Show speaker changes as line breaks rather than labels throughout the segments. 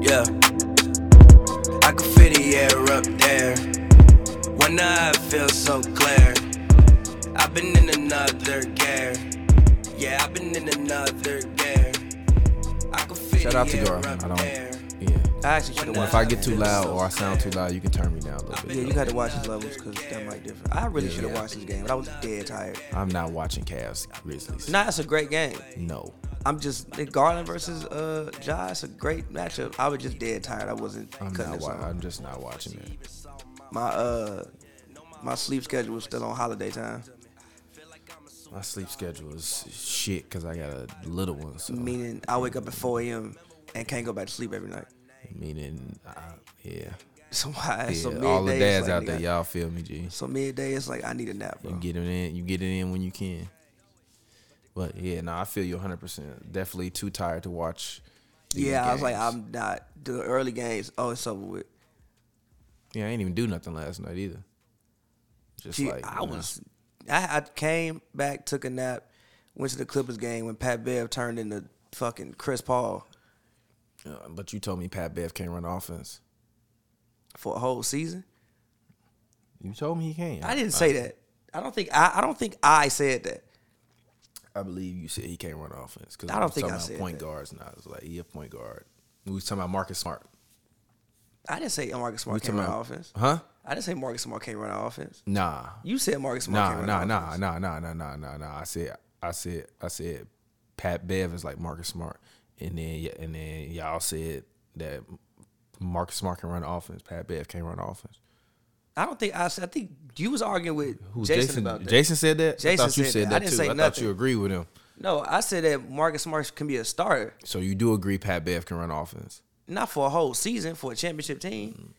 yeah. I could feel the air up there. One eye feels so clear. I've been in another gear. Yeah, I've been in another gear. I could feel
Shout out to
the air
Dora.
up
I don't-
there.
Yeah.
I actually should have watched.
If I get too loud or I sound too loud, you can turn me down a little
Yeah,
bit.
you got to watch his levels because that might differ. I really
Yeah.
should have watched this game, but I was dead tired.
I'm not watching Cavs Grizzlies.
Nah, it's a great game.
No.
I'm just like, Garland versus uh Ja. It's a great matchup. I was just dead tired. I wasn't
I'm
cutting
not.
this
Wa-
off.
I'm just not watching it.
My uh my sleep schedule was still on holiday time.
My sleep schedule is shit because I got a little one. So
Meaning I wake up at 4 a.m. and can't go back to sleep every night.
meaning, I, yeah,
So why?
yeah.
so midday,
all the
it's
dads
like,
out there,
nigga,
y'all feel me, G?
So midday, it's like I need a nap. Bro.
You get it in. You get it in when you can. But yeah, no, I feel you 100. percent Definitely too tired to watch. these
yeah, I was like,
games.
I'm not the early games. Oh, it's over with.
Yeah, I ain't even do nothing last night either. Just
Gee,
like
I
you know.
was. I, I came back, took a nap, went to the Clippers game when Pat Bev turned into fucking Chris Paul
Uh, but you told me Pat Bev can't run offense.
for a whole season.
You told me he can't.
I didn't say that. I don't think I. I don't think I said that.
I believe you said he can't run offense because
I don't think I
talking
said
about point
that.
guards now. It's like he a point guard. We was talking about Marcus Smart,
I didn't say Marcus Smart
We
can't run
talking about-
offense.
huh?
I didn't say Marcus Smart can't run offense.
Nah,
You said Marcus Smart
nah,
can't
nah,
run offense.
nah, nah, nah, nah, nah, nah, nah. I said, I said, I said, Pat Bev is like Marcus Smart, and then y- and then y'all said that Marcus Smart can run offense. Pat Bev can't run offense.
I don't think I. said- I think you was arguing with
Who's
Jason,
Jason?
about that.
Jason said that.
Jason
I thought you
said
said,
that.
that,
I didn't
too.
say
I thought
nothing.
you agreed with him.
No, I said that Marcus Smart can be a starter,
So you do agree Pat Bev can run offense.
not for a whole season for a championship team.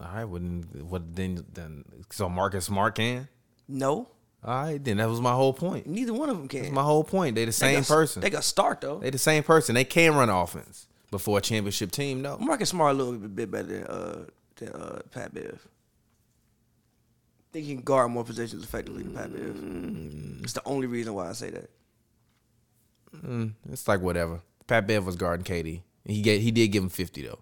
All right, wouldn't what then then so Marcus Smart can.
No,
All right, then that was my whole point.
neither one of them can.
That's my whole point. They the
They
same
got-
person.
They
They,
got start though.
the same person. They can run offense. Before a championship team, no.
Marcus Smart a little bit, bit better than uh, than uh, Pat Bev. I think he can guard more positions effectively than Pat Bev. It's the only reason why I say that.
It's like whatever. Pat Bev was guarding KD. He get he did give him fifty though.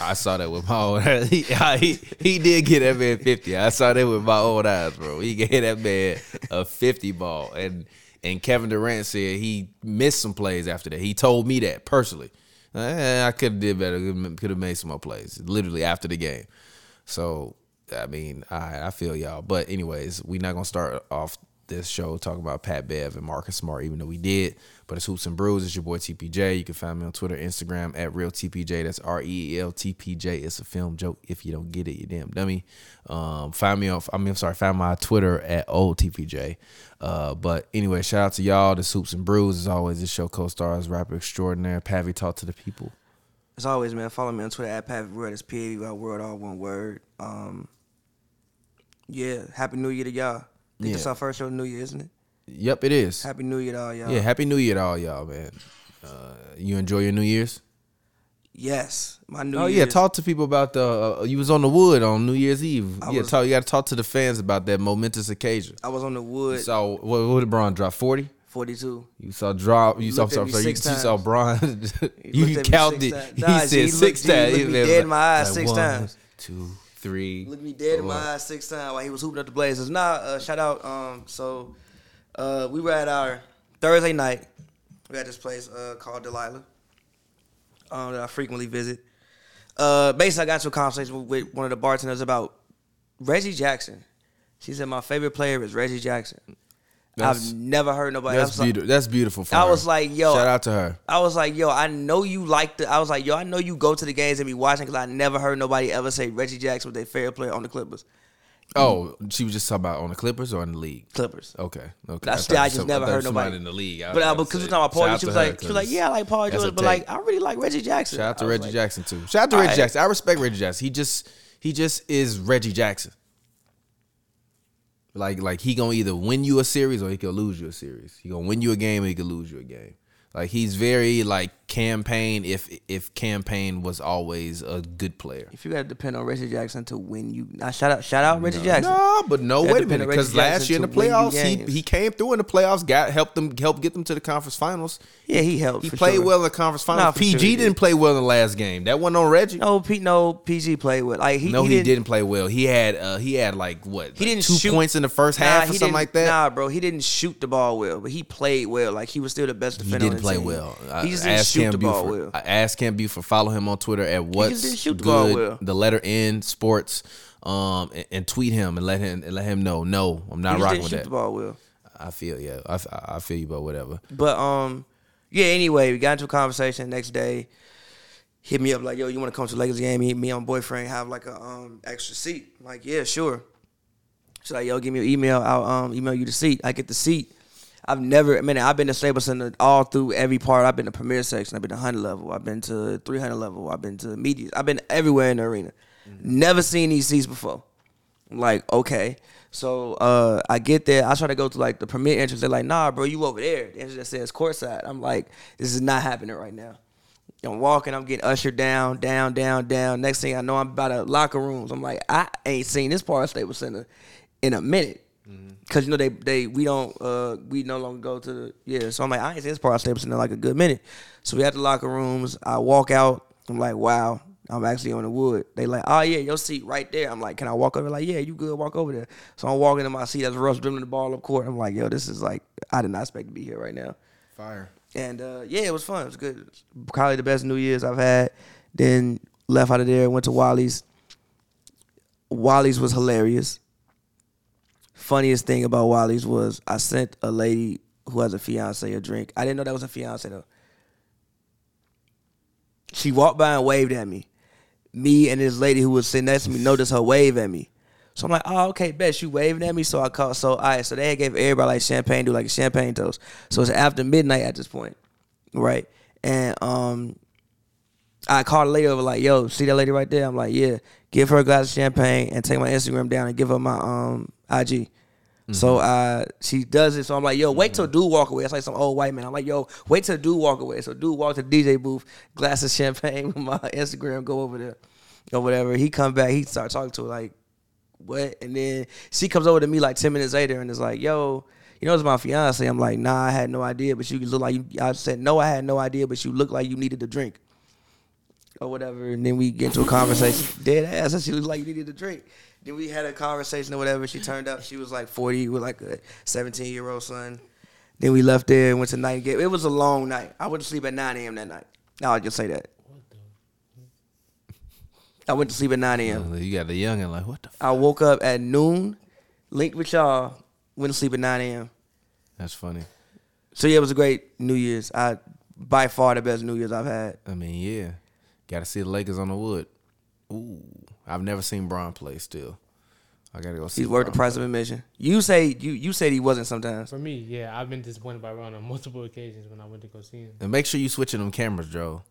I saw that with my own eyes. He, he, he did get that man fifty. I saw that with my own eyes, bro. He gave that man a fifty ball, and and Kevin Durant said he missed some plays after that. He told me that personally. Eh, I could have did better. Could have made some more plays. Literally after the game. So I mean, I I feel y'all. But anyways, we not gonna start off this show talking about Pat Bev and Marcus Smart, even though we did. But it's Hoops and Brews. It's your boy TPJ. You can find me on Twitter, Instagram at Real TPJ. That's R E L T P J. It's a film joke. If you don't get it, you damn dummy. Um, find me on. I mean, I'm sorry. Find my Twitter at old TPJ. Uh, but anyway, shout out to y'all. The Hoops and Brews. As always, this show co-stars rapper extraordinaire Pavi. Talk to the people.
As always, man, follow me on Twitter at Pat World. It's P A V Y World, all one word. Um, yeah, Happy New Year to y'all. I think
Yeah.
it's our first show of New Year, isn't it?
Yep, it is.
Happy New Year to all y'all.
Yeah, happy new year to all y'all, man. Uh, you enjoy your New Year's?
Yes, my New
Oh
Year's.
yeah, talk to people about the. Uh, you was on the wood on New Year's Eve.
I
yeah,
was-
talk. You got to talk to the fans about that momentous occasion.
I was on the wood,
So what, what did Braun drop? Forty.
42.
You saw drop. You saw.
looked at
Sorry,
me
sorry, you, you
six
saw
times.
Braun.
looked
you
at me
counted.
six
He
times. Nah,
said
G, he
six
looked- G, he
times.
looked me
was
dead in my eyes six
one,
times.
Two, three.
Looked me dead in my
four.
eyes six times while he was hooping up the Blazers. Nah, uh, shout out. Um, so uh, we were at our Thursday night. We had this place uh, called Delilah um, that I frequently visit. Uh, basically, I got into a conversation with with one of the bartenders about Reggie Jackson. She said my favorite player is Reggie Jackson.
That's-
I've never heard nobody.
That's
else.
beautiful. That's beautiful. For
I
her.
was like, yo,
Shout out to her.
I was like, yo, I know you like the. I was like, yo, I know you go to the games and be watching because I never heard nobody ever say Reggie Jackson was their favorite player on the Clippers.
Oh, she was just talking about on the Clippers or in the league.
Clippers.
Okay, okay.
That's-
thought
I
you
just
said-
never
thought
heard
somebody
nobody.
in the league. I
But uh,
was
because we
gonna
talking about
say,
Paul,
shout out
George, she
to
was
her,
like, she was like,
'cause
yeah, I like Paul
that's
George,
a
but
take.
like, I really like Reggie Jackson.
Shout out to
I was
Reggie
like,
Jackson too. Shout out to Reggie
Alright.
Jackson. I respect Reggie Jackson. He just he just is Reggie Jackson. Like like he gonna either win you a series or he could lose you a series. He gonna win you a game and he could lose you a game. Like he's very like campaign if if campaign was always a good player.
If you gotta depend on Reggie Jackson to win you, now shout out, shout out Reggie Jackson.
No, but no,
That
wait a
depend
minute.
on
Because
Reggie
last
Jackson
year in the
to win you
playoffs, he
games.
he came through in the playoffs, got helped them helped get them to the conference finals.
Yeah, he helped.
He
for
played
sure.
well in the conference finals.
Nah, for
PG
sure he
didn't
did.
play well in the last game. That wasn't on Reggie.
No, P, no, PG played well. Like he,
No, he,
didn't,
didn't, play well. He had uh he had like what?
He
like
didn't
two
shoot-
points in the first
Nah,
half
he
or something
didn't-
like that.
Nah, bro, he didn't shoot the ball well, but he played well. Like he was still the best defender.
He
on
didn't
the
play
team.
well.
He just
I
didn't
asked
shoot
Cam
the ball
Buford-
well.
I asked Cam Buford. Follow him on Twitter at what's
didn't shoot the
good.
ball well.
The letter N Sports. Um, and, and tweet him and let him and let him know. No, I'm
He
not
just
rocking
didn't
with
shoot
that.
the ball well.
I feel yeah. I, f- I feel you, but whatever.
But um, yeah. Anyway, we got into a conversation. The next day, hit me up like, "Yo, you want to come to the Lakers game? Me, me and my boyfriend have like a um extra seat." I'm like, yeah, sure. She's like, "Yo, give me your email. I'll um email you the seat." I get the seat. I've never, I mean, I've been to Staples Center all through every part. I've been to Premier Section. I've been to Hundred Level. I've been to Three Hundred Level. I've been to Media. I've been everywhere in the arena. Never seen these seats before. I'm like, okay. So uh, I get there. I try to go to like the premier entrance. They're like, nah, bro, you over there. The entrance that says courtside. I'm like, this is not happening right now. I'm walking. I'm getting ushered down, down, down, down. Next thing I know, I'm by the locker rooms. I'm like, I ain't seen this part of Staples Center in a minute. Mm-hmm. Cause you know they they we don't uh we no longer go to the yeah so I'm like I ain't seen this part of Staples Center in like a good minute so we at the locker rooms I walk out I'm like wow I'm actually on the wood they like oh yeah your seat right there I'm like can I walk over like yeah you good walk over there so I'm walking to my seat as Russ dribbling the ball up court I'm like yo this is like I did not expect to be here right now
Fire.
and uh, yeah, it was fun. It was good. Probably the best New Year's I've had. Then left out of there, went to Wally's. Wally's was hilarious. Funniest thing about Wally's was I sent a lady who has a fiance a drink. I didn't know that was a fiance though. She walked by and waved at me. Me and this lady who was sitting next to me noticed her wave at me. So I'm like, oh, okay, bet she waving at me. So I called. So I so they gave everybody like champagne, do like a champagne toast. So it's after midnight at this point, right? And um, I called the lady over like, yo, see that lady right there? I'm like, yeah, give her a glass of champagne and take my Instagram down and give her my um IG. So uh, she does it. So I'm like, yo, wait till dude walk away. It's like some old white man. I'm like, yo, wait till dude walk away. So dude walked to the DJ booth, glass of champagne with my Instagram, go over there or whatever. He come back, he start talking to her like, what? And then she comes over to me like ten minutes later and is like, yo. You know, it's my fiance. I'm like, nah, I had no idea, but you look like you. I said, no, I had no idea, but you look like you needed a drink or whatever, and then we get into a conversation. Dead ass. and She was like, "You needed a drink." Then we had a conversation or whatever. She turned up. She was like forty with like a seventeen year old son. Then we left there and went to night game. It was a long night. I went to sleep at nine a.m. that night. I'll just say that. I went to sleep at nine a.m.
Uh, You got the young and like what the. F-?
I woke up at noon, linked with y'all, went to sleep at nine a.m.
That's funny.
So yeah, it was a great New Year's. I by far the best New Year's I've had.
I mean, yeah. Got to see the Lakers on the wood. Ooh, I've never seen Bron play. Still, I gotta go see.
He's worth the
Bron.
price of admission. You say you you said he wasn't sometimes.
For me, yeah, I've been disappointed by Ron on multiple occasions when I went to go see him.
And make sure you switching them cameras, Joe.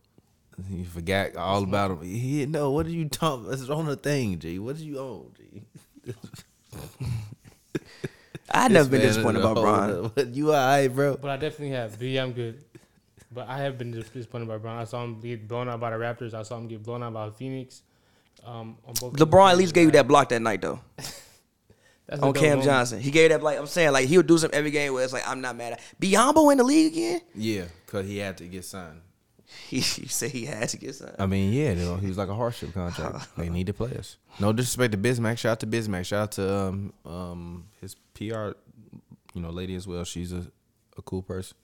You forgot all about him. He, no, what are you talking? It's on the thing, G. What are you on, G?
I've never been disappointed about Bron.
Bron. You all right, bro?
But I definitely have. B, I'm good. But I have been dis- disappointed by Bron. I saw him get blown out by the Raptors. I saw him get blown out by Phoenix. Um, on both
LeBron at least gave you that block that night though
That's
on
a dope
Cam
moment.
Johnson. He gave you that like I'm saying like he'll do some every game where it's like I'm not mad at Biombo in the league again.
Yeah, cause he had to get signed.
He, said he had to get something.
I mean, yeah, you know, he was like a hardship contract. they needed players. No disrespect to Bismack. Shout out to Bismack. Shout out to um um his PR, you know, lady as well. She's a, a cool person.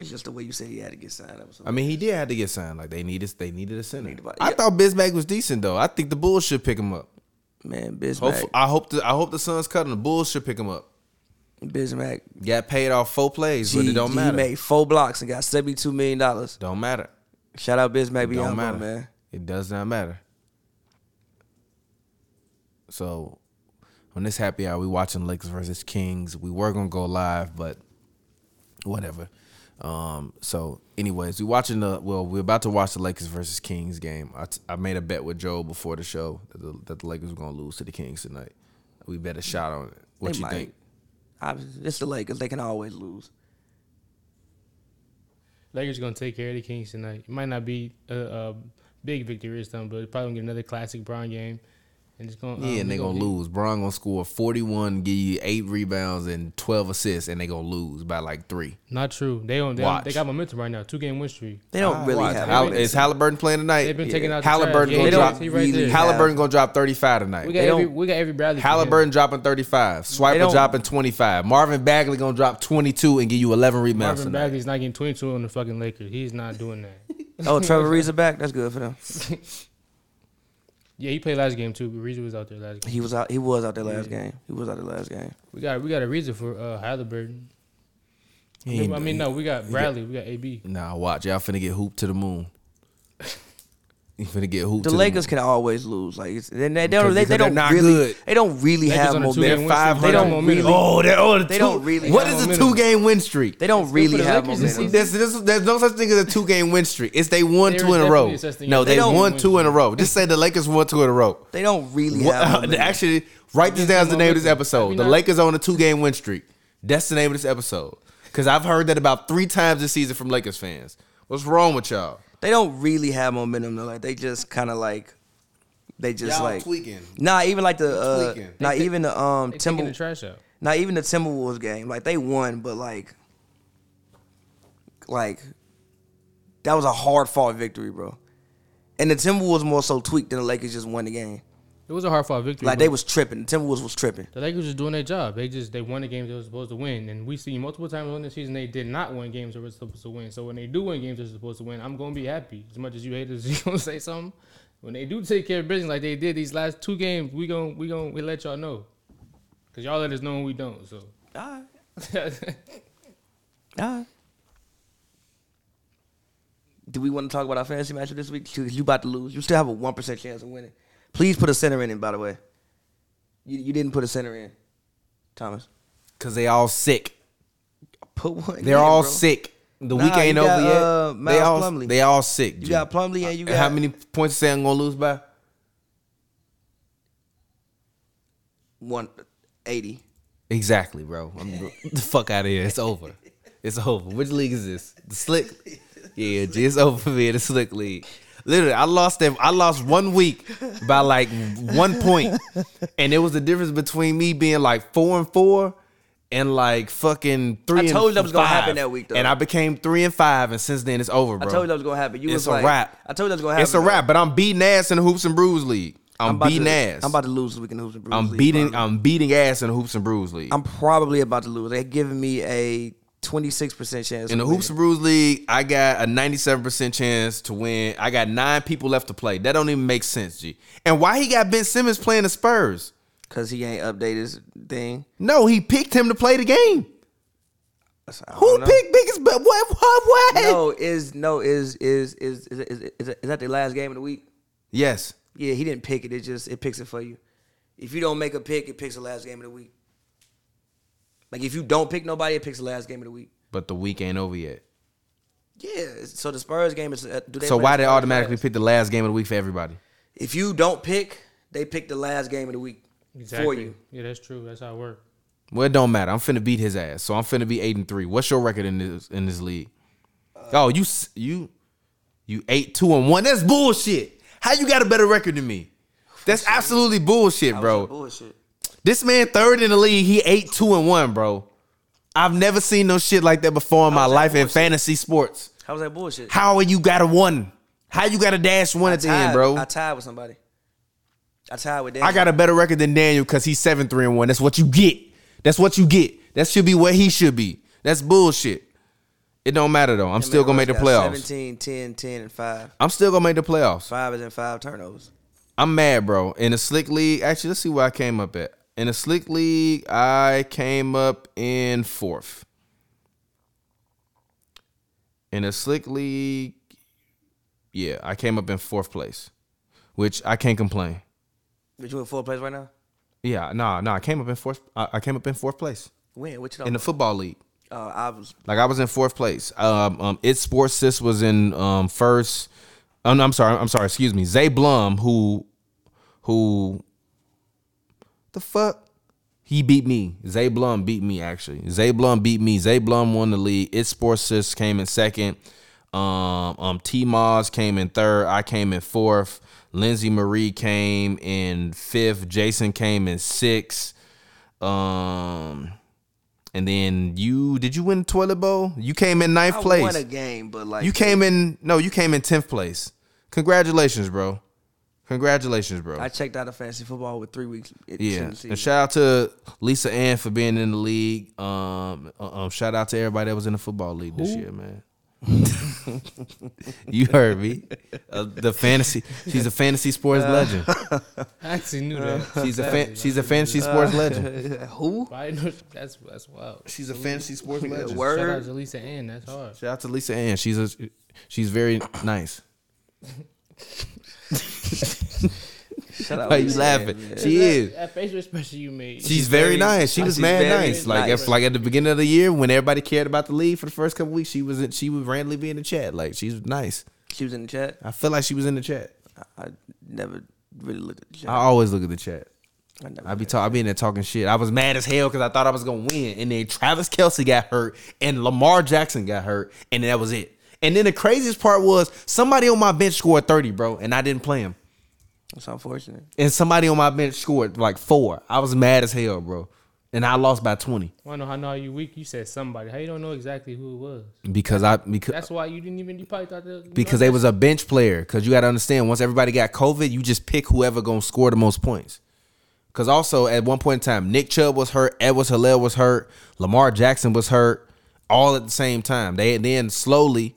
It's just the way you said he had to get signed up. So.
I mean, he did have to get signed. Like they needed, they needed a center.
Needed-
I
yeah.
thought Bismack was decent though. I think the Bulls should pick him up.
Man,
Hopef-
Bismack,
I hope the I hope the Suns cut him. The Bulls should pick him up.
Bismack,
Got paid off four plays, but
G-
it don't
he
matter.
made four blocks and got seventy two million dollars.
Don't matter.
Shout out Bismack
It don't
Biombo,
matter,
man.
It does not matter. So, on this happy hour, we watching Lakers versus Kings. We were gonna go live, but whatever. Um, so, anyways, we watching the well, we're about to watch the Lakers versus Kings game. I, t- I made a bet with Joe before the show that the, that the Lakers were gonna lose to the Kings tonight. We bet a shot on it. What
They
you
might.
think?
I, it's the Lakers. They can always lose.
Lakers gonna take care of the Kings tonight. It might not be a, a big victory this time, but it's probably gonna get another classic Brown game. And it's
Uh,
gonna
Yeah, and they gonna lose. Bron gonna score forty one, give you eight rebounds and twelve assists, and they gonna lose by like three.
Not true. They don't. They,
Watch.
they got momentum right now. Two game win streak.
They don't really
Ah, Watch.
have.
Hal-
momentum.
is Halliburton playing tonight?
They've been taking out the
Halliburton
trash. Yeah,
gonna
they
drop.
don't- he right there.
Halliburton gonna drop thirty five tonight.
We got
They
every.
don't-
We got every Bradley. for him.
Halliburton dropping thirty five. Swiper
don't-
dropping twenty five. Marvin Bagley gonna drop twenty two and give you eleven rebounds
Marvin
tonight.
Bagley's not getting 22 on the fucking Lakers. He's not doing that.
oh, Trevor Reeves are back. That's good for them.
yeah, he played last game too. But Reason was out there last game.
He was out. He was out there last game. He was out there last game.
We got we got a reason for uh, Halliburton.
He ain't-
I mean, no, we got Bradley. We got AB.
Nah, watch y'all finna get hooped to the moon. you finna get hooped.
The
to
Lakers can always lose. Like it's, they, they don't.
Because-
They,
because
they
they're
don't
not
really.
good.
They don't really
Lakers
have
on a two-game
momentum.
win
the
streak.
moon.
They
Five
don't
hundred
really.
momentum.
Oh, they're on a
They
two-
don't really
What
have
is a
momentum.
two game win streak?
They don't
good for
really
the
have
Lakers this
momentum.
season.
This, this, there's no such thing as a two game win streak. It's they won
There
two
is
in a
definitely
row.
a such thing
No,
as
they,
a two-game
won
win
two in a row. Just say the Lakers won two in a row.
They don't really
What-
have. momentum.
actually, write this down as the name of this
momentum.
episode.
Every
The
night.
Lakers on a two game win streak. That's the name of this episode. Because I've heard that about three times this season from Lakers fans. What's wrong with y'all?
They don't really have momentum though. Like they just kind of like. They just
Y'all
like
tweaking.
Nah, even like the uh,
Tweaking.
not even the um
They taking
Timber,
the trash out.
not even the Timberwolves game. Like they won, but like, like that was a hard fought victory, bro. And the Timberwolves more so tweaked than the Lakers just won the game.
It was a hard fought victory.
Like
but
they was tripping. The Timberwolves was tripping.
The Lakers just doing their job. They just they won the games they were supposed to win, and we see multiple times on the season they did not win games they were supposed to win. So when they do win games they're supposed to win, I'm gonna be happy. As much as you haters, you gonna say something. When they do take care of business like they did these last two games, we gon' we gon' we let y'all know, cause y'all let us know when we don't. So
All right,
yeah,
all right. Do we want to talk about our fantasy matchup this week? 'Cause you about to lose. You still have a one percent chance of winning. Please put a center in it. By the way, you you didn't put a center in, Thomas.
Because they all sick.
Put one.
They're
in,
all
bro.
sick. The
Nah,
week ain't
you got,
over yet.
uh,
they
Miles
all
Plumlee.
they all sick.
You
G.
got Plumlee and you got
How many points you say I'm gonna lose by?
one eighty.
Exactly, bro. I'm the fuck out of here. It's over. It's over. Which league is this? The slick. Yeah, G, it's over for me. in The slick league. Literally, I lost them. I lost one week by like one point, and it was the difference between me being like four and four, and like fucking three. and
told you that was gonna happen
five.
that week, though.
and I became three and five, and since then it's over,
I
bro.
told you that was gonna happen. You
It's
was
a
like,
wrap.
I told you that was gonna happen.
It's a wrap, but I'm beating ass in the hoops and brews league. I'm,
about
beating
to,
ass.
I'm about to lose this week in the hoops and Brews
I'm
League,
beating.
probably.
I'm beating ass in the hoops and brews league.
I'm probably about to lose. They're giving me a twenty six percent chance
in the
of
hoops and brews league, I got a 97 percent chance to win. I got nine people left to play. That don't even make sense, G. And why he got Ben Simmons playing the Spurs?
because he ain't updated his thing.
No, he picked him to play the game.
That's- I
Who
don't know.
picked biggest? What? What? What?
No, is no is is is is is, is, is that the last game of the week?
Yes.
Yeah, he didn't pick it. It just it picks it for you. If you don't make a pick, it picks the last game of the week. Like if you don't pick nobody, it picks the last game of the week.
But the week ain't over yet.
Yeah. So the Spurs game is. Uh, do they
So
play
why
the
they
Spurs
automatically
last?
pick the last game of the week for everybody?
If you don't pick, they pick the last game of the week for you.
Yeah, that's true. That's how it works.
Well, it don't matter. I'm finna beat his ass. So I'm finna be eight and three. What's your record in this in this league? oh, you s- you you eight two and one. That's bullshit. How you got a better record than me? That's absolutely bullshit, bro.
Bullshit.
This man third in the league. He eight two and one, bro. I've never seen no shit like that before in my
was that
life in
bullshit?
fantasy sports.
How was that bullshit?
How you got a one? How you got a dash one at the
tied,
end, bro?
I tied with somebody. I tied with Daniel.
I got a better record than Daniel because he's seven three and one. That's what you get. That's what you get. That should be where he should be. That's bullshit. It don't matter though. I'm still gonna make the playoffs.
17, 10, 10, and 5.
I'm still gonna make the playoffs.
5 is in 5 turnovers.
I'm mad, bro. In a slick league, actually, let's see where I came up at. In a slick league, I came up in fourth. In a slick league, yeah, I came up in fourth place, which I can't complain.
But you in fourth place right now?
Yeah, nah, nah, I came up in fourth. I, I came up in fourth place.
When? What you
in
know?
the football league.
Oh, I was.
Like I was in fourth place. Um, um it sports sis was in um first. Oh, no, I'm sorry. I'm sorry. Excuse me. Zay Blum, who, who, the fuck, he beat me. Zay Blum beat me actually. Zay Blum beat me. Zay Blum won the league. It sports sis came in second. Um, um, T. Moz came in third. I came in fourth. Lindsay Marie came in fifth. Jason came in sixth. Um, and then you did you win toilet bowl? You came in ninth
I
place.
won a game, but like
You came in no, you came in tenth place. Congratulations, bro. Congratulations, bro.
I checked out of fantasy football with three weeks. in- in
yeah.
the season.
And shout out to Lisa Ann for being in the league. Um, uh, um shout out to everybody that was in the football league this year, man. you heard me. Uh, the fantasy. She's a fantasy sports legend.
I actually knew that.
She's a
Exactly.
fan, she's a fantasy sports legend.
Who?
I know that's that's wild.
She's a fantasy sports legend.
Word.
Shout out to Lisa Ann. That's hard.
Shout out to Lisa Ann. She's a she's very nice.
Shut up.
Why you laughing? She is.
That, that facial expression you made.
She's, very,
very-
nice. She
like,
was
she's
mad
very
nice. Like
nice.
If, like at the beginning of the year when everybody cared about the league for the first couple weeks, she was in, she would randomly be in the chat. Like she's nice.
She was in the chat.
I feel like she was in the chat.
I, I never really looked at the chat.
I always look at the chat.
I never
I be talk, I be in there talking shit. I was mad as hell because I thought I was gonna win, and then Travis Kelsey got hurt, and Lamar Jackson got hurt, and that was it. And then the craziest part was somebody on my bench scored thirty, bro, and I didn't play him.
It's unfortunate.
And somebody on my bench scored like four. I was mad as hell, bro, and I lost by twenty
I know how now you weak. You said somebody. How you don't know exactly who it was?
because I because
That's why you didn't even. You probably thought that
because they was a bench player. Because you got to understand, once everybody got COVID, you just pick whoever gonna score the most points. Because also at one point in time, Nick Chubb was hurt, Edwards Hillel was hurt, Lamar Jackson was hurt, all at the same time. They then slowly,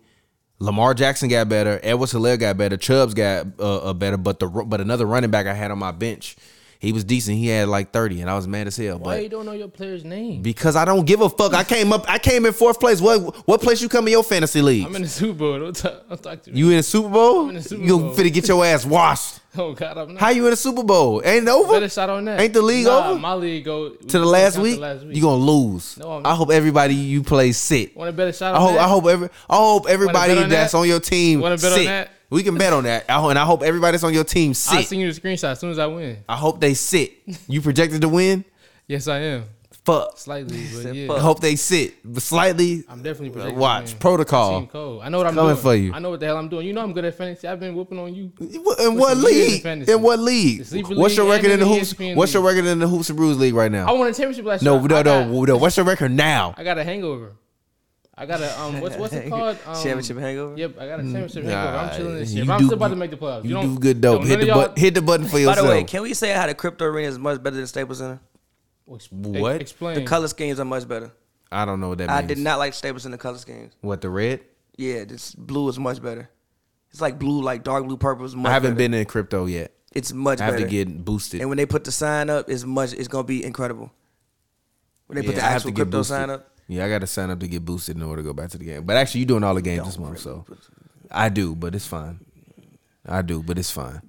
Lamar Jackson got better, Edwards Hillel got better, Chubb's got uh, uh, better, but the but another running back I had on my bench, he was decent. He had like thirty, and I was mad as hell.
Why
but
you don't know your player's name?
because I don't give a fuck, I came up, I came in fourth place. What what place you come in your fantasy league?
I'm in the Super Bowl. Don't talk, don't talk to me.
You in a Super Bowl?
in the Super
you
Bowl.
finna get your ass washed.
Oh God, I'm not.
How you in a Super Bowl? Ain't it over
Better shot on that.
Ain't the league
Nah,
over?
My league go
to the last week.
Last week.
You gonna lose.
No, I'm
I hope everybody you play sit.
want a better shot
I
on
hope
that?
I hope every I hope everybody
bet on
that's
that?
on your team
Wanna bet on
sit.
that?
We can bet on that. I hope, and I hope everybody that's on your team
I'll
sit.
send you the screenshot as soon as I win.
I hope they sit. You projected to win.
Yes, I am
Fuck.
slightly, but yeah.
I hope they sit But slightly. uh,
I'm definitely projected
watch
to win. Team
protocol.
code. I know what I'm
Oh. coming
doing.
for you.
I know what the hell I'm doing. You know I'm good at fantasy. I've been whooping on you.
In what in
Listen,
what
we in the
league?
fantasy.
In what league?
The Sleeper
What's your
League
record in
and E
the
the
hoops?
ESPN
What's your
league.
record in the hoops and rules league right now?
I won a championship last
No,
year.
no,
I got,
no, no. What's your record now?
I got a hangover. I got a um. What's what's it called? Um,
Championship hangover?
Yep, I got a championship hangover. I'm chilling this
Nah,
year.
you
But I'm
do-
still about to
you-
make the playoffs.
You,
don't
do good though.
don't
Hit
none
the
of y'all-
button. Hit the button for
By
yourself.
the way, can we say how the crypto arena is much better than Staples Center?
Ex-
What?
Explain.
The color schemes are much better.
I don't know what that
I
means.
did not like Staples Center color schemes.
What the red?
Yeah, this blue is much better. It's like blue, like dark blue, purple is much.
I haven't
better.
been in crypto yet.
It's much
I have
better.
to get boosted.
and when they put the sign up, it's much. It's gonna be incredible. When they put the
Yeah, I have
actual
to get
crypto
boosted.
sign up,
Yeah, I got to sign up to get boosted in order to go back to the game. But actually, you're doing all the games this month, so I do, but it's fine. I do, but it's fine.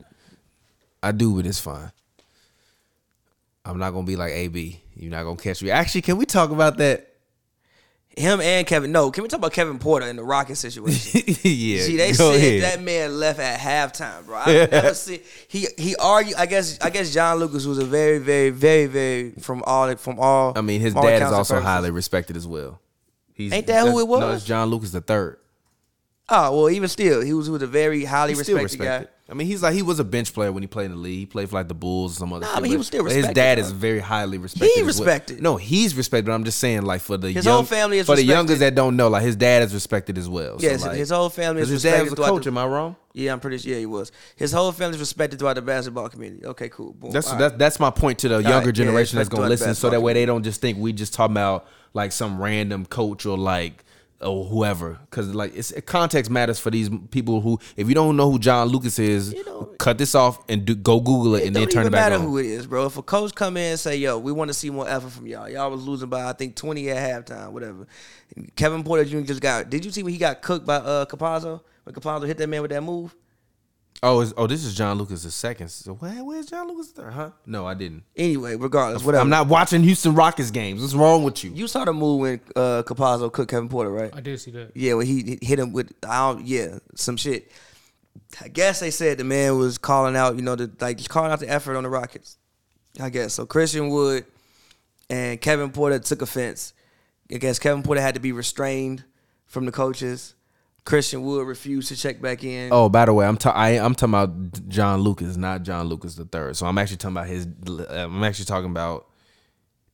I do, but it's fine. I'm not gonna be like AB. You're not gonna catch me. Actually, can we talk about that?
him and Kevin. No, can we talk about Kevin Porter in the Rocket situation?
yeah.
See, they
go
said
ahead.
that man left at halftime, bro. I never see he he argued. I guess I guess John Lucas was a very very very very from all from all.
I mean, his
from all
dad is
accounts and
also
purposes.
highly respected as well. He's,
Ain't that who
that's-
it was?
No, it's John Lucas the third.
Oh well, even still, he was he was a very highly
He's still
respected,
respected.
guy.
I mean, he's like he was a bench player when he played in the league. He played for like the Bulls or some other.
Nah,
shit,
but he was still
His
respected,
dad
bro.
is very highly respected. as well.
respected.
No, he's respected. But I'm just saying, like for the
His
young,
whole family is
for the
respected.
youngers that don't know, like his dad is respected as well.
Yes,
so, like,
his whole family
'cause
is
his dad was
respected
a
throughout
coach.
the-
am I wrong?
Yeah, I'm pretty sure. Yeah, he was. His whole family's respected throughout the basketball community. Okay, cool. Boom.
That's
All right.
that's that's my point to the
right,
younger
yeah,
generation that's
respect
gonna
to
listen,
us,
so that
fuck
way they don't just think we just talking about like some random coach or like or whoever, because like it's context matters for these people who if you don't know who John Lucas is,
don't-
cut this off and do, go Google it, and
It
then
don't
turn
even
it back
matter
on.
who it is, bro. If a coach come in and say, "Yo, we want to see more effort from y'all. Y'all was losing by I think 20 at halftime, whatever." Kevin Porter Jr. just got. Did you see when he got cooked by uh Capazzo? When Capazzo hit that man with that move?
Oh, is, oh, this is John Lucas the second. So where, where's John Lucas the third? Huh? No, I didn't.
Anyway, regardless, whatever.
I'm not watching Houston Rockets games. What's wrong with you?
You saw the move when uh Capazzo cooked Kevin Porter, right?
I did see that.
Yeah, when he hit him with I don't yeah, some shit. I guess they said the man was calling out, you know, the like calling out the effort on the Rockets. I guess. So Christian Wood and Kevin Porter took offense. I guess Kevin Porter had to be restrained from the coaches. Christian Wood refused to check back in.
Oh, by the way, I'm ta- I, am talking about John Lucas, not John Lucas the third. So I'm actually talking about his. I'm actually talking about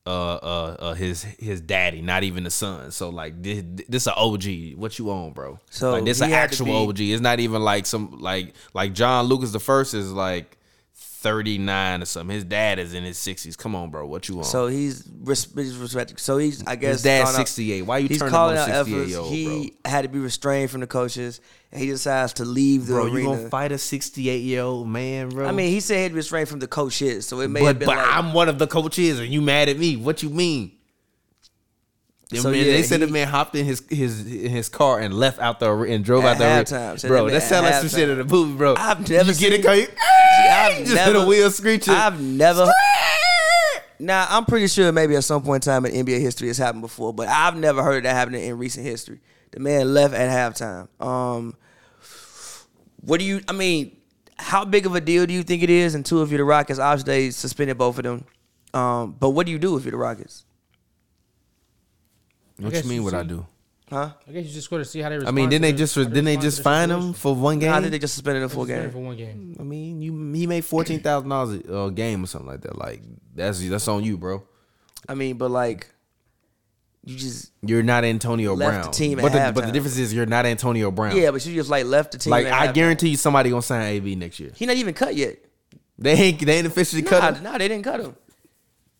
uh uh, uh his his daddy, not even the son. So like this this a OG. What you on, bro?
So
like, this
he
an
had to
actual
be-
OG. It's not even like some like like John Lucas the first is like 39 or something. His dad is in his 60s. Come on, bro. What you on?
So he's res- he's respected. So he's I guess
his dad's
calling out-
68. Why you
He's
turning
calling
on
out
68
efforts.
year old, bro?
He had to be restrained from the coaches, and he decides to leave the
Bro,
arena.
you gonna fight a 68 year old man, bro?
I mean, he said he'd restrained from the coaches, so it may have been
but but
like
I'm one of the coaches, and you mad at me? What you mean? The
So,
man-
yeah,
they said the
he-
man hopped in his his in his car and left out the ar- and drove
At
out the ar-
halftime, said
bro.
that
That
man
sounds
at
like some shit
halftime.
in a movie, bro.
I've never
you get
seen-
it, car, you,
I've
just hit
never-
a wheel screeching.
I've never. Now I'm pretty sure maybe at some point in time in NBA history it's happened before, but I've never heard of that happening in recent history. The man left at halftime. Um, what do you? I mean, how big of a deal do you think it is? And two, if you're the Rockets, obviously they suspended both of them. Um, but what do you do if you're the Rockets?
what you
guess
mean?
you
What I
see-
do?
Huh?
I guess you just go to see how they.
I
Respond
mean,
to
didn't they
the-
just
how
didn't they
respond to
just
the
fine
situation.
him for one game?
I think they just suspended a full
Suspended for
game.
one game.
I mean, you he made fourteen thousand dollars a game or something like that. Like that's that's on you, bro.
I mean, but like, you just
You're not Antonio
Left
Brown.
the team at
but, the, but
halftime.
the difference is you're not Antonio Brown.
yeah, but you just like left the team.
Like
at
I
halftime.
guarantee you, somebody gonna sign AB next year.
he not even cut yet.
They ain't they ain't officially cut
Nah,
him.
nah, they didn't cut him.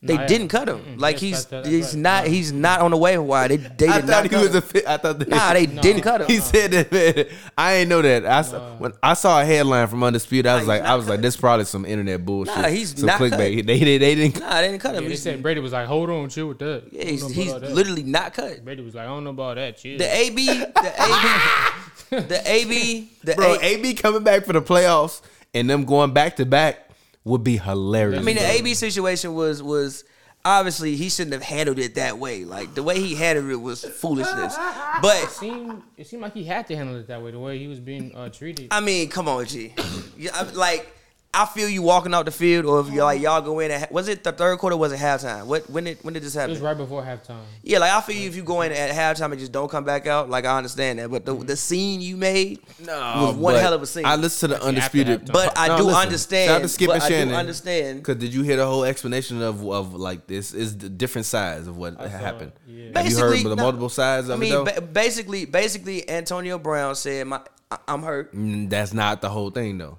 They
yeah.
didn't cut him.
Mm-mm.
Like
Yes,
he's
that- that- that's
he's
right.
not he's not on the waiver wire. They they did
I
not
thought he
cut
was
him.
a fit. I thought that,
Nah, they didn't cut him.
He said that. Man. I ain't know that. I saw, when I saw a headline from Undisputed, I was like, I was like, this probably some internet bullshit.
Nah, he's
some
not cut.
clickbait. They, they they didn't.
Nah, they didn't cut him.
Yeah, they
He's-
said Brady was like, "Hold on, chill with that."
yeah,
I don't
he's,
know about
he's
all that.
literally not cut.
Brady was like, "I don't know about that." Chill.
The AB, the AB, the AB, the
Bro,
A-
AB coming back for the playoffs and them going back to back would be hilarious.
I mean, the
bro.
AB situation was was obviously he shouldn't have handled it that way. Like the way he handled it was foolishness. But
seemed it seemed like he had to handle it that way, the way he was being uh, treated.
I mean, come on, G. Yeah, I- like, I feel you walking out the field, or if you're like y'all go in. At, was it the third quarter? Or was it halftime? What when did when did this
It was
happen?
right before halftime.
Yeah, like I feel you if you go in at halftime and just don't come back out. Like I understand that, but the, the scene you made was one
Mm-hmm. Um, but
hell of a scene.
I listened to the undisputed,
halftime.
But I do understand-
Shout out to Skip
but
and
I do
Shannon.
understand.
Cause did you hear the whole explanation of of like this is the different sides of what
I saw it,
happened?
yeah.
Have you heard
Basically,
the
no,
multiple sides of
I
it
mean,
though?
ba- basically, basically, Antonio Brown said, "My, I- I'm hurt."
Mm, That's not the whole thing though.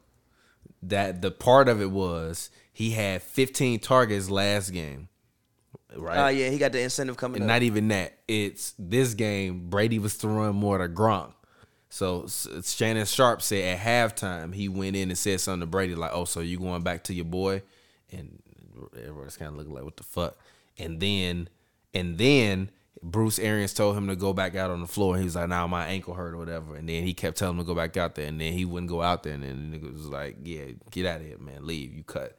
That the part of it was he had 15 targets last game,
Oh
right?
yeah, he got the incentive coming
And
up.
not even that. It's this game. Brady was throwing more to Gronk. So S- Shannon Sharp said at halftime he went in and said something to Brady like, "Oh, so you going back to your boy?" And everybody's kind of looking like, "What the fuck?" And then, and then Bruce Arians told him to go back out on the floor. He was like, "Nah, my ankle hurt or whatever." And then he kept telling him to go back out there, and then he wouldn't go out there. And then the nigga was like, "Yeah, get out of here, man. Leave. You cut."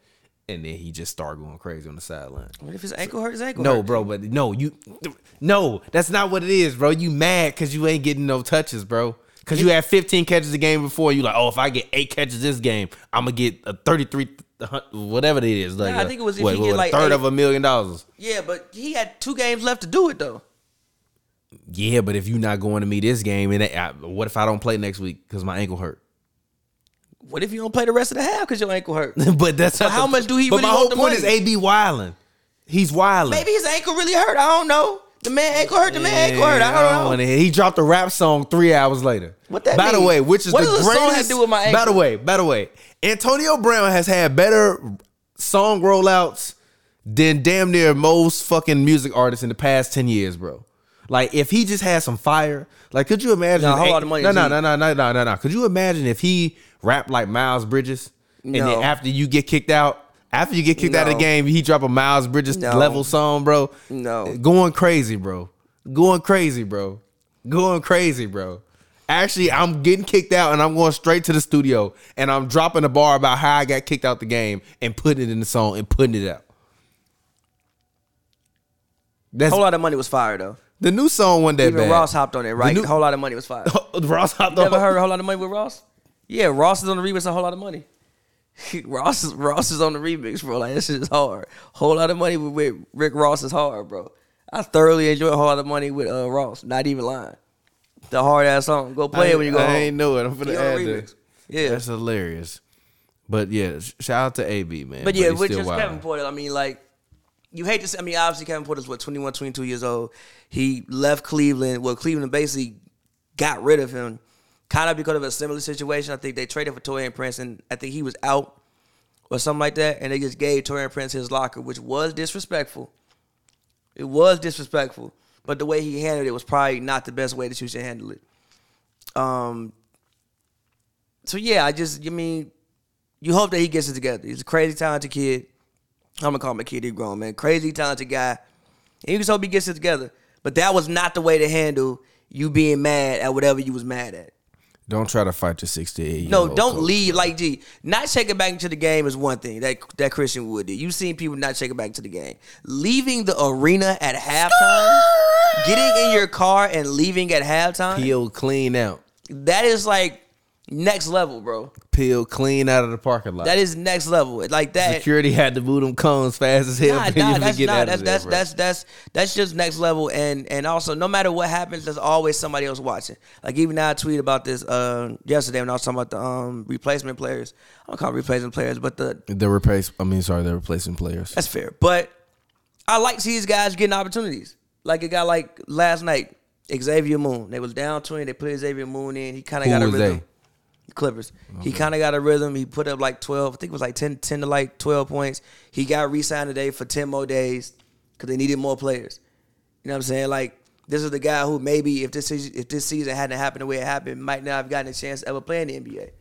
And then he just started going crazy on the sideline.
What if his ankle hurt? His ankle
No,
hurt.
bro, but no, you, no, that's not what it is, bro. You mad because you ain't getting no touches, bro. Because you had 15 catches a game before. You like, oh, if I get eight catches this game, I'm gonna get a 33, whatever it is. Like,
Nah, I
a-
think it was if
what,
you
what,
get
a
like
third
eight-
of a million dollars.
Yeah, but he had two games left to do it though.
Yeah, but if you not going to me this game, and I, what if I don't play next week because my ankle hurt?
What if you don't play the rest of the half because your ankle hurt?
but that's not
how
the-
much do he
But
really
my whole
want the
point is
money?
AB wilding. He's wilding.
Maybe his ankle really hurt. I don't know. The man ankle hurt. The man ankle hurt. I
Yeah,
don't know.
wanna hear- He dropped a rap song three hours later.
What that
By
mean?
the way, which is
What
the
does a song
greatest.
have to do with my
by the
ankle?
way, by the way, Antonio Brown has had better song rollouts than damn near most fucking music artists in the past ten years, bro. Like if he just had some fire, like could you imagine?
Nah, hold
eh,
on, the money
No,
is
no,
he-
no, no, no, no, no, no. Could you imagine if he rapped like Miles Bridges, and
No.
then after you get kicked out, after you get kicked out of
No.
the game, he drop a Miles Bridges
No.
level song, bro?
No.
going crazy, bro. Going crazy, bro. Going crazy, bro. Actually, I'm getting kicked out and I'm going straight to the studio and I'm dropping a bar about how I got kicked out the game and putting it in the song and putting it out. That's
Whole lot of money was fired though.
the new song one that
Even
bad.
Ross hopped on it, right?
new-
whole lot of money was fired.
Ross hopped
Never
on.
heard a whole lot of money with Ross. Yeah, Ross is on the remix. A whole lot of money. Ross is Ross is on the remix, bro. Like this shit is hard. Whole lot of money with, with Rick Ross is hard, bro. I thoroughly enjoy a whole lot of money with uh, Ross. Not even lying. the hard ass song. Go play it when you go
I
home.
ain't know it. I'm gonna
You on
add
remix.
this.
Yeah.
That's hilarious. But yeah, sh- shout out to AB man.
But yeah,
he's
with
still
just
wild.
Kevin Porter, I mean, like, you hate to say, I mean, obviously Kevin Porter's what, 21, 22 years old. He left Cleveland. Well, Cleveland basically got rid of him, kind of because of a similar situation. I think they traded for Torian Prince, and I think he was out or something like that, and they just gave Torian Prince his locker, which was disrespectful. It was disrespectful, but the way he handled it was probably not the best way that you should handle it. Um. So yeah, I just, I mean, you hope that he gets it together. He's a crazy talented kid. I'm gonna call him a kid, he grown man. Crazy talented guy. And you just hope he gets it together. But that was not the way to handle you being mad at whatever you was mad at.
Don't try to fight your 68.
No, don't leave like G. Not checking back into the game is one thing that that Christian Wood did. You've seen people not checking back into the game. Leaving the arena at halftime, getting in your car and leaving at halftime,
Peel clean out.
that is like next level, bro.
Peel clean out of the parking lot.
That is next level. Like that
Security had to move them cones fast as hell.
Nah,
for you
nah,
to
that's
get
not
out
that's
of
that's,
there, bro.
that's that's that's just next level and and also no matter what happens there's always somebody else watching like even now I tweeted about this uh, yesterday when I was talking about the um, replacement players I don't call them replacement players but the
the replace. I mean, sorry, they're replacing players.
that's fair but I like to see these guys getting opportunities like a guy like last night Xavier Moon they was down 20 they put Xavier Moon in he kind of
Who
got a
was
rhythm
they?
The Clippers. He kind of got a rhythm. He put up like 12, I think it was like 10, 10 to like 12 points. He got re signed today for 10 more days because they needed more players. You know what I'm saying? Like, this is the guy who maybe if this season, if this season hadn't happened the way it happened, might not have gotten a chance to ever play in the NBA.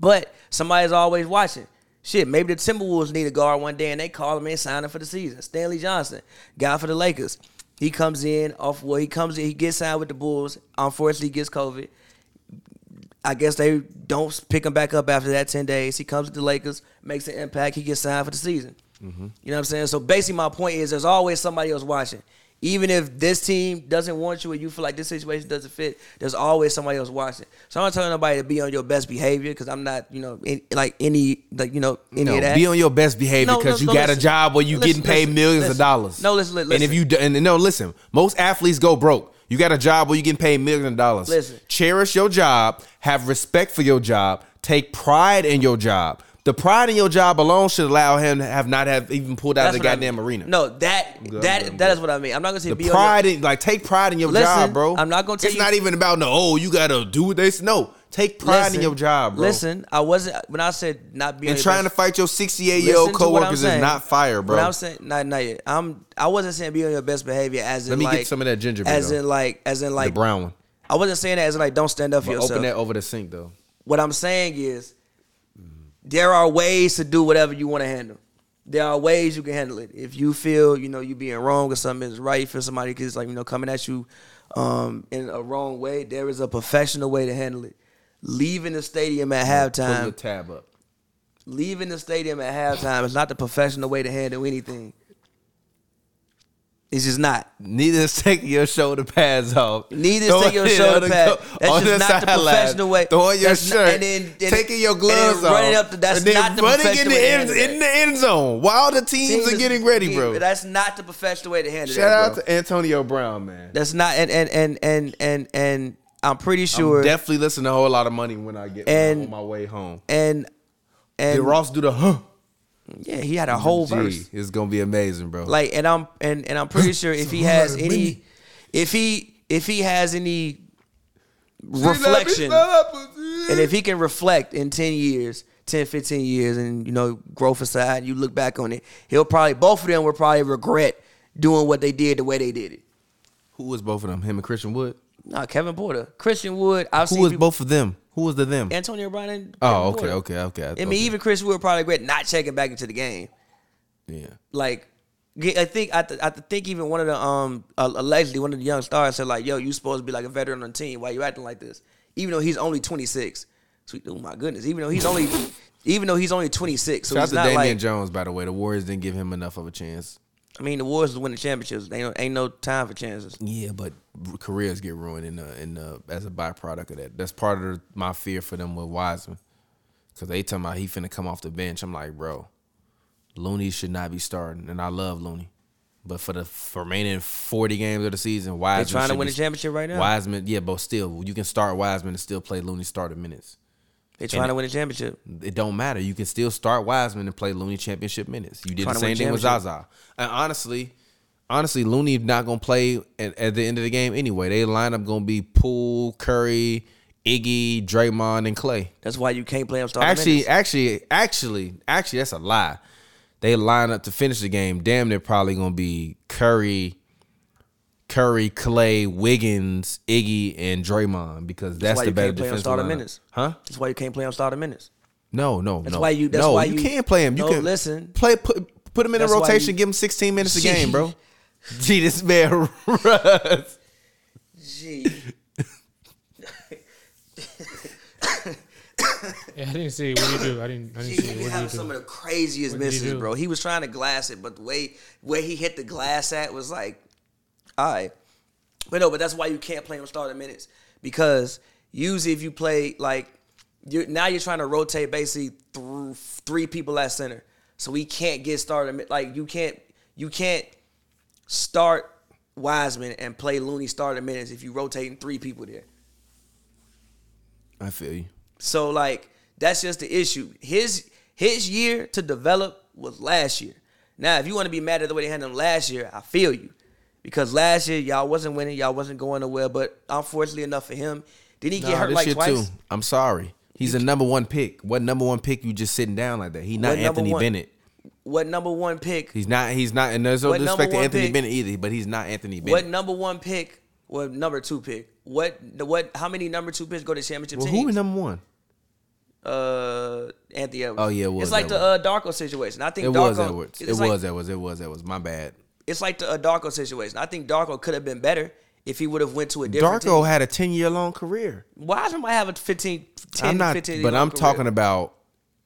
But somebody's always watching. Shit, maybe the Timberwolves need a guard one day and they call him in, sign him for the season. Stanley Johnson, guy for the Lakers. He comes in off well, he comes in, he gets signed with the Bulls. Unfortunately, he gets COVID. I guess they don't pick him back up after that 10 days. He comes to the Lakers, makes an impact, he gets signed for the season.
Mm-hmm.
You know what I'm saying? So basically, my point is there's always somebody else watching. Even if this team doesn't want you and you feel like this situation doesn't fit, there's always somebody else watching. So I'm not telling nobody to be on your best behavior because I'm not, you know, in, like any, like, you know, any
No,
of that.
be on your best behavior
No,
because
no,
you
no,
got
listen.
a job where you
Listen,
getting paid
listen,
millions of
listen.
dollls.
No, listen, li-
And if
listen.
you do- and no, listen, most athletes go broke. You got a job where you getting paid millions of dollars.
Listen.
Cherish your job. Have respect for your job. Take pride in your job. The pride in your job alone should allow him to have not have even pulled out of the
what I
goddamn
mean.
arena.
No, that
good,
that
I'm good.
that is what I mean. I'm not gonna say
The
be on your,
pride in like take pride in your
Listen,
job, bro.
I'm not gonna tell
It's
you-
not even about no, oh, you gotta do what they s- no. Take pride in your job, bro.
Listen, I wasn't when I said not being
And trying to fight your 68 year old coworkers is not fire, bro.
What I'm saying, not not yet. I'm I wasn't saying be on your best behavior as in
Let me
like,
get some of that ginger beer.
as
though.
in like as in like
the brown one.
I wasn't saying that as in like don't stand up for
But
yourself.
open that over the sink though.
what I'm saying is there are ways to do whatever you want to handle. There are ways you can handle it. If you feel you know you being wrong or something is right, you feel somebody is like you know coming at you um, in a wrong way. There is a professional way to handle it. Leaving the stadium at
Pull the
halftime,
tab up.
leaving the stadium at halftime is not the professional way to handle anything. It's just not.
Neither is taking your shoulder pads off.
Neither is
Throwing
taking your
it on
shoulder
the
pad.
go-
That's
on
just not the
sideline.
professional way.
Throwing your
That's not-
shirt.
and then- and-
taking your
and
gloves
then
off.
running up to- that's
and then
not the
running in
professional way
the,
to
end,
handle that.
in the end zone while the teams
Team
are
is-
getting ready,
team-
bro.
That's not the professional way to handle it.
Shout out to Antonio Brown, man.
That's not and and and and and and I'm pretty sure
Definitely listen to a whole lot of money when I get
And-
on my way home.
and and
Did Ross do the huh?
yeah, he had a whole
Gee,
verse.
It's gonna be amazing, bro.
Like and I'm and and I'm pretty sure if he has
Sorry,
any
me.
if he if he has any
She let me
reflection
stop.
and if he can reflect in 10 years 10 15 years and you know growth aside you look back on it he'll probably both of them will probably regret doing what they did the way they did it
who was both of them? Him and Christian Wood.
nah kevin porter christian wood i've
Who
seen
was
people,
both of them? Who was the them?
antonio brown and
Oh,
Kevin
okay,
Porter.
okay, okay.
I mean, even Chris Wood probably regret not checking back into the game.
yeah.
Like, I think I, th- I think even one of the um uh, allegedly one of the young stars said like, "Yo, you supposed to be like a veteran on the team. Why you acting like this?" Even though he's only 26. So, oh my goodness. Even though he's only even though he's only 26, so
Shout out
he's
to
not
Damian
like.
Jones, by the way. The Warriors didn't give him enough of a chance.
I mean, the Warriors is winning championships. They ain't, ain't no time for chances.
Yeah, but r- careers get ruined in the, in the, as a byproduct of that. That's part of my fear for them with Wiseman, because they talking about he finna come off the bench. I'm like, bro, Looney should not be starting, and I love Looney, But for the f- remaining forty games of the season,
They're
Wiseman
trying to
should
win
be-
the championship right now.
Wiseman, yeah, but still, you can start Wiseman and still play Looney starter minutes.
They're trying to win the championship.
It don't matter. You can still start Wiseman and play Looney championship minutes. You did
Trying
the
to
same
win
thing with
championship.
Zaza. And honestly, honestly, Looney not gonna play at, at the end of the game anyway. They lineup gonna be Poole, Curry, Iggy, Draymond, and Clay.
That's why you can't play him starting
Actually,
minutes.
actually, actually, actually, that's a lie. They line up to finish the game. Damn, they're probably gonna be Curry, Curry, Clay, Wiggins, Iggy, and Draymond because that's,
why
the
you
better
can't play on
defensive
starter
lineup.
minutes.
huh?
That's why you can't play him starting minutes.
No, no,
That's
no.
why you- that's
no,
why
you
you-
can play him. You
No,
can
listen.
Play put put him in a
That's why
rotation.
you-
give him sixteen minutes a
Gee.
game, bro. Gee, this man runs.
Gee,
Yeah, I didn't see it. What do you do? I didn't. I didn't see
he was
it. What do you
having
do?
some of the craziest
What did he
misses,
do?
bro. He was trying to glass it, but the way where he hit the glass at was like, all right. But no, but that's why you can't play him starting minutes because usually if you play like you're now you're trying to rotate basically through three people at center, so we can't get started mi- like you can't you can't start Wiseman and play Looney starting minutes if you rotating three people there.
I feel you.
So like that's just the issue. His his year to develop was last year. Now, if you want to be mad at the way they handled him last year, I feel you. Because last year y'all wasn't winning, y'all wasn't going nowhere, but unfortunately enough for him, did he get
Nah,
hurt
this
like
year
twice?
too. I'm sorry. He's a number one pick. What number one pick? You just sitting down like that? He not
What number
Anthony
one?
Bennett.
What number one pick?
He's not. He's not. And there's no
What number
disrespect to
one
Anthony
pick?
Bennett either. But he's not Anthony Bennett.
What number one pick? What number two pick? What what how many number two picks go to championship
well,
teams?
who is number one?
uh Anthony Edwards.
Oh, yeah, it was
It's like the uh, Darko situation. I think
It
Darko
was Edwards. It
it's like-
was Edwards. It was Edwards. My bad.
it's like the uh, Darko situation. I think Darko could have been better if he would have went to a different
Darko had a ten year long career.
team. Wiseman might have a 15, 10,
I'm not,
15
but
year
I'm
career.
talking about.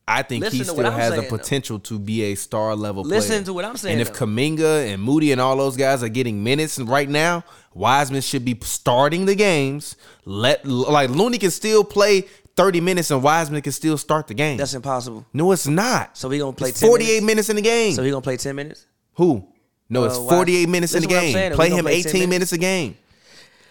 I think
Listen
he
to
still
what I'm
has the
saying, though.
potential to be a star level. player.
Listen to what I'm saying,
And if
though.
Kaminga and Moody and all those guys are getting minutes right now, Wiseman should be starting the games. Let like Looney can still play 30 minutes and Wiseman can still start the game.
That's impossible.
no, it's not.
So he gonna play
It's
10
48
minutes?
minutes in the game.
So he gonna play ten minutes?
Who? No, it's
Uh, Wise-
48 minutes in the
Listen what I'm
game.
saying, though.
play
We gonna
him
play 10
18 minutes. a game.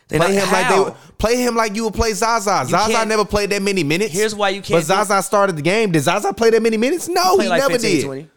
They
Play
not-
him like they Oh,
how?
would- play him like you would play Zaza. Zaza
can't-
never played that many minutes.
Here's why you can't do-
But Zaza started the game. Did Zaza play that many minutes? No,
Play
he
like
never
15,
did.
20.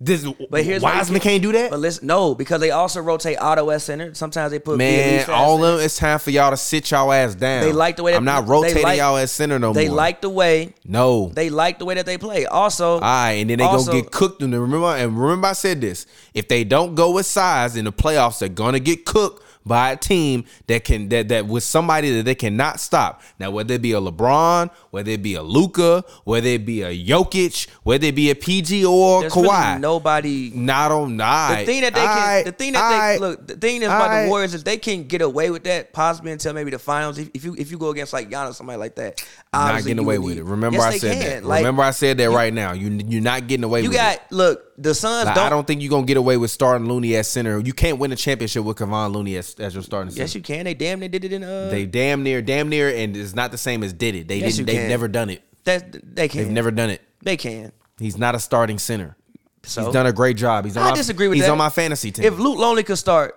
This,
But here's why you
Wiseman can't do
But
that.
listen, no, because they also rotate Otto at center. Sometimes they put E Villa
Man,
Leaf at
all
center.
of them, it's time for y'all to sit y'all ass down.
They like the way that
I'm not
they
rotating
like-
y'all as center no
they
more.
like the way
no.
they like the way that they play. Also,
all right, and then they
also-
gonna get cooked. And remember, and remember, I said this: if they don't go with size in the playoffs, they're gonna get cooked by a team that can that that with somebody that they cannot stop. Now, whether it be a LeBron, whether it be a Luca, whether it be a Jokic, whether it be a PG or
there's really
Kawhi,
nobody
not on not.
The thing that they can, the thing that they look, the thing that's about
Aight.
the Warriors is they can get away with that possibly until maybe the finals. If, if you if you go against like Giannis, somebody like that,
not
obviously
getting
you
away
would
with
need-
it. Remember,
Yes,
I
they
said
can.
that.
Like,
Remember, I said that right now. You you're not getting away
you
with it.
got look the Suns
Like,
don't.
I don't think you're gonna get away with starting Looney at center. You can't win a championship with Kevon Looney as, as your starting center.
yes, you can. They damn near did it in uh.
They damn near, damn near, and it's not the same as did it. They
Yes,
didn't.
you
They've
can.
never done it.
that they can.
They've never done it.
They can.
He's not a starting center.
So
He's done a great job. He's on
I
my,
disagree with
he's
that.
on my fantasy team.
If Luke Lonely could start,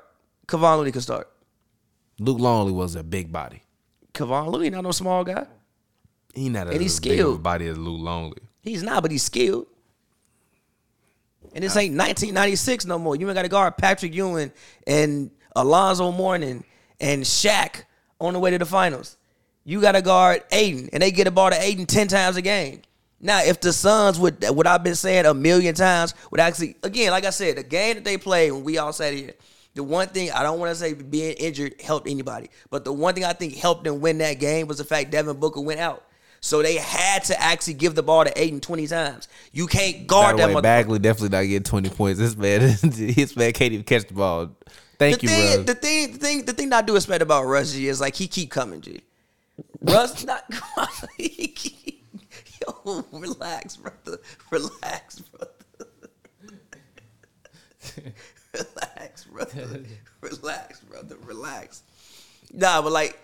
Kevon Looney could start.
Luke Longley was a big body.
Kevon Looney not no small guy.
He not a
And he's
as big of a
skilled.
body as Luke Longley.
He's not, but he's skilled. And this ain't 1996 no more. You ain't got to guard Patrick Ewing and Alonzo Mourning and Shaq on the way to the finals. You got to guard Aiden, and they get the ball to Aiden 10 times a game. Now, if the Suns would, what I've been saying a million times, would actually, again, like I said, the game that they played when we all sat here, the one thing I don't want to say being injured helped anybody, but the one thing I think helped them win that game was the fact Devin Booker went out. So they had to actually give the ball to Aiden 20 times. You can't
By
guard
the
that
way,
motherfucker.
Bagley definitely not getting twenty points. This man, this man can't even catch the ball. Thank
the
you,
thing,
Russ.
the thing, the thing, the thing that I do expect about Russ G is like he keep coming, G. Russ not he keep- Yo, relax, brother. Relax, brother. relax, brother. Relax, brother. Relax. Nah, but like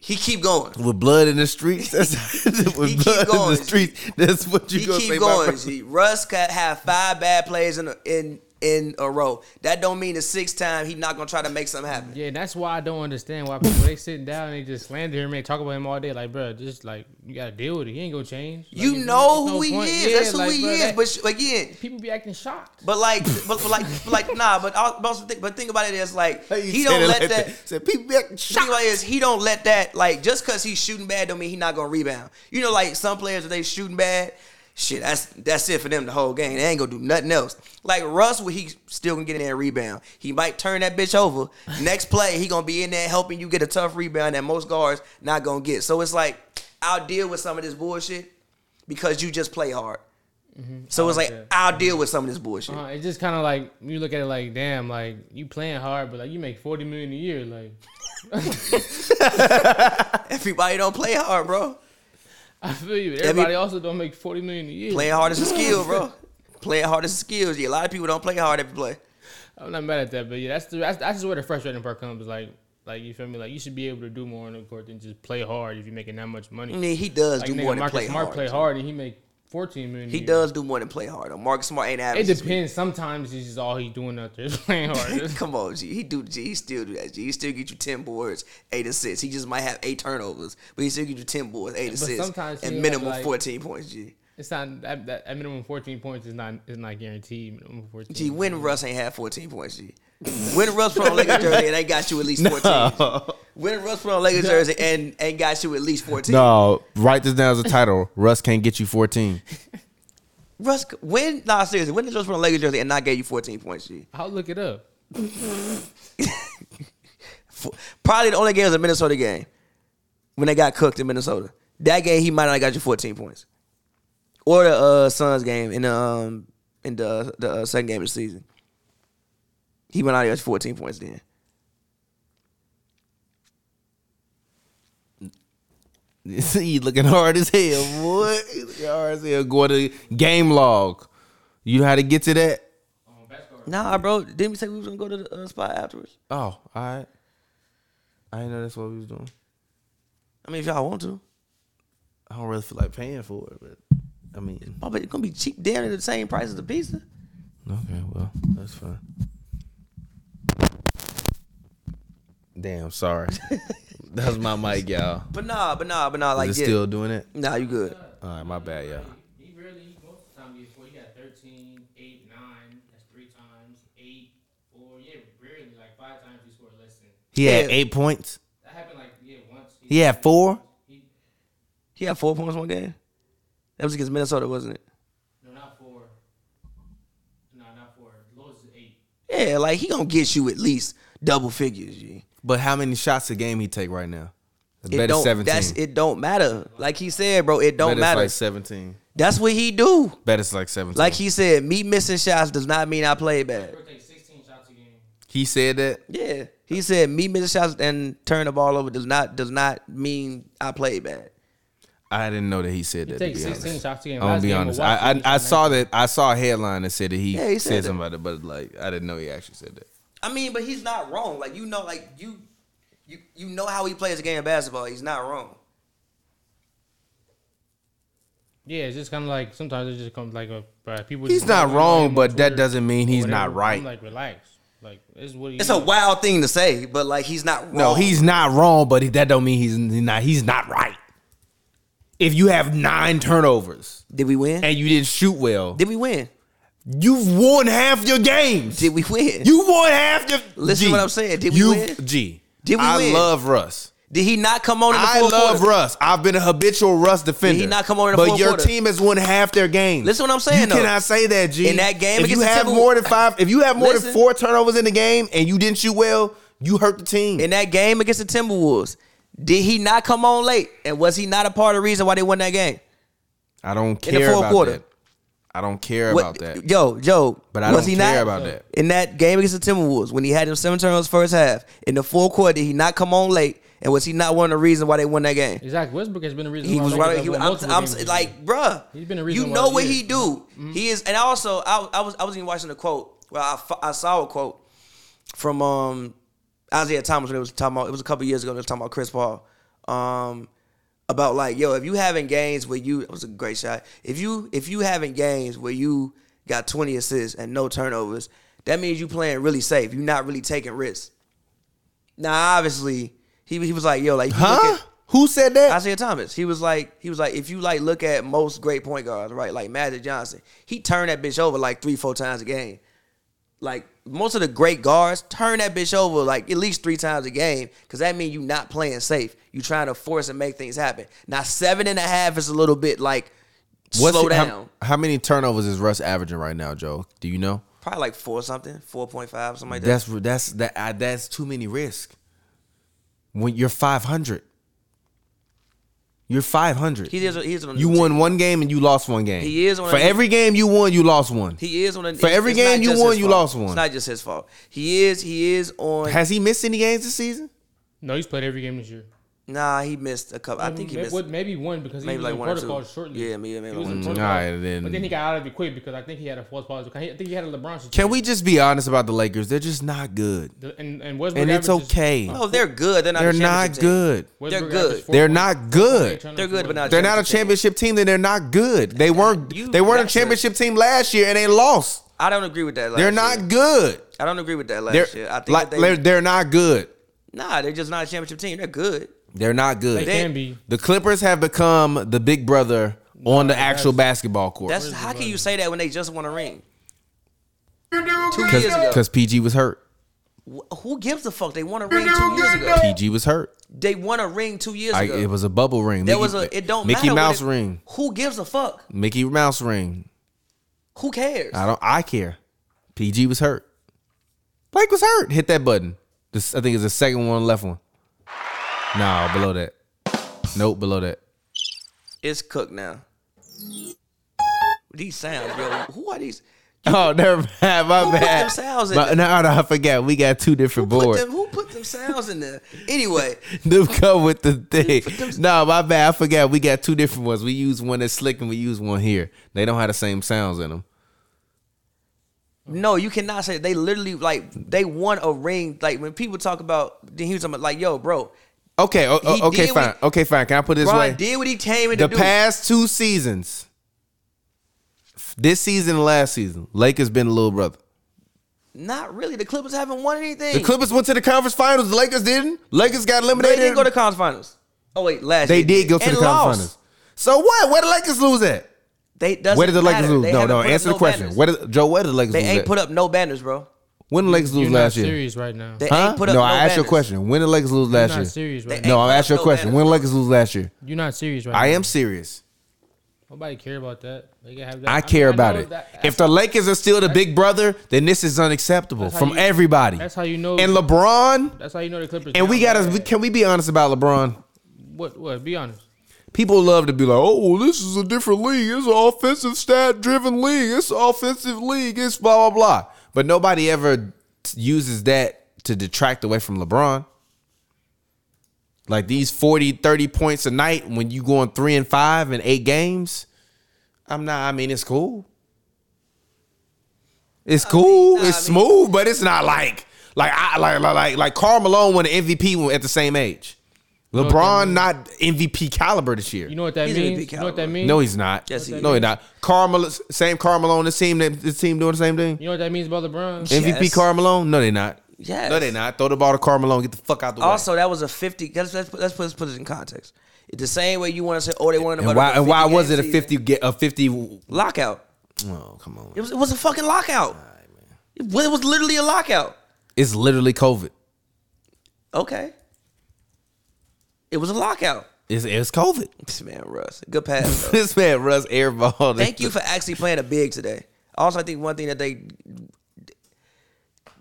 he keep going.
with blood in the streets. That's with
keep
blood in
going,
the streets. That's what you
He
gonna say.
keep
about
going.
Russ.
G. Russ got have five bad plays in in in a row. That don't mean the sixth time he not gonna try to make something happen.
Yeah, that's why I don't understand why people they sitting down and they just slander him and they talk about him all day. Like, bro, just like you gotta deal with it. He ain't gonna change. Like,
You
it's-
know
it's no
who he
point.
is.
Yeah,
That's who
like,
he
bro,
is.
that-
But sh- again,
people be acting shocked.
but like, but, but like, but like, nah. But I also think, but think about it as like
How you
he
said
don't
it
let
like
that.
Said people back and
The thing about it is he don't let that like just because he's shooting bad don't mean he not gonna rebound. You know, like some players if they shooting bad, shit, that's that's it for them the whole game. They ain't gonna do nothing else. Like Russ, well, he still gonna get in there and rebound. He might turn that bitch over. Next play, he gonna be in there helping you get a tough rebound that most guards not gonna get. So it's like I'll deal with some of this bullshit because you just play hard. So it's like
that.
I'll deal with some of this bullshit.
Uh, it's just kind of like you look at it like, damn, like you playing hard, but like you make forty million a year. Like,
Everybody don't play hard, bro.
I feel you. But everybody also don't make forty million a year.
Playing hard is a skill, bro. Playing hard is a skill. Yeah, a lot of people don't play hard every play.
I'm not mad at that, but yeah, that's the that's, that's just where the frustrating part comes. Like, like you feel me? Like you should be able to do more on the court than just play hard if you're making that much money.
I mean, he does
Like
do
nigga,
more than
Marcus
play
Smart
hard.
play hard and he make fourteen million.
He
a year.
does do more than play hard. though. Marcus Smart ain't
It
average.
depends. Sometimes he's just all he's doing out there is playing hard.
Come on, G. He do. G. He still do that. G. He still get you ten boards, eight assists. He just might have eight turnovers, but he still get you ten boards, eight assists,
sometimes he
and
have,
minimum
like-
fourteen points. G.
it's not that, that at minimum fourteen points is not is not guaranteed. Minimum fourteen.
G. When Russ ain't had fourteen points, G. when Russ put on Lakers jersey and ain't got you at least fourteen. When Russ put on Lakers jersey and ain't got you at least fourteen.
No, write this down as a title. Russ can't get you 14.
Russ, when? Nah, seriously. When did Russ put on Lakers jersey and not gave you fourteen points, G?
I'll look it up.
f- probably the only game was the Minnesota game when they got cooked in Minnesota. That game he might not have got you 14 points, or the uh, Suns game in the um, in the the uh, second game of the season. He might not have got you 14 points then.
See, looking hard as hell, boy. He looking hard as hell. Go to game log. You know how to get to that?
Nah, bro. Didn't we say we was gonna go to the uh, spot afterwards?
Oh, all right. I didn't know that's what we was doing.
I mean, if y'all want to,
I don't really feel like paying for it, but I mean,
oh, but it's gonna be cheap, damn near the same price as the pizza.
okay, well, that's fine. Damn, sorry. that's my mic, y'all.
But nah, but nah, but nah. Like,
Is it
yeah.
still doing it?
nah, you good.
All right, my bad, y'all.
He really most of the time gets four. He got 13, 8, 9. That's three times. 8, 4. Yeah, rarely. Like five times he scored less than.
He had
Yeah.
eight points.
That happened like, yeah, once.
He had four.
He had four points one game. That was against Minnesota, wasn't it?
No, not 4. No, not 4. Lowest is 8.
Yeah, like he gonna get you at least double figures, G.
But how many shots a game he take right now? It's
It
better
don't,
seventeen.
That's it. Don't matter. Like he said, bro, it don't
Bet it's
matter.
like seventeen.
that's what he do.
Bet it's like seventeen.
Like he said, me missing shots does not mean I play bad.
He'll take 16 shots a game.
he said that.
Yeah, he said me missing shots and turn the ball over does not does not mean I play bad.
I didn't know that he said that.
He takes
to be
16
honest.
shots a game.
I'm gonna
Last
be
game
honest.
with
I, I
Washington,
I
he
saw that. I saw a headline that said that he,
Yeah, he said
said,
that.
something about it, but like I didn't know he actually said that.
I mean, but he's not wrong. Like you know, like you you you know how he plays the game of basketball. He's not wrong.
Yeah, it's just kind of like sometimes it just comes like a. bruh, people
He's
just
not
rag on
wrong,
him on
but that
Twitter
doesn't mean
or
he's
whatever.
not right.
I'm like, relax. Like, this is what he
It's a
is.
wild thing to say, but like he's not wrong.
No,
oh.
he's not wrong, but he- that don't mean he's not. He's not right. If you have nine turnovers
did we win?
and you didn't shoot well,
Did we win?
you've won half your games.
Did we win?
You won half your.
Listen to what I'm saying. Did we
you,
win?
G.
Did we
I
win?
love Russ.
did he not come on in the
I
fourth
love
quarter?
Russ. I've been a habitual Russ defender.
not come on in the
But
fourth
your
quarter?
team has won half their games.
Listen what I'm saying,
You
though.
cannot say that, G.
In that game
if you
against the
have
Timberwolves-
more than five, if you have more
Listen.
than four turnovers in the game and you didn't shoot well, you hurt the team.
in that game against the Timberwolves, did he not come on late? And was he not a part of the reason why they won that game?
I don't
the
care
fourth
about
quarter.
that. I don't care about
What,
that.
Yo, yo.
But I
was
don't
he
care
not?
about that.
In that game against the Timberwolves, when he had him seven turnovers first half, in the fourth quarter, did he not come on late? And was he not one of the reasons why they won that game?
Exactly. Westbrook has been the reason
He
why
was
Lakers
running.
have
He,
won
I'm,
multiple
I'm
games this year.
like, bruh.
He's been a
you
reason
know
why- Mm-hmm.
what
yeah.
he do. He is, and also I, I was I was even watching a quote. Well, I, fu- I saw a quote from um, Isaiah Thomas when it was talking about. It was a couple years ago. They was talking about Chris Paul. Um, about like, yo, if you having games where you, it was a great shot. If you if you having games where you got 20 assists and no turnovers, That means you playing really safe. You're not really taking risks. Now, obviously, he he was like, yo, like if you look
Huh?
at-
Who said that?
Isaiah Thomas. He was like, he was like, if you like look at most great point guards, right? Like Magic Johnson, he turned that bitch over like three, four times a game. Like most of the great guards turn that bitch over like at least three times a game, because that means you not playing safe. You trying to force and make things happen. Now seven and a half is a little bit like
What's
slow
it- how-
down.
How, many turnovers is Russ averaging right now, Joe? Do you know?
Probably like four something, four point five, something like that.
That's that's that I, that's too many risk. When you're 500, you're 500.
he is. He is on. a
you
new
won
team.
one game and you lost one game.
He is on
for
a-
every game you won, you lost one.
He is on. A,
For every
not
game you
just
won,
his
you
fault.
lost one.
It's not just his fault. He is. He is on.
Has he missed any games this season?
No, he's played every game this year.
Nah, he missed a couple. I think he
May-
missed.
what- maybe one because he
maybe
was
like
in
one or
protocol
two.
shortly.
Yeah, maybe- maybe
he was
one
in
or two.
protocol.
All right, then.
But then he got out of it quick because I think he had a false positive. I think he had a LeBron. situation.
Can we just be honest about the Lakers? They're just not good,
The- And, and Westbrook
and it's
averages-
okay.
No, they're good. They're Oh, not. a
They're
championship
not
team.
good.
Westbrook
They're
averages
good.
four
They're
points,
not
four
good.
points, turnovers,
They're good, but
four
not.
They're not a championship team. Then they're not good. They weren't.
You-
They weren't a
that's a-
championship team last year, and they lost.
I don't agree with that. Last
They're
Year.
not good.
I don't agree with that last
They're
year. I think
like
like,
they're,
they,
they're not good.
nah, they're just not a championship team. They're good.
They're not
They
good.
can be.
the Clippers have become the big brother on the actual basketball court
That's how can you say that when they just won a ring? Two years ago,
because PG was hurt.
Wh- who gives a fuck? They won a ring two years ago.
PG was hurt.
They won a ring two years
I,
ago.
it was a bubble ring.
there
Mickey,
was a. It don't
Mickey
matter.
Mouse
what it-
ring.
Who gives a fuck?
Mickey Mouse ring.
Who cares?
I don't. I care. PG was hurt. Blake was hurt. Hit that button. This I think it's the second one, left one. Nah, below that. Nope, below that.
It's cooked now. These sounds, yo. Who are these?
Oh, never mind. My
Who put
bad.
them sounds in
My-
there?
no, no, I forgot. We got two different
Put
boards.
them, who put them sounds in there? Anyway,
Them come with the thing. No, my bad. I forgot. We got two different ones. We use one that's slick and we use one here. They don't have the same sounds in them.
No, you cannot say they literally like they won a ring. Like when people talk about then he was talking about, like, yo, bro,
Okay. o- o-
He
okay.
did
Fine.
what-
okay. Fine. Can I put it this
Bron
way?
did what he came in
the
to do.
past two seasons, this season and last season, Lake has been a little brother.
Not really. The Clippers haven't won anything.
The Clippers went to the conference finals. The Lakers didn't. Lakers got
they,
eliminated.
didn't go to conference finals. Oh wait, last
they
year
did go to
and
the conference
lost.
finals. So what? Where did the Lakers lose at?
They doesn't
Where did the Lakers
matter.
lose?
They
No,
haven't
no.
put up
Answer the
no
question.
banners.
Where did, Joe, where did the Lakers
They
lose
ain't
at?
put up no banners, bro.
when did the Lakers lose
You're not
last year?
serious right now.
They
Huh?
ain't put up
no,
no
I asked you a
banners.
question. When did the Lakers lose
You're
last
not
year?
serious
They
right now.
No, I asked you a
No
question.
banners.
When did the Lakers lose last year?
You're not serious right
I
now.
am serious.
Nobody care about that. They can have that.
I
mean,
care about
know
it.
that-
If the Lakers are still the big brother, then this is unacceptable
That's how
from
you-
everybody.
that's how you know.
And LeBron,
that's how you know the Clippers.
and we
down
gotta.
bad.
we- Can we be honest about LeBron?
What? What? Be honest.
People love to be like, "Oh, this is a different league. It's an offensive stat-driven league. It's an offensive league. It's blah blah blah." But nobody ever t- uses that to detract away from LeBron. Like these 40, 30 points a night when you going 3 and 5 in 8 games. I'm not I mean it's cool. It's cool.
nah,
it's
I mean-
smooth, but it's not like like I like like like, like Karl Malone won an MVP when- at the same age.
what that
LeBron not MVP caliber this year.
You know what that
He's gonna be
means. You know what that
caliber.
means.
No, he's not.
Yes, he
no, he's not. Carmelo, same Carmelo on this team. that- This team doing the same thing.
You know what that means about LeBron.
Yeah.
MVP
Yes.
Carmelo? No, they not.
Yes.
No, they not. Throw the ball to Carmelo. Get the fuck out the way.
Also, that was a fifty. Let's let's put, let's put, let's put it in context. The same way you want to say, oh, they won
And why? And why was it a fifty? Get a fifty? Oh,
lockout?
come on.
It was it was a fucking lockout. It was it was literally a lockout.
It's literally COVID.
Okay. It was a lockout.
It's, it's COVID.
This man, Russ. Good pass. though.
this man Russ airballed.
Thank you for actually playing a big today. Also, I think one thing that they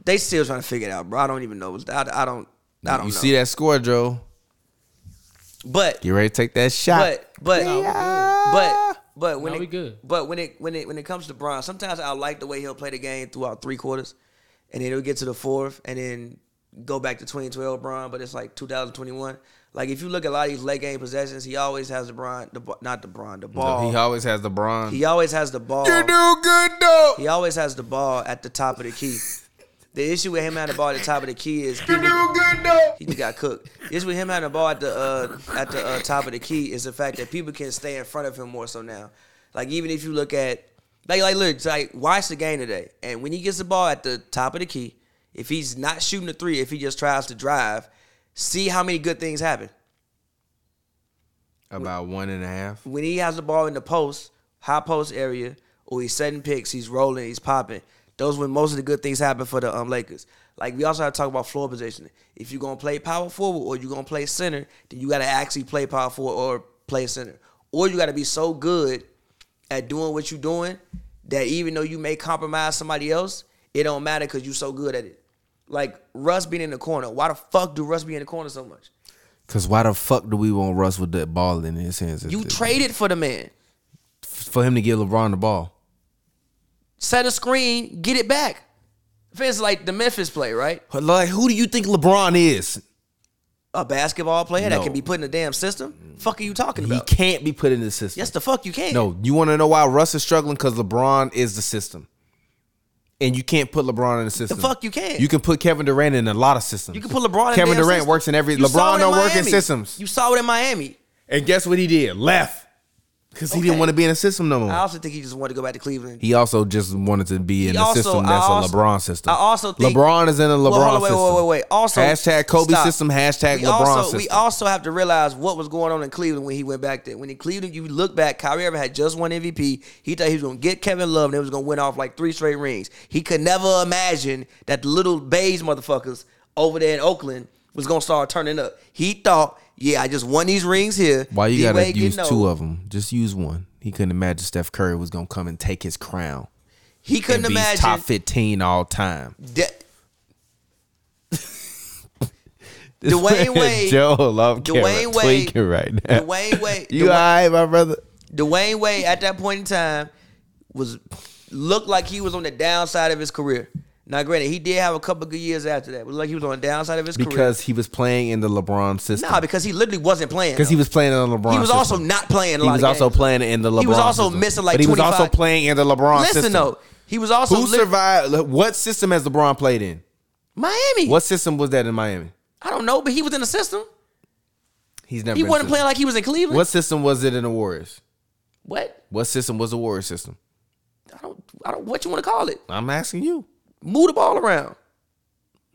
they still trying to figure it out, bro. I don't even know. what's- I, I don't. I don't
You
know.
see that score, Joe?
But
You ready to take that shot?
but but but but when
Now
it,
we good.
but when it when it when it comes to Bron, sometimes I like the way he'll play the game throughout three quarters, and then it'll get to the fourth, and then go back to 2012 Bron. But it's like 2021. Like if you look at a lot of these late game possessions, he always has the Bron, the ba- not the Bron, the ball.
he always has the bronze.
oh. he always has the ball.
You do good though.
He always has the ball at the top of the key. The issue with him having the ball at the top of the key is people, he just got cooked. The issue with him having the ball at the uh, at the uh, top of the key is the fact that people can stay in front of him more so now. Like even if you look at Like, like, look, it's like watch the game today. And when he gets the ball at the top of the key, if he's not shooting the three, if he just tries to drive, see how many good things happen.
About one and a half.
When he has the ball in the post, high post area, or he's setting picks, he's rolling, he's popping. Those when most of the good things happen for the um, Lakers. Like we also have to talk about floor positioning. If you're gonna play power forward or you're gonna play center, then you gotta actually play power forward or play center. Or you gotta be so good at doing what you're doing that even though you may compromise somebody else, it don't matter because you're so good at it. Like Russ being in the corner. Why the fuck do Russ be in the corner so much?
Cause why the fuck do we want Russ with that ball in his hands?
You traded for the man.
for him to give LeBron the ball.
Set a screen, get it back. If it's like the Memphis play, right?
Like, who do you think LeBron is?
A basketball player that
No.
can be put in a damn system. Fuck are you talking
He
about?
can't be put in the system.
Yes, the fuck you can.
No, you want to know why Russ is struggling? Because LeBron is the system, and you can't put LeBron in the
the
system.
fuck you can.
You can put Kevin Durant in a lot of systems.
You can put LeBron. in
Kevin
damn
Durant
system.
works in every.
You saw it
LeBron don't work in
Miami.
systems.
You saw it in Miami.
and guess what he did? Left because he
Okay.
didn't want to be in a system no more.
I also think he just wanted to go back to Cleveland.
he also just wanted to be in
He
a
also-
system
I
that's
also-
a LeBron system.
I also think-
LeBron is in a LeBron
Well, hold on, wait,
system.
Wait, wait, wait. Also,
hashtag Kobe
stop.
system. Hashtag
we
LeBron
also,
system.
We also have to realize what was going on in Cleveland when he went back there. When in Cleveland, you look back, Kyrie Irving had just won MVP. He thought he was going to get Kevin Love and it was going to win off like three straight rings. He could never imagine that the little beige motherfuckers over there in Oakland was going to start turning up. He thought, yeah, I just won these rings here.
Why you gotta
D-Wade
use
getting
two
old.
of them? Just use one. He couldn't imagine Steph Curry was gonna come and take his crown
He couldn't
and be
imagine.
top fifteen all time.
that- Dwayne Wade-
Joel, I'm
Dwayne Wade-
Dwayne tweaking right now.
Dwayne Wade-
you
Dwayne-
alright, my brother?
Dwayne Wade at that point in time was looked like he was on the downside of his career. Now, granted, he did have a couple good years after that. But looked like he was on the downside of his career.
Because he was playing in the LeBron system.
Nah, because he literally wasn't playing.
because he was playing in the LeBron.
He was also
system.
not playing. A
he
lot
was
of
also
games.
playing in the LeBron.
He was also
system.
missing like
But he was
25
also playing in the LeBron
Listen
system.
though, he was also
Who
lit-
survived? What system has LeBron played in?
Miami.
What system was that in Miami?
I don't know, but he was in the system.
He's never.
He
been
wasn't
system.
playing like he was in Cleveland.
What system was it in the Warriors?
What?
What system was the Warriors system?
I don't. I don't. What you want to call it?
I'm asking you.
Move the ball around.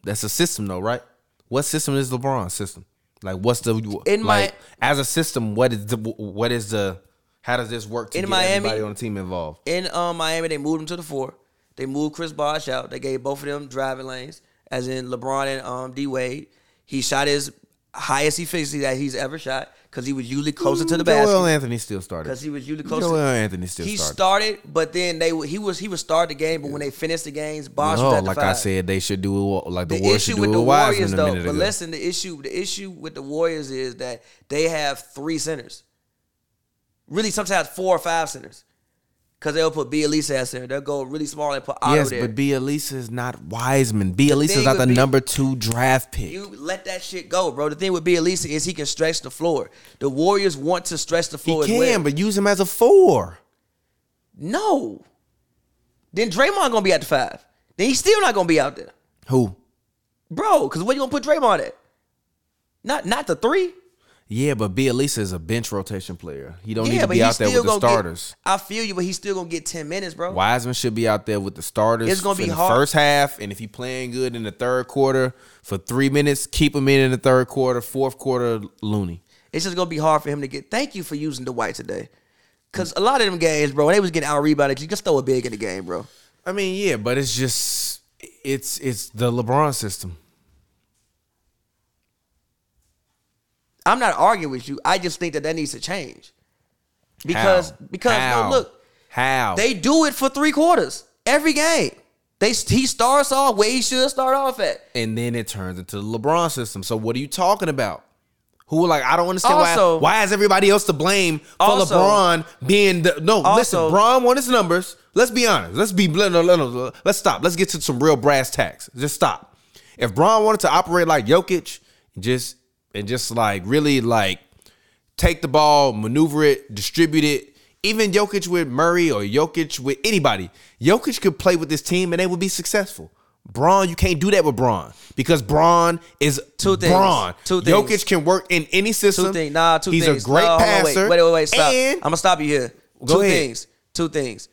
That's a system though, right? What system is LeBron's system? Like what's the
In
in
my-
like, as a system, what is the what is the how does this work to
In
get
Miami-
everybody on the team involved?
in um, Miami, they moved him to the four. They moved Chris Bosh out. They gave both of them driving lanes, as in LeBron and um, D Wade. He shot his highest efficiency that he's ever shot because he was usually closer to the
Joel
basket.
Anthony still started.
Because he was usually closer.
Joel Anthony still
he
started.
started, but then they would- he was he would start the game, but when they finished the games, Bosh was
no,
at the
Oh, like I
five.
said, they should do it wa- like the,
The
Warriors should
issue
do
with
it
the
with Wiseman
Warriors
a
though,
minute
but
ago.
listen, the issue the issue with the Warriors is that they have three centers. Really, sometimes four or five centers. Cause they'll put Bielisa at center. They'll go really small and put Otto
Yes,
there.
but Bielisa is not Wiseman. Bielisa
thing
is not the
with Bi-
number two draft pick.
you let that shit go, bro. The thing with Bielisa is he can stretch the floor. The Warriors want to stretch the
he
floor.
can,
as well.
but use him as a four.
no. Then Draymond gonna be at the five. Then he's still not gonna be out there,
Who?
bro. Cause where you gonna put Draymond at? Not not the three.
Yeah, but Bielisa is a bench rotation player. He don't need
Yeah,
to
but
be
he's
out there
still
with the
gonna
starters.
get. I feel you, but he's still gonna get ten minutes, bro.
Wiseman should be out there with the starters.
It's gonna be
in the
hard.
first half, and if he playing good in the third quarter for three minutes, keep him in in the third quarter, fourth quarter, loony.
It's just gonna be hard for him to get. Thank you for using the white today, because a lot of them games, bro, when they was getting out rebounded, you just throw a big in the game, bro.
I mean, yeah, but it's just it's it's the LeBron system.
I'm not arguing with you. I just think that that needs to change because because no, look,
how
they do it for three quarters every game. They he starts off where he should start off at.
and then it turns into the LeBron system. So what are you talking about? Who like I don't understand
Also-
why why is everybody else to blame for
Also-
LeBron being the no listen
Also-
LeBron won his numbers. Let's be honest. Let's be no, no, no, no. let's stop. Let's get to some real brass tacks. Just stop. If Braun wanted to operate like Jokic, just and just like really like take the ball, maneuver it, distribute it. Even Jokic with Murray or Jokic with anybody, Jokic could play with this team and they would be successful. Braun, you can't do that with Braun because Braun is
Two things.
Braun.
Two things.
Jokic can work in any system.
Two things. Nah, two
He's
things.
a great
Nah, hold on,
passer.
Wait, wait, wait, wait. Stop.
And
I'm gonna stop you here.
Go
two
ahead.
things. Two things.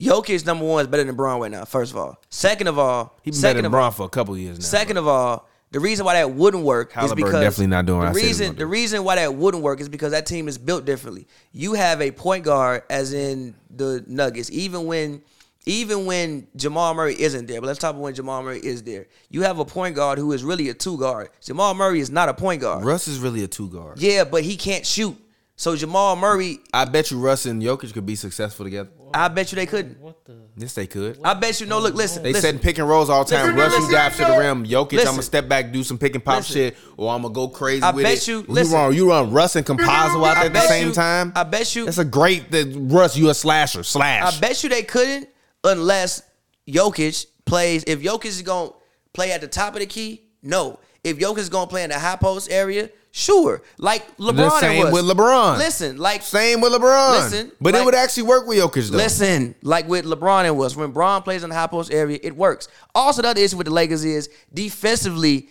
Jokic number one is better than Braun right now. First of all, second of all,
He's been
second
better
of
than
all,
Braun for a couple years now.
Second of all, the reason why that wouldn't work is
Halliburton
because
definitely not doing what I
the
said he was
reason
gonna
the
do.
reason why that wouldn't work is because that team is built differently. You have a point guard as in the Nuggets, even when even when Jamal Murray isn't there, but let's talk about when Jamal Murray is there. You have a point guard who is really a two guard. Jamal Murray is not a point guard.
Russ is really a two guard.
Yeah, but he can't shoot. So Jamal Murray,
I bet you Russ and Jokic could be successful together.
I bet you they couldn't.
What the?
Yes, they could.
I bet you no. Look, listen,
They
listen.
setting pick and rolls all the time.
Listen,
Russ, you
listen,
dive to the rim. Jokic, I'm
Listen.
gonna step back, do some pick and pop
Listen.
shit, or I'm gonna go crazy
I
with
bet
it.
you-
you
listen.
run, you run Russ and Composo out there at the
bet
same
you-
time.
I bet you-
That's a great that Russ. You a slasher, slash.
I bet you they couldn't unless Jokic plays. If Jokic is going to play at the top of the key, no. If Jokic is going to play in the high post area, sure. Like LeBron, it
same
was.
with LeBron.
Listen, like
Same with LeBron.
Listen,
but it
like-
would actually work with Jokic though.
Listen, like with LeBron, it was when Braun plays in the high post area, it works. Also, the other issue with the Lakers is defensively,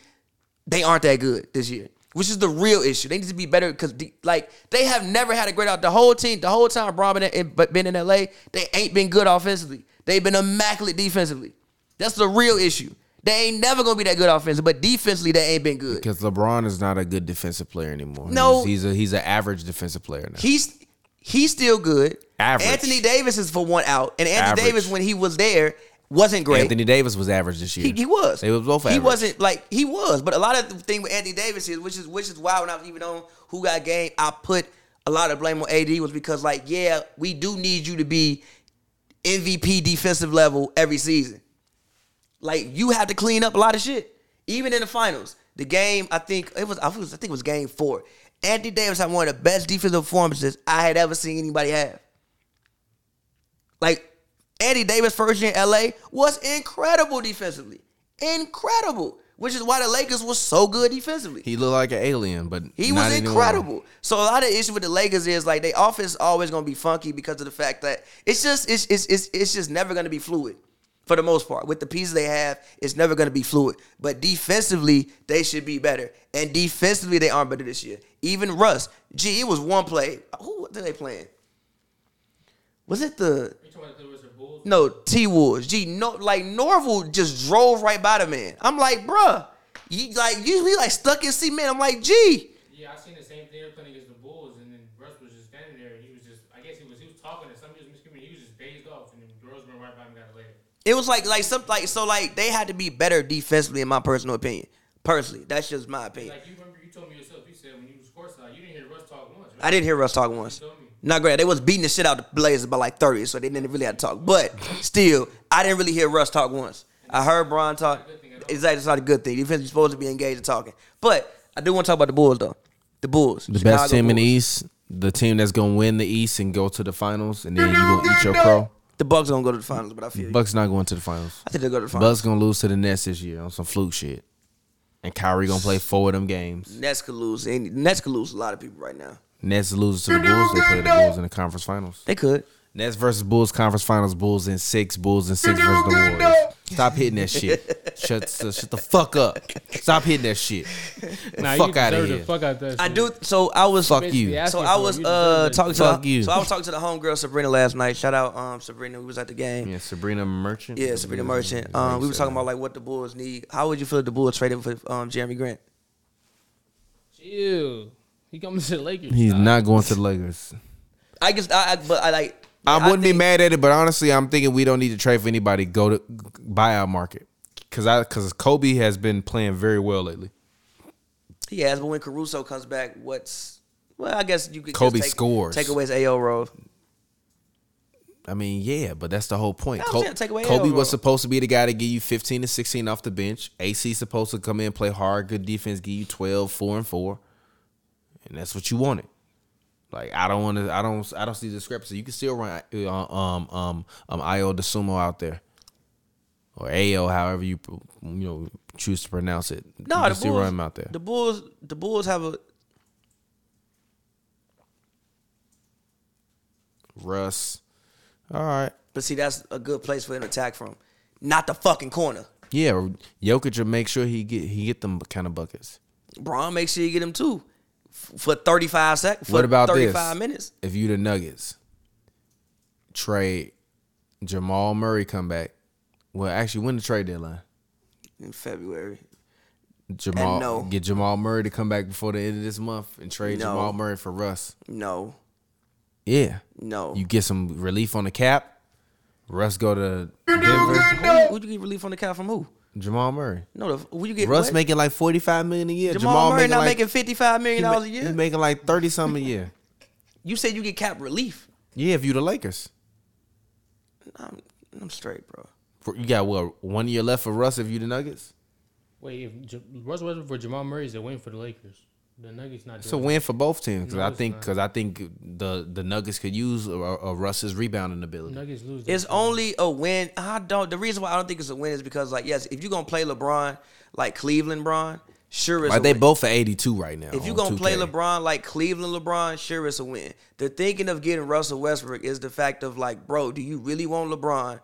they aren't that good this year, which is the real issue. They need to be better because like they have never had a great out. The whole team, the whole time Braun been in, but been in LA, they ain't been good offensively. They've been immaculate defensively. That's the real issue. They ain't never gonna be that good offensively, but defensively, they ain't been good.
because LeBron is not a good defensive player anymore.
No.
he's, he's a he's an average defensive player now.
He's he's still good.
Average.
Anthony Davis is for one out, and Anthony
Average.
Davis when he was there wasn't great.
Anthony Davis was average this year.
He, he was.
They was both
He
average.
wasn't like he was, but a lot of the thing with Anthony Davis is, which is which is why when I was even on who got game, I put a lot of blame on AD was because like yeah, we do need you to be MVP defensive level every season. Like you have to clean up a lot of shit, even in the finals. The game, I think it was, I was- I think it was game four. Anthony Davis had one of the best defensive performances I had ever seen anybody have. Like Andy Davis first year in LA was incredible defensively. Incredible. Which is why the Lakers was so good defensively.
He looked like an alien, but
He
not
was
anymore.
incredible. So a lot of the issue with the Lakers is like their offense is always gonna be funky because of the fact that it's just it's it's it's, it's just never gonna be fluid for the most part. With the pieces they have, it's never gonna be fluid. But defensively, they should be better. And defensively, they aren't better this year. Even Russ, gee, it was one play. Who did they playing? Was it the
You talking about there was a Bulls?
no, T Woods. Gee, no, like Norville just drove right by the man. I'm like, bruh, you like you he like stuck in cement. I'm like, gee,
Yeah, I seen the same thing. They were playing against the Bulls, and then Russ was just standing there. He was just, I guess he was, he was talking to somebody. He was miscommunicating. He was just dazed off, and then girls went right by him and got it later.
it was like like something like so like they had to be better defensively in my personal opinion. Personally, that's just my opinion.
Like you remember, you told me yourself. You said when you was courtside, you didn't hear Russ talk once. Right?
I didn't hear Russ talk once.
You told me.
Not great. They was beating the shit out of the Blazers by like 30, so they didn't really have to talk. But still, I didn't really hear Russ talk once. I heard Braun talk. Exactly, it's not a good thing. Defense, you're supposed to be engaged in talking. But I do want to talk about the Bulls though. The Bulls,
The best team in the East, the team that's gonna win the East and go to the finals, and then you gonna eat your crow.
The Bucks don't go to the finals, but I feel you.
Bucks not going to the finals.
I think they'll go to the finals.
Bucks gonna lose to the Nets this year on some fluke shit, and Kyrie gonna play four of them games.
Nets could lose. Any, Nets could lose a lot of people right now.
Nets loses to the Bulls. They play the Bulls in the conference finals.
They could.
Nets versus Bulls conference finals. Bulls in six. Bulls in six versus the Warriors. Stop hitting that shit. shut, shut the fuck up. Stop hitting that shit. The fuck out of here.
Fuck out that.
I do. So I was.
Fuck you.
Basically
So
asking
I
for it.
was
You
uh
deserve it.
talking to
Fuck you.
So I was talking to the homegirl Sabrina last night. Shout out um Sabrina who was at the game. Yeah,
Yeah, Sabrina Merchant.
Sabrina Merchant. Um, we were talking about like what the Bulls need. How would you feel if the Bulls traded for um Jeremy Grant?
Chill. He coming to the Lakers.
He's
Nah.
not going to the Lakers.
I guess I, I but I like.
I wouldn't
think-
be mad at it, but honestly, I'm thinking we don't need to trade for anybody. Go to buyout market because I because Kobe has been playing very well lately.
He has, but when Caruso comes back, what's well? I guess you could. just
Kobe
take,
scores.
Take away his AO role.
I mean, yeah, but that's the whole point.
I'm
Col-
saying take away
Kobe
Elro.
was supposed to be the guy to give you 15 to 16 off the bench. AC supposed to come in, play hard, good defense, give you 12, 4 and 4. And that's what you wanted. Like I don't want to I don't I don't see the discrepancy. You can still run uh, um um um Io DeSumo out there. Or AO, however you you know choose to pronounce it. you
No,
can
the
still
Bulls.
run him out there.
The Bulls. The Bulls have a
Russ. All right.
But see, that's a good place for an attack from. Not the fucking corner.
Yeah, Jokic will make sure he get he get them kind of buckets.
Braun, make sure you get him two f- for 35 seconds.
What about this?
35 minutes.
if you the Nuggets, trade Jamal Murray come back. Well, actually, when the trade deadline,
in February.
Jamal
no.
get Jamal Murray to come back before the end of this month and trade
No.
Jamal Murray for Russ.
No,
Yeah,
no.
you get some relief on the cap. Russ go to
Who-
Denver.
Who'd you get relief on the cap from who?
Jamal Murray.
No, the, who you get?
Russ
what?
making like forty five million a year.
Jamal, Murray
making
not
like,
making fifty five
he
million
ma-
dollars a year.
He making like thirty something a year.
you said you get cap relief.
Yeah, if you the Lakers,
I'm, I'm straight, bro.
For- you got what one year left for Russ if you the Nuggets.
Wait, if J- Russ Westbrook for Jamal Murray is a win for the Lakers. The Nuggets not.
It's a
doing
win for both teams because
No,
I
it's
think
not.
because I think the the Nuggets could use a, a a Russ's rebounding
it.
ability.
Nuggets lose.
It's
that game.
only a win. I don't. The reason why I don't think it's a win is because, like, yes, if you're gonna play LeBron like Cleveland LeBron, sure is.
Like
a
they
win.
both at eighty two right now.
If you're
on
gonna play
2K.
LeBron like Cleveland LeBron, sure it's a win. The thinking of getting Russell Westbrook is the fact of like, bro, do you really want LeBron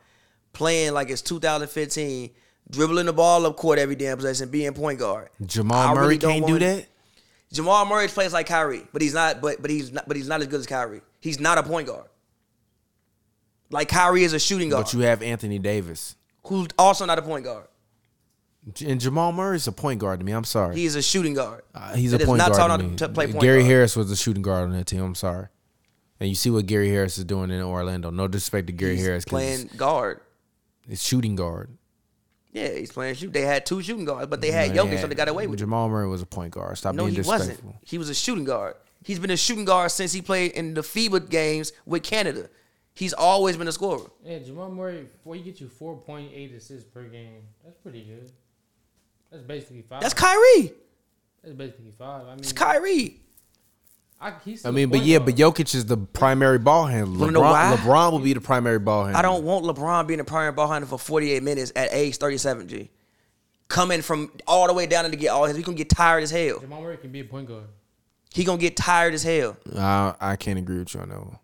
playing like it's 2015, dribbling the ball up court every damn possession, being point guard?
Jamal
I really
Murray
don't
can't do
want-
that.
Jamal Murray plays like Kyrie, but he's not. But but he's not. But he's not as good as Kyrie. He's not a point guard. Like Kyrie is a shooting guard,
But you have Anthony Davis
who's also not a point guard.
J- and Jamal Murray's a point guard to me. I'm sorry,
He is a shooting guard.
Uh, he's
That
a
is
point
not taught how
guard.
to
To me.
t- play point
Gary
guard.
Harris was the shooting guard on that team. I'm sorry, and you see what Gary Harris is doing in Orlando. No disrespect to Gary
He's
Harris, 'cause it's-
playing guard.
it's shooting guard.
Yeah, he's playing shoot. They had two shooting guards, but they had
No,
Jokic,
they
so
had-
they got away with it.
Jamal Murray was a point guard. Stop
No,
being
he wasn't.
disrespectful.
He was a shooting guard. He's been a shooting guard since he played in the FIBA games with Canada. He's always been a scorer.
Yeah, Jamal Murray. Boy, he get you four point eight assists per game. That's pretty good. That's basically five.
That's Kyrie.
That's basically five. I mean,
It's Kyrie.
I, he's
I
still
mean,
a
but
point
yeah,
guard.
but Jokic is the primary ball handler.
Wanna know why?
LeBron, LeBron will be the primary ball handler.
I don't want LeBron being a primary ball handler for 48 minutes at age 37, G. Coming from all the way down and to get all his, he gonna get tired as hell.
Jamal Murray can be a point guard.
He gonna get tired as hell.
I, I can't agree with you on that one.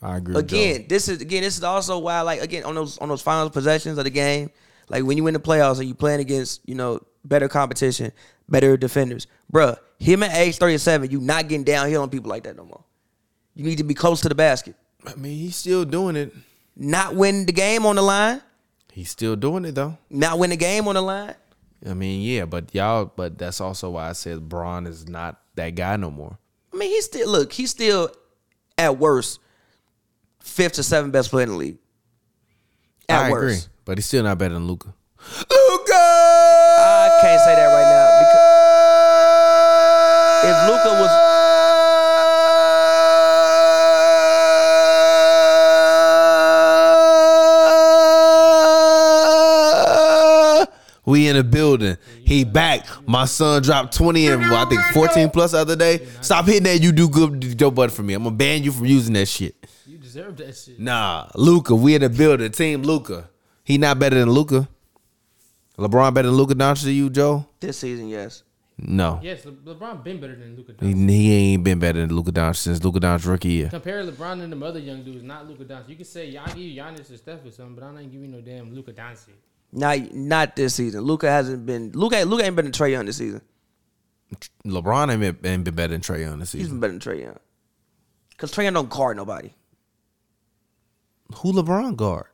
I agree.
again, this is again, this is also why, like again, on those on those final possessions of the game, like when you in the playoffs and you playing against, you know, better competition, better defenders, bruh, him at age thirty seven, you not getting downhill on people like that no more. You need to be close to the basket.
With Joe. I mean, he's still doing it.
Not win the game on the line.
He's still doing it though.
Not win the game on the line.
I mean, yeah, but y'all, but that's also why I said Braun is not that guy no more.
I mean, he's still look, he's still at worst fifth to seventh best player in the league. At
I
worst.
agree, but he's still not better than Luca.
I can't say that right now because if Luca was
We in the building. He back. My son dropped 20 and I think 14 plus the other day. Stop hitting that. You do good Joe Bud for me. I'm gonna ban you from using that shit.
You deserve that shit.
Nah, Luca, we in the building. Team Luca. He not better than Luca. LeBron better than Luca Doncic to you, Joe?
this season, yes.
No.
Yes, Le- LeBron been better than Luka.
He,
Doncic.
he ain't been better than Luca Doncic since Luca Doncic rookie year.
Compare LeBron and them other young dudes, not Luka Doncic. You can say Gian- I give you Giannis or Steph or something, but I ain't giving you no damn Luka Doncic.
Not not this season. Luca hasn't been Luca Luca ain't been to Trey Young this season.
LeBron ain't been, ain't been better than Trey Young this
He's been
season.
better than Trey Young. Cause Trey Young don't guard nobody.
Who LeBron guard?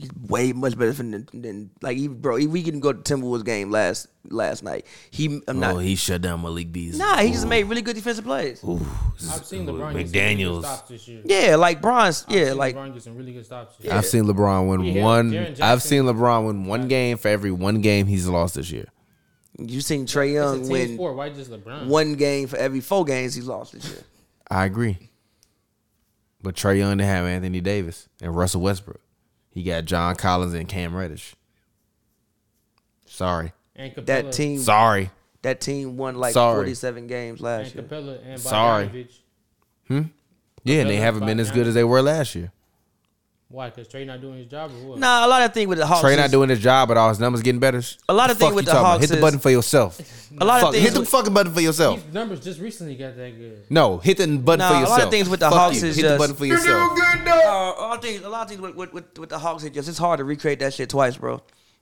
He's way much better than, than like he bro. He, we can go to Timberwolves game last last night. He I'm not.
oh, he shut down Malik Beasley.
nah, he just
Ooh.
made really good defensive plays.
Ooh,
I've seen LeBron get some really good
McDaniels.
stops this year.
Yeah, like bronze.
I've
Yeah,
seen
like
LeBron get some really good stops. This year.
I've seen LeBron win
Yeah,
one.
Jaren Jackson-
I've seen LeBron win one game for every one game he's lost this year.
you seen Trey
It's a
Young
team
win
sport. Why just LeBron?
one game for every four games he's lost this year.
I agree. But Trey Young didn't have Anthony Davis and Russell Westbrook. He got John Collins and Cam Reddish. Sorry.
And Capella,
That team
Sorry.
that team won like
Sorry.
47 games
And
last year.
Capella and
Sorry.
Bogdanovich.
Yeah, and they haven't been as good as they were last year.
Why? Because Trey not doing his job or what?
Nah, a lot of thing with the Hawks.
Trey
is-
not doing his job, but all his numbers getting better.
A lot
The
of thing
fuck
with
you
the
talking about?
Hawks
Hit the
is-
button for yourself.
a lot
Fuck,
of things
hit the
with-
fucking button for yourself.
His numbers just recently got that good.
No, hit the button
Nah,
for
a lot of
yourself.
things with the
Fuck
Hawks
you.
is
hit
just-
the button for yourself.
Uh, a lot of things, a lot of things with, with, with, with the Hawks, it just it's hard to recreate that shit twice, bro.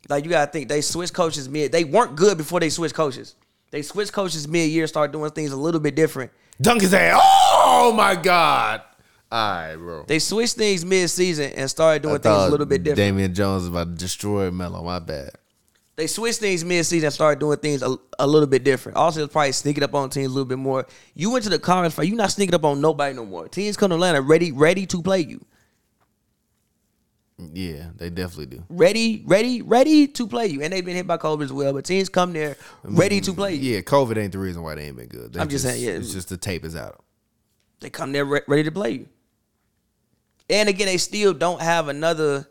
Like you gotta think they switched coaches mid. They weren't good before they switched coaches. They switched coaches mid year, start doing things a little bit different.
Dunk his ass. Oh my god. All right, bro.
They switched things mid-season and started doing
I
things a
thought
little bit different.
Damian Jones was about to destroy Melo. My bad.
they switched things mid-season and started doing things a, a little bit different. Also, they're probably sneaking up on teams a little bit more. You went to the conference fight. You're not sneaking up on nobody no more. Teams come to Atlanta ready, ready to play you.
Yeah, they definitely do.
Ready, ready, ready to play you. And they've been hit by COVID as well, but teams come there ready to play you.
Yeah, COVID ain't the reason why they ain't been good. They
I'm just saying, yeah.
it's just the tape is out.
They come there re- ready to play you. And again, they still don't have another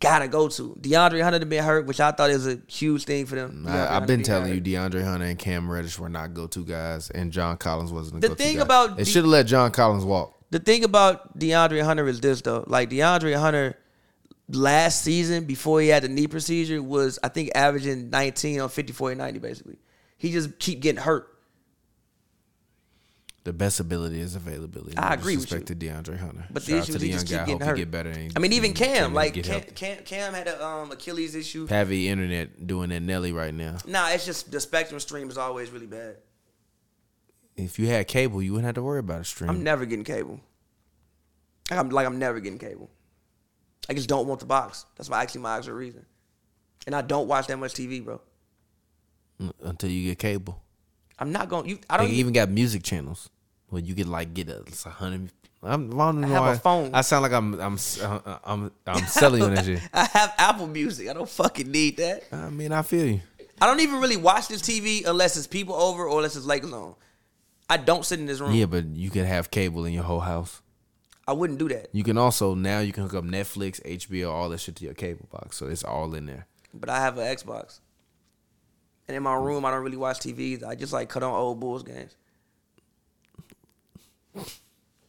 gotta go to. DeAndre Hunter been hurt, which I thought is a huge thing for them. DeAndre
I, I've
Hunter
been
being
telling
hurt.
you, DeAndre Hunter and Cam Reddish were not go-to guys, and John Collins wasn't. A
The
go-to
thing
guy.
about
they
D-
should have let John Collins walk.
The thing about DeAndre Hunter is this though. Like DeAndre Hunter last season before he had the knee procedure was I think averaging 19 on 54 and 90 basically. He just keep getting hurt.
The best ability is availability.
I
No
agree with
disrespect to DeAndre Hunter.
But the
Shout out
issue
to
is
the
he
young
just keep
guy.
getting
Hope
hurt.
he get better. And
I mean even Cam,
and
like
get
Cam,
healthy.
Cam, Cam had a um, Achilles issue.
Heavy internet doing that Nelly right now.
Nah, it's just the spectrum stream is always really bad.
If you had cable, you wouldn't have to worry about a stream.
I'm never getting cable. Like I'm like I'm never getting cable. I just don't want the box. That's my actually my actual reason. And I don't watch that much TV, bro.
until you get cable.
I'm not going. to You, I
They
don't even.
even got music channels where you could like get a, it's a hundred. I'm, I don't know
I have a
why-
phone.
I sound like I'm I'm s- uh, I'm I'm selling you on that shit.
I have Apple Music. I don't fucking need that.
I mean, I feel you.
I don't even really watch this TV unless it's people over or unless it's Lakers on. I don't sit in this room.
Yeah, but you could have cable in your whole house.
I wouldn't do that.
You can also now you can hook up Netflix, HBO, all that shit to your cable box, so it's all in there.
But I have an Xbox. And in my room, I don't really watch TV either. I just like cut on old Bulls games.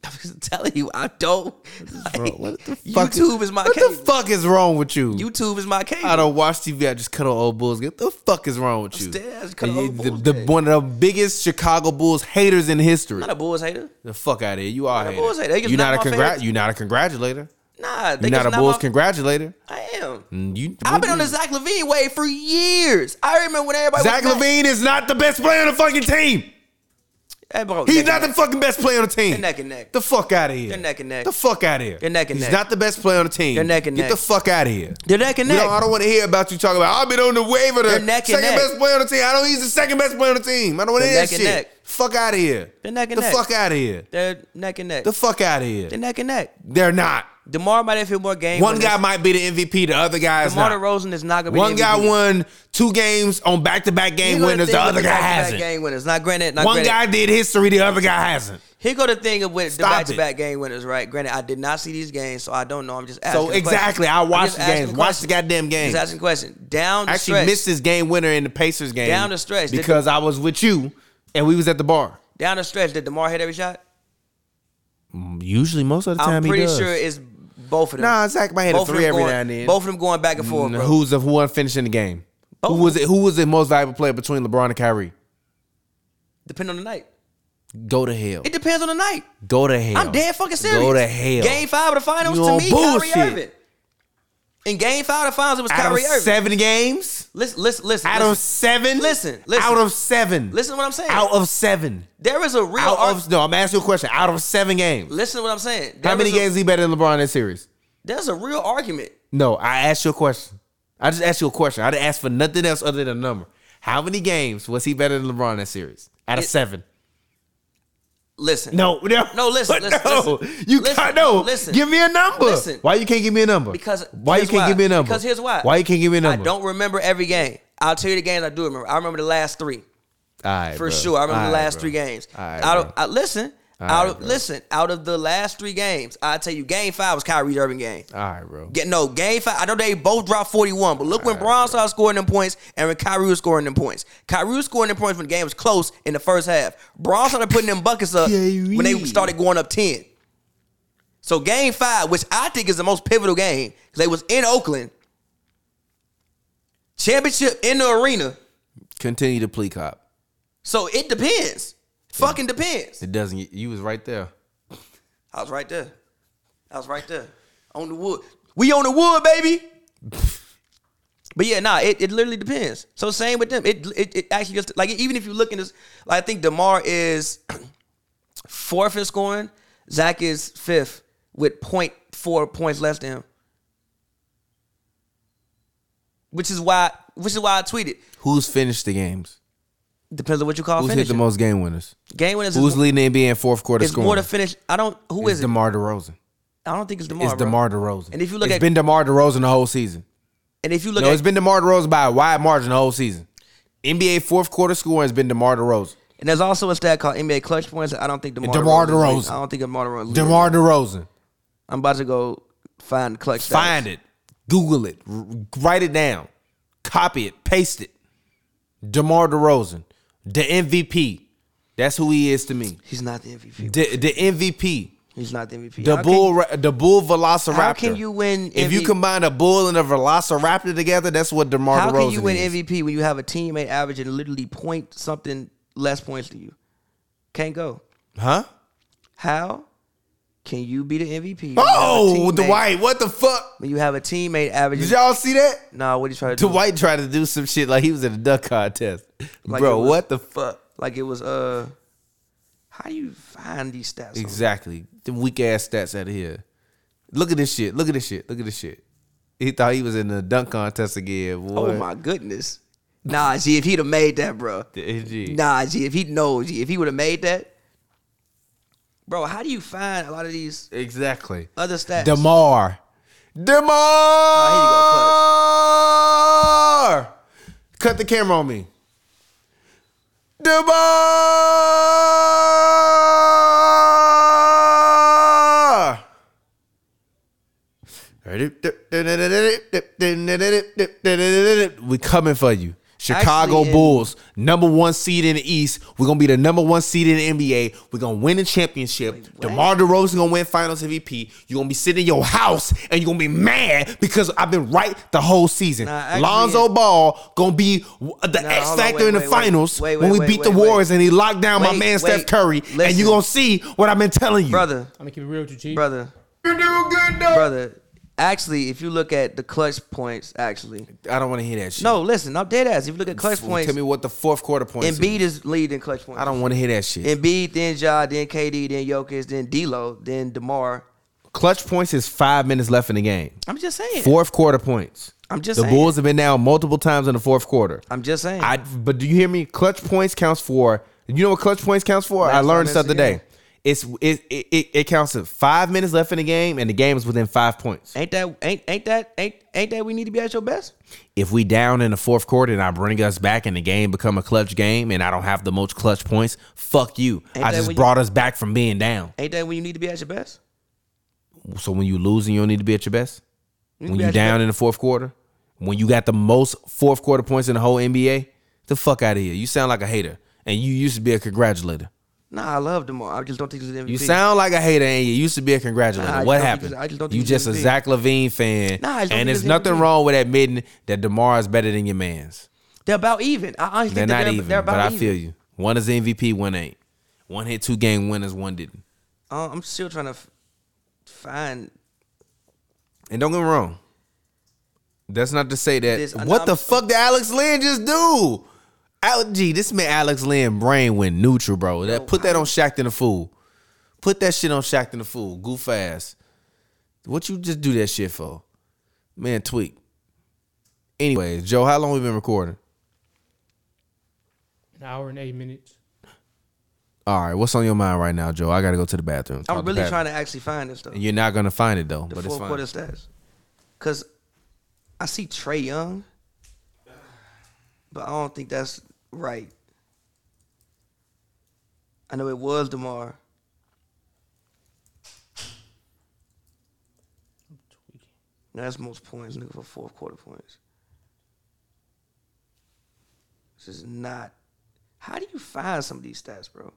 I'm just telling you, I don't. Like, YouTube is, my
what
cable.
the fuck is wrong with you?
YouTube is my cable.
I don't watch TV. I just cut on old Bulls. What the fuck is wrong with you?
Upstairs, just cut
And
on
you-
old
the-
Bulls
the-
games.
one of the biggest Chicago Bulls haters in history.
I'm not a Bulls hater.
The fuck out of here. You are
Not a
hater.
Bulls hater. They just
You
not
not a
my
congrat.
fans.
You not a congratulator.
Nah,
You
they
not
just
a Bulls
my-
congratulator.
I am.
Mm, You,
I've been on the Zach Levine wave for years. I remember when everybody
Zach
was mad-
Levine is not the best player on the fucking team.
Hey, bro,
He's
neck
not
and
the fucking best player on the team.
They're neck and neck.
The fuck out of here.
They're neck and neck.
The fuck out of here.
They're neck and
He's
neck.
not the best player on the team.
They're neck and
Get
neck.
the fuck out of here.
They're neck and
We
neck.
don't- I don't want to hear about you talking about I've been on the wave of the
They're neck and neck.
second best player on the team. I don't he's the second best player on the team. I don't want to
They're
hear that
neck
shit.
and neck.
Fuck out of here.
They're neck and
the
neck.
fuck out of here.
They're neck and neck.
The fuck out of here.
They're neck and neck.
They're not.
DeMar might have hit more games.
One
but
guy
this-
might be the MVP, the other guy is
DeMar
not.
DeRozan is not gonna be.
One
the
guy
MVP.
won two games on back to back
Here
game
go
winners.
thing
The
with
other guy
back-to-back
hasn't.
Game winners, not granted. Not
One
granted.
guy did history. The other guy hasn't.
Here go the thing with the
Stop
back-to-back game winners, right? Granted, I did not see these games, so I don't know. I'm just asking.
So
a question.
exactly, I
I'm
watched
just
the
asking
games.
a
Watched the
question.
goddamn games.
Just asking a question. Down the
I actually
stretch,
missed this game winner in the Pacers game
Down the stretch. Did
because I was with you and we was at the bar.
down the stretch. Did DeMar hit every shot?
Usually, most of the time,
I'm
he
pretty
does.
sure it's both of them.
Nah, Zach might hit a
Both of
three
them
every
going-
now and then.
Both of them going back and forth,
And
bro.
Who's the one finishing the game?
Both.
Who was it? Who was the most valuable player between LeBron and Kyrie?
Depending on the night.
Go to hell.
It depends on the night.
Go to hell.
I'm dead fucking serious.
Go to hell.
Game five of the finals
You
to
on
me,
bullshit.
Kyrie Irving. In game five of the finals, it was
Out of
Kyrie Irving.
seven games.
listen, listen, listen.
Out of
listen.
seven.
Listen, listen.
Out of seven.
Listen to what I'm saying.
Out of seven.
there is a real
Out
arg-
of no. I'm asking you a question. Out of seven games.
listen to what I'm saying. There
How many
is a-
games is he better than LeBron in this series?
There's a real argument.
No, I asked you a question. I just asked you a question. I didn't ask for nothing else other than a number. How many games was he better than LeBron in that series? Out of
It-
seven.
Listen.
No, no,
No, listen,
but
listen,
no,
listen.
you
Listen,
can't. No,
listen.
give me a number.
Listen.
Why you can't give me a number?
Because
why you
here's
can't
why.
give me a number?
Because here's why.
Why you can't give me a
I
number?
don't remember every game. I'll tell you the games I do remember. I remember the last three
All right,
for
bro.
sure. I remember
All
the
right,
last
bro.
three games.
All right,
out of,
bro.
I, listen,
All
out
right,
of,
bro.
listen, out of the last three games, I tell you, game five was Kyrie Irving game.
All right, bro.
Get no game five. I know they both dropped 41, but look when Braun started scoring them points and when Kyrie was scoring them points. Kyrie was scoring them points when the game was close in the first half. Braun started putting them buckets up when they
Kyrie.
started going up 10. So game five, which I think is the most pivotal game, because they was in Oakland. Championship in the arena.
Continue to plea cop.
So it depends. Fucking depends.
It doesn't. You was right there.
I was right there. I was right there. On the wood. We on the wood, baby. but yeah, nah, it, it literally depends. So same with them. It it, it actually just like even if you look in this, like I think DeMar is fourth in scoring. Zach is fifth with 0.4 points less than him. Which is why which is why I tweeted.
Who's finished the games?
Depends on what you call
Who's hit the
finishing.
most game winners?
Game winners
Who's
is,
leading the NBA in fourth quarter
is
scoring?
more to finish. I don't who
it's
is it?
DeMar DeRozan.
I don't think it's DeMar.
It's
bro.
DeMar DeRozan.
And if you look
it's
at-
been DeMar DeRozan the whole season.
And if you look
no,
at
it's been DeMar DeRozan by a wide margin the whole season. NBA fourth quarter scoring has been DeMar DeRozan.
and there's also a stat called NBA clutch points. that I don't think DeMar,
DeMar
DeRozan is-
DeRozan.
I don't think DeMar DeRozan.
DeMar DeRozan.
I'm about to go find clutch. stats.
Find it. Google it. R- write it down. Copy it. Paste it. DeMar DeRozan. The MVP. That's who he is to me.
He's not the MVP.
The, the MVP.
He's not the MVP.
The
How can-
bull, ra- the bull velociraptor.
How can you win?
If you
MVP
combine a bull and a velociraptor together, that's what DeMar
how
DeRozan
can you win
is.
MVP when you have a teammate averaging literally point something less points than you? Can't go.
Huh?
How can you be the MVP? when you have a
Oh,
teammate-
Dwight, what the fuck?
When you have a teammate averaging,
Did y'all see that?
nah, what he trying to do?
Dwight tried to do some shit like he was in a duck contest.
Like
Bro,
it was-
what the fuck?
Like it was uh, how do you find these stats? on-
Exactly. The weak ass stats out of here. Look at this shit. Look at this shit. Look at this shit. He thought he was in a dunk contest again. Boy.
Oh my goodness. Nah, G, if he'd have made that, bro.
G.
Nah, G, if he knows, G, if he would have made that, bro. How do you find a lot of these
Exactly.
other stats?
Demar. Demar. Cut the camera on me. Demar. We coming for you. Chicago
Actually, it-
Bulls, number one seed in the East. We're gonna be the number one seed in the NBA. We're gonna win a championship.
what?
DeMar DeRozan gonna win Finals MVP. You're gonna be sitting in your house and you're gonna be mad because I've been right the whole season.
Nah, actually,
Lonzo
it-
Ball gonna be w- the
Nah,
X
hold on,
factor
wait,
in the
wait, wait.
finals
Wait,
when
wait,
we
wait,
beat the
wait,
Warriors
wait.
and he locked down my
Wait,
man
wait.
Steph Curry. And
Listen.
you gonna see what I've been telling you,
brother,
I'm gonna keep it real with you, Chief.
brother,
You're doing good, though.
brother. Actually, if you look at the clutch points, actually,
I don't want to hear that shit.
no, listen, I'm dead ass. If you look at clutch
Well,
points,
Tell me what the fourth quarter points.
Embiid
is.
is leading clutch points.
I don't want to hear that shit.
Embiid, then Ja, then KD, then Jokic, then D'Lo, then Demar.
Clutch points is five minutes left in the game.
I'm just saying.
Fourth quarter points.
I'm just
the
saying.
Bulls have been down multiple times in the fourth quarter.
I'm just saying.
I but do you hear me? Clutch points counts for. You know what clutch points counts for? I
Last five
learned stuff
minutes of the
today.
game.
It's it, it it it counts at five minutes left in the game, and the game is within five points.
ain't that ain't ain't that ain't ain't that we need to be at your best?
If we down in the fourth quarter and I bring us back and the game become a clutch game, and I don't have the most clutch points, fuck you.
Ain't
I
that
just
when you-
brought us back from being down.
Ain't that when you need to be at your best?
So when you losing, you don't need to be at your best.
need to
When
be
you
at your
down in the fourth quarter, when you got the most fourth quarter points in the whole NBA, the fuck out of here. You sound like a hater, and you used to be a congratulator.
Nah, I love Demar. I just don't think he's an MVP.
You sound like a hater, and you used to be a congratulator.
Nah, I
what
don't think
happened?
he's- I just don't think
you
he's
just a
MVP.
Zach Levine fan,
Nah, I just don't
and
think
there's
he's
nothing
MVP.
wrong with admitting that Demar is better than your man's.
they're about even. I honestly
They're
think
not
they're,
even,
they're
but
about
I
even.
feel you. One is MVP, one ain't. One hit two game winners, one didn't.
Uh, I'm still trying to f- find
And don't get me wrong. That's not to say that.
This-
what the
I'm-
fuck did Alex Lynn just do? Al, gee, this man Alex Lynn brain went neutral, bro. That put that on Shaq and the Fool. Put that shit on Shaq and the Fool. Goof ass. What you just do that shit for? Man, tweak. Anyways, Joe, how long we been recording?
An hour and eight minutes.
All right, what's on your mind right now, Joe? I gotta go to the bathroom.
I'm really trying to actually find this stuff.
You're not gonna find it though,
The
but it's
fourth
fine.
quarter stats. Cause I see Trey Young, but I don't think that's right. I know it was Demar.
Tweaking.
No, that's most points, nigga, for fourth quarter points. This is not. How do you find some of these stats, bro?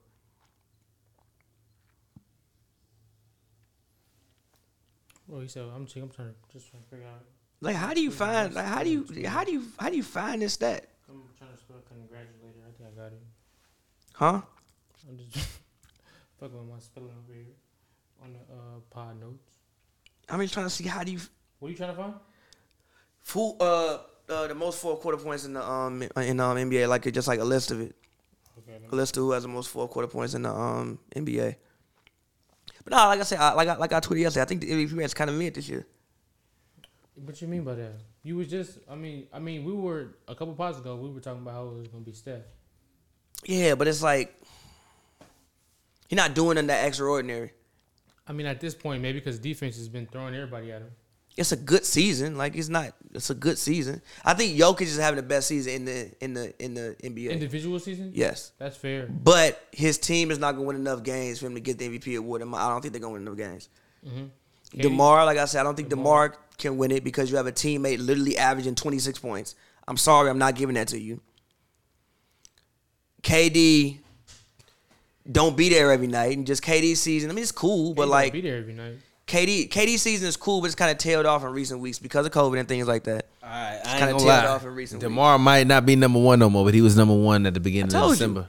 Well, he said, I'm chill. I'm trying to just trying to figure out.
Like, how do you find? Like, how do you? How do you? How do you find this stat?
I'm trying to spell congratulator. I think I got it.
Huh?
I'm just fucking with my spelling over here on the uh, pod notes.
I'm just trying to see how do you
What are you trying to find?
Who uh, uh the most four quarter points in the um in um NBA like just like a list of it.
Okay, let me-
A list to who has the most fourth quarter points in the um, NBA. But no, like I said, I, like I, like I tweeted yesterday, I think the MVP match kind of mid this year.
What you mean by that? You was just I mean I mean we were a couple pods ago we were talking about how it was gonna be Steph.
Yeah, but it's like you're not doing nothing that extraordinary.
I mean at this point maybe because defense has been throwing everybody at him.
It's a good season. Like it's not. It's a good season. I think Jokic is having the best season in the in the in the NBA.
Individual season.
yes,
that's fair.
but his team is not going to win enough games for him to get the MVP award. And I don't think they're going to win enough games.
Mm-hmm. Katie-
Demar, like I said, I don't think Demar can win it because you have a teammate literally averaging 26 points. I'm sorry, I'm not giving that to you. KD, don't be there every night and just KD season. I mean, it's cool,
Katie
but
gonna
like
be there every night.
KD, KD season is cool, but it's kind of tailed off in recent weeks because of COVID and things like that.
All right, I
kinda
ain't gonna
tailed
lie.
off in recent
DeMar might not be number one no more, but he was number one at the beginning
told
of
you.
December.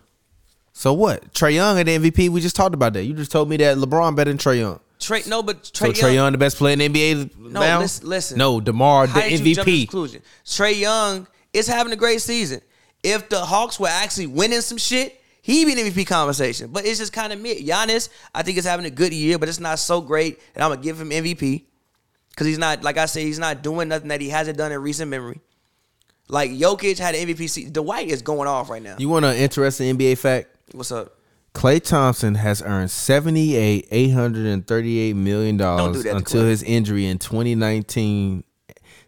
So what? Trey Young at the MVP. We just talked about that. You just told me that LeBron better than Trey Young.
Trey, no, but
So
Trey
Trey
Young,
Young the best player in the NBA
No,
now.
lis- listen.
No, Demar the
how did you jump to this
MVP.
conclusion? Trey Young is having a great season. If the Hawks were actually winning some shit, he'd be in the MVP conversation. But it's just kind of mid. Giannis, I think is having a good year, but it's not so great, and I'm gonna give him MVP because he's not, like I said, he's not doing nothing that he hasn't done in recent memory. Like Jokic had an MVP. season. Dwight is going off right now.
You want an interesting NBA fact?
What's up?
Klay Thompson has earned seventy eight eight hundred and thirty eight million
do
dollars
that to
until
Klay.
his injury in twenty nineteen.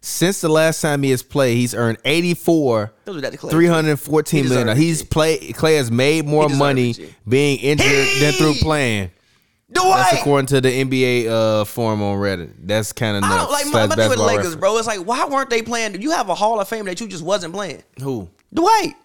Since the last time he has played, he's earned eighty four
Don't do that to Klay.
three hundred fourteen million.
He deserves
dollars.
it, G.
He's play Clay has made more
deserves it,
money
G.
being injured than through
Hey!
playing. That's
Dwight.
according to the NBA uh, forum on Reddit. That's kind of
I
nuts.
don't like my,
Slash
my thing with the
basketball
Lakers,
reference.
bro. It's like, why weren't they playing? You have a Hall of Fame that you just wasn't playing.
Who
Dwight.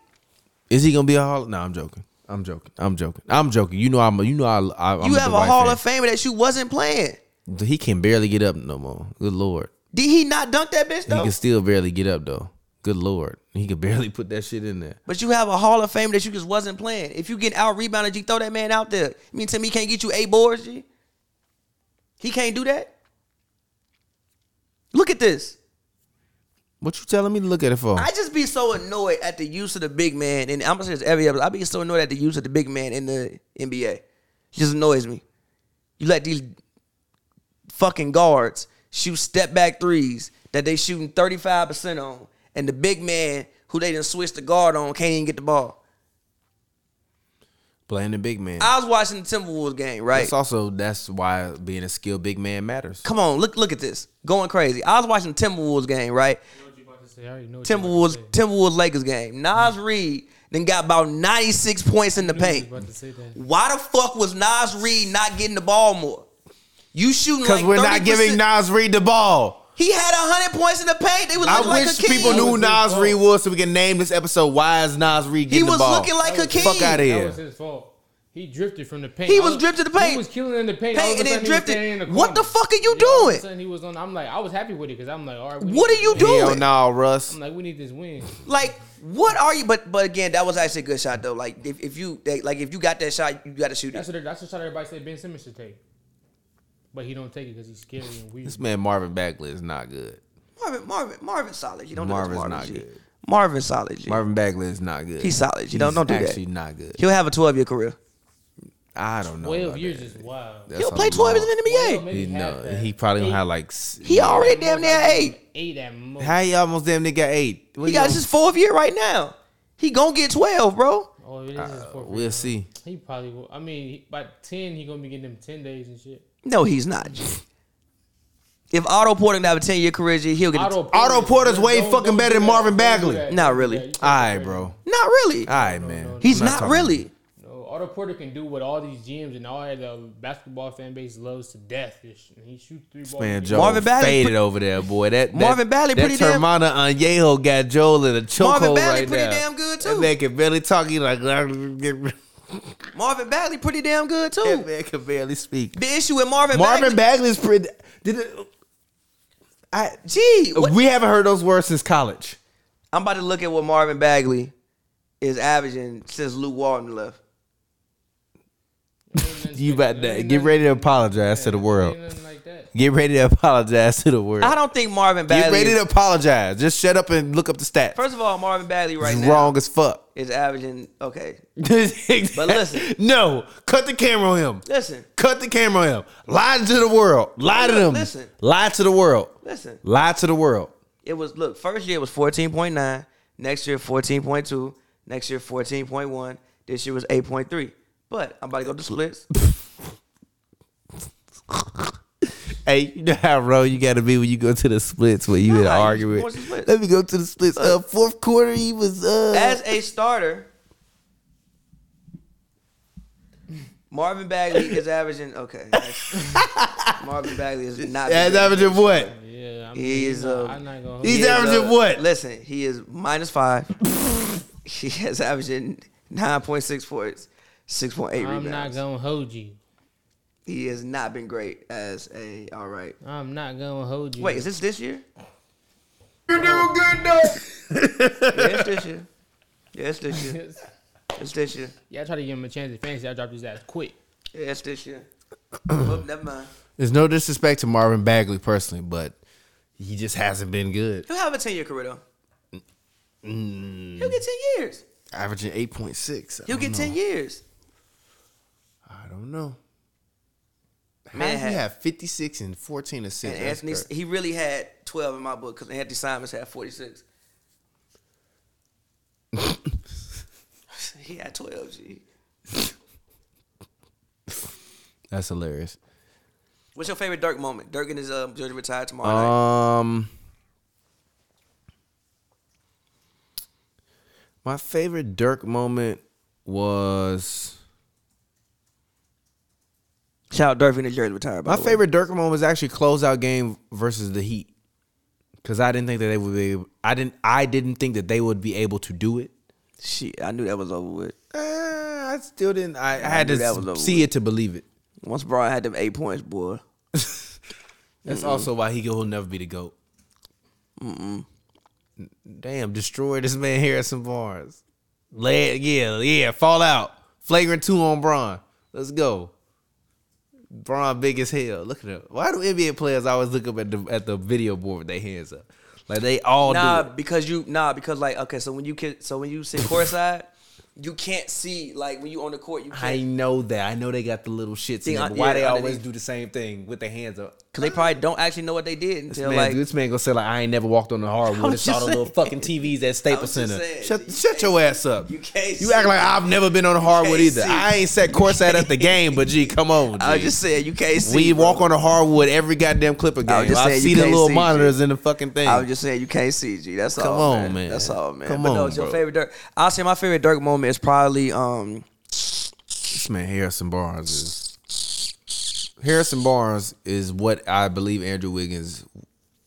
is he gonna be a Hall? No, I'm joking. I'm joking. I'm joking. I'm joking. You know I'm. You know I. I I'm
You have a
Dwight
Hall
fan.
of Famer that you wasn't playing.
He can barely get up no more. Good lord.
Did he not dunk that bitch
He
though?
can still barely get up though. Good lord. He can barely put that shit in there.
But you have a Hall of Famer that you just wasn't playing. If you get out rebounded, you throw that man out there. You mean to me he can't get you eight boards, G? He can't do that? Look at this.
What you telling me to look at it for?
I just be so annoyed at the use of the big man, and I'm gonna say this every episode. I be so annoyed at the use of the big man in the NBA. It just annoys me. You let these fucking guards shoot step back threes that they shooting 35 percent on, and the big man who they didn't switch the guard on can't even get the ball.
Playing the big man.
I was watching the Timberwolves game, right?
That's also that's why being a skilled big man matters.
Come on, look look at this, going crazy. I was watching the Timberwolves game, right?
I know what you about to say. I already know. what you about
Timberwolves
to say.
Timberwolves Lakers game. Nas Reed then got about 96 points in the
I knew you
paint.
was about to say that.
Why the fuck was Nas Reed not getting the ball more? You shooting
Because
because
we're not giving Nas Reed the ball.
He had hundred points in the paint. They was
I
looking like
wish
Hakeem.
people knew
was his
Nas
fault.
Reed was Oh. so we can name this episode "Why Is Nas Reed
he
Getting
was
the Ball?"
looking like
That was-
Hakeem.
Fuck outta
That
here.
was his fault. He drifted from the paint.
He
All
was
of-
drifted to the paint.
He was killing in the paint.
Paint
All of a
and then
sudden he was
drifted.
standing in
What the
corner.
fuck are you
Yeah, all of a
doing?
sudden he was on. I'm like, I was happy with it because I'm like, all right. we
What
need
are you
this win.
doing?
Hell no, Russ.
I'm like, we need this win.
Like what are you? But but again, that was actually a good shot though. Like if, if you they, like if you got that shot, you got to shoot
That's
it.
what that's what shot everybody said Ben Simmons should take, but he don't take it because he's scary and weird.
This man Marvin Bagley is not good.
Marvin Marvin Marvin solid. You don't
Marvin's
do this, Marvin
not
G.
good.
Marvin solid. G.
Marvin Bagley is not good.
He's solid. You don't-
He's
don't do that.
actually not good.
He'll have a twelve year career.
I don't know.
Twelve
about
years
that.
is wild.
That's
He'll play
a
twelve years
lot.
in the NBA.
Maybe
He,
half
no,
that.
he probably gonna
Eight.
have like. s-
He already damn near eight.
Eight at most.
How he almost damn near got eight? What
Oh. He
you
got
gonna-
this is fourth year right now. He gonna get twelve, bro.
Oh, it is his
Uh,
fourth
we'll
round.
see.
He probably will. I mean, he, by ten, he gonna be getting them ten days and shit.
No, he's not. G. If Otto Porter can have a ten year career, G, he'll get. A t-
Otto Porter's way
don't-
fucking
don't
better
do
than
that.
Marvin
Don't do
Bagley.
that.
Not really.
Yeah, you can't
All right,
compare
bro.
them.
All
not really.
right, man.
He's
I'm
not,
talking-
really.
No, Otto Porter can do what all these GMs and all the basketball fan base loves to death. Is he shoots three balls?
Man,
a
Joel
Marvin Bagley
faded
pre-
over there, boy. That that-
Marvin Bagley
that
pretty damn-
Termana Anyeho got Joel in a chokehold
Marvin Bagley
right
pretty
now.
damn good,
That
too.
man can barely talk. He like that
Marvin Bagley pretty damn good too.
man can barely speak.
The issue with Marvin,
Marvin
Bagley,
Bagley's pretty. Did it, I?
gee, what-
We haven't heard those words since college.
Uh, I'm about to look at what Marvin Bagley is averaging since Luke Walton left.
game.
You about that? Get ready to apologize to the world.
Nothing like that.
Get ready to apologize to the world.
I don't think Marvin
Get
Bagley.
ready to apologize. Just shut up and look up the stats.
first of all, Marvin Bagley right
it's
now
wrong as fuck.
is averaging. Okay,
but
listen.
no, cut the camera on him.
listen,
Cut the camera on him. Lie to the world. Lie to
Look,
them.
listen.
Lie to the world.
listen.
Lie to the world.
It was look. First year was fourteen point nine. Next year fourteen point two. Next year fourteen point one. This year was eight point three. But I'm about to go to splits.
Hey, you know how wrong you got to be when you go to the splits when you in an
Nah, you
argument.
supposed to split.
Let me go to the splits. Uh, fourth quarter, he was uh.
As a starter, Marvin Bagley is averaging. Okay, Marvin Bagley is not.
as averaging what?
Yeah, I'm,
He's, uh,
I'm not gonna.
He's
He is,
averaging
uh,
what?
Listen, he is minus five. he is averaging nine point six points, six point eight
I'm
rebounds.
not gonna hold you.
he has not been great as a. All right.
I'm not gonna hold you.
Wait, is this this year?
You're doing good though.
Yeah, it's this year. Yeah, it's this year. It's this year.
yeah, I tried to give him a chance at fantasy. I dropped his ass quick.
Yeah, it's this year. oh, never mind.
There's no disrespect to Marvin Bagley personally, but he just hasn't been good.
He'll have a ten year career though.
Mm.
He'll get ten years.
Averaging eight point six.
He'll get ten years.
I don't know. How
Man,
did
had-
he have fifty six and fourteen assists?
And
That's
Anthony,
crazy.
he really had twelve in my book because Anthony Simons had forty six. he had twelve. G.
That's hilarious.
What's your favorite Dirk moment? Dirk and his uh, Georgia retired tomorrow night.
Um, my favorite Dirk moment was
Uh, Shout out Dirk and his Jersey retired. By
my
the way.
favorite Dirk moment was actually closeout game versus the Heat because I didn't think that they would be. Able, I didn't. I didn't think that they would be able to do it.
Shit, I knew that was over with.
Uh, I still didn't. I, I had
knew that was
to
over
see it to believe it.
Once Braun had them eight points, boy.
That's also why he will never be the goat. Mm-mm. Damn, destroy this man Harrison Barnes. Lay, yeah, yeah, fall out. Flagrant two on Braun. Let's go. Braun big as hell. Look at him. Why do NBA players always look up at the at the video board with their hands up? Like they all
Nah,
do. it.
because you nah because like okay, so when you can so when you sit courtside, you can't see like when you on the court you
I
can't
know that. I know they got the little shits in
Thing
there,
un-
but why
yeah,
they always
underneath.
do the same thing with their hands up?
because they probably don't actually know what they did
This
until
man,
like
dude, this man gonna say like I ain't never walked on the hardwood and
was
saw
just
the little
saying.
fucking TVs at Staples
was just
Center.
saying,
Shut,
you
shut your ass up.
you can't
You act
see.
like I've never been on the hardwood
can't
either.
see.
I ain't set courtside at the game, but gee, come on.
I was
G.
just saying you can't see.
we
bro.
walk on the hardwood every goddamn Clipper game.
I was
I,
just saying,
see
you
the
can't
little
see, G.
monitors in the fucking thing.
I was just saying you can't see G. That's
Come
all.
on,
man.
man.
That's all, man.
Come
but no,
on,
it's your
bro.
favorite Dirk. I'll say my favorite Dirk moment is probably um
this man Harrison Barnes is Harrison Barnes is what I believe Andrew Wiggins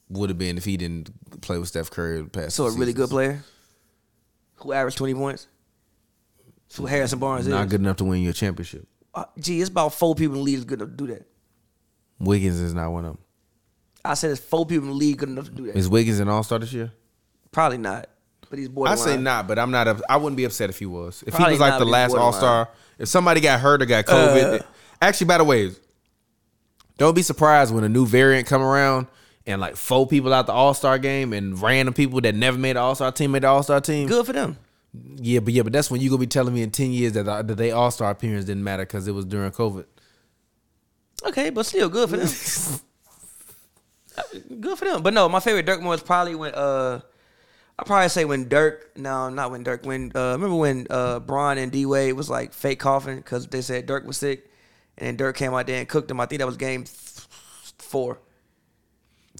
would have been if he didn't play with Steph Curry the past.
so a
two
really good
seasons.
player who averaged twenty points. That's who Harrison Barnes
Not
is.
good enough to win you a championship.
Uh, G, it's about four people in the league is good enough to do that.
Wiggins is not one of them.
I said it's four people in the league good enough to do that.
Is Wiggins an All Star this year?
Probably not. But he's
I
borderline.
say not, but I'm not. up- I wouldn't be upset if he was. If he
Probably
was like
not,
the
but he's
last All
borderline. Uh,
Star, if somebody got hurt or got COVID. actually, by the way, don't be surprised when a new variant come around and like four people out the All Star game and random people that never made the All Star team made the All Star team.
Good for them.
Yeah, but yeah, but that's when you gonna be telling me in ten years that the, that they All Star appearance didn't matter because it was during COVID.
Okay, but still good for them. good for them. But no, my favorite Dirk moment is probably when uh I probably say when Dirk, no, not when Dirk, when uh remember when uh Braun and D Wade was like fake coughing because they said Dirk was sick and then Dirk came out there and cooked him. I think that was game th- four.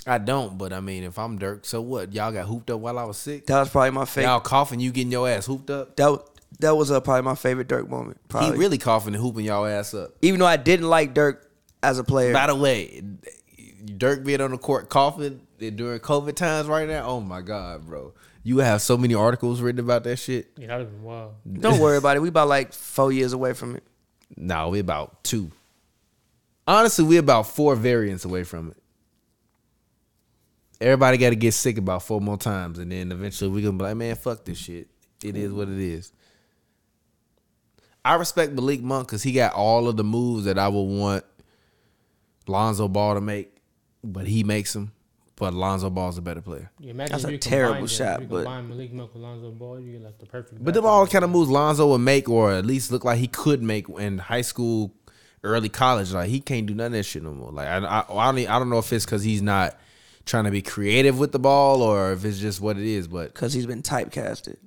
I don't, but I mean, if I'm Dirk, so what? Y'all got hooped up while I was sick.
That was probably my favorite
Y'all coughing, you getting your ass hooped up.
that was that was uh, probably my favorite Dirk moment. Probably.
He really coughing and hooping y'all ass up.
even though I didn't like Dirk as a player.
By the way, Dirk being on the court coughing during COVID times right now. Oh my god, bro! You have so many articles written about that shit.
Yeah, that'd have been wild.
Don't worry about it. We about like four years away from it.
Nah, we about two. Honestly, we about four variants away from it. Everybody got to get sick about four more times, and then eventually we gonna be like, man, fuck this shit. It is what it is. I respect Malik Monk because he got all of the moves that I would want Lonzo Ball to make. but he makes them. But Lonzo Ball's a better player.
Yeah, imagine
That's
if
a
you
terrible
combine them.
shot,
If you
but-
combine Malik Monk with Lonzo Ball, you get like the perfect.
But them
backcourt.
all kind of moves Lonzo would make, or at least look like he could make in high school, early college. Like he can't do none of that shit no more. Like I, I, I don't, e- I don't know if it's because he's not trying to be creative with the ball, or if it's just what it is. But
because he's been typecasted.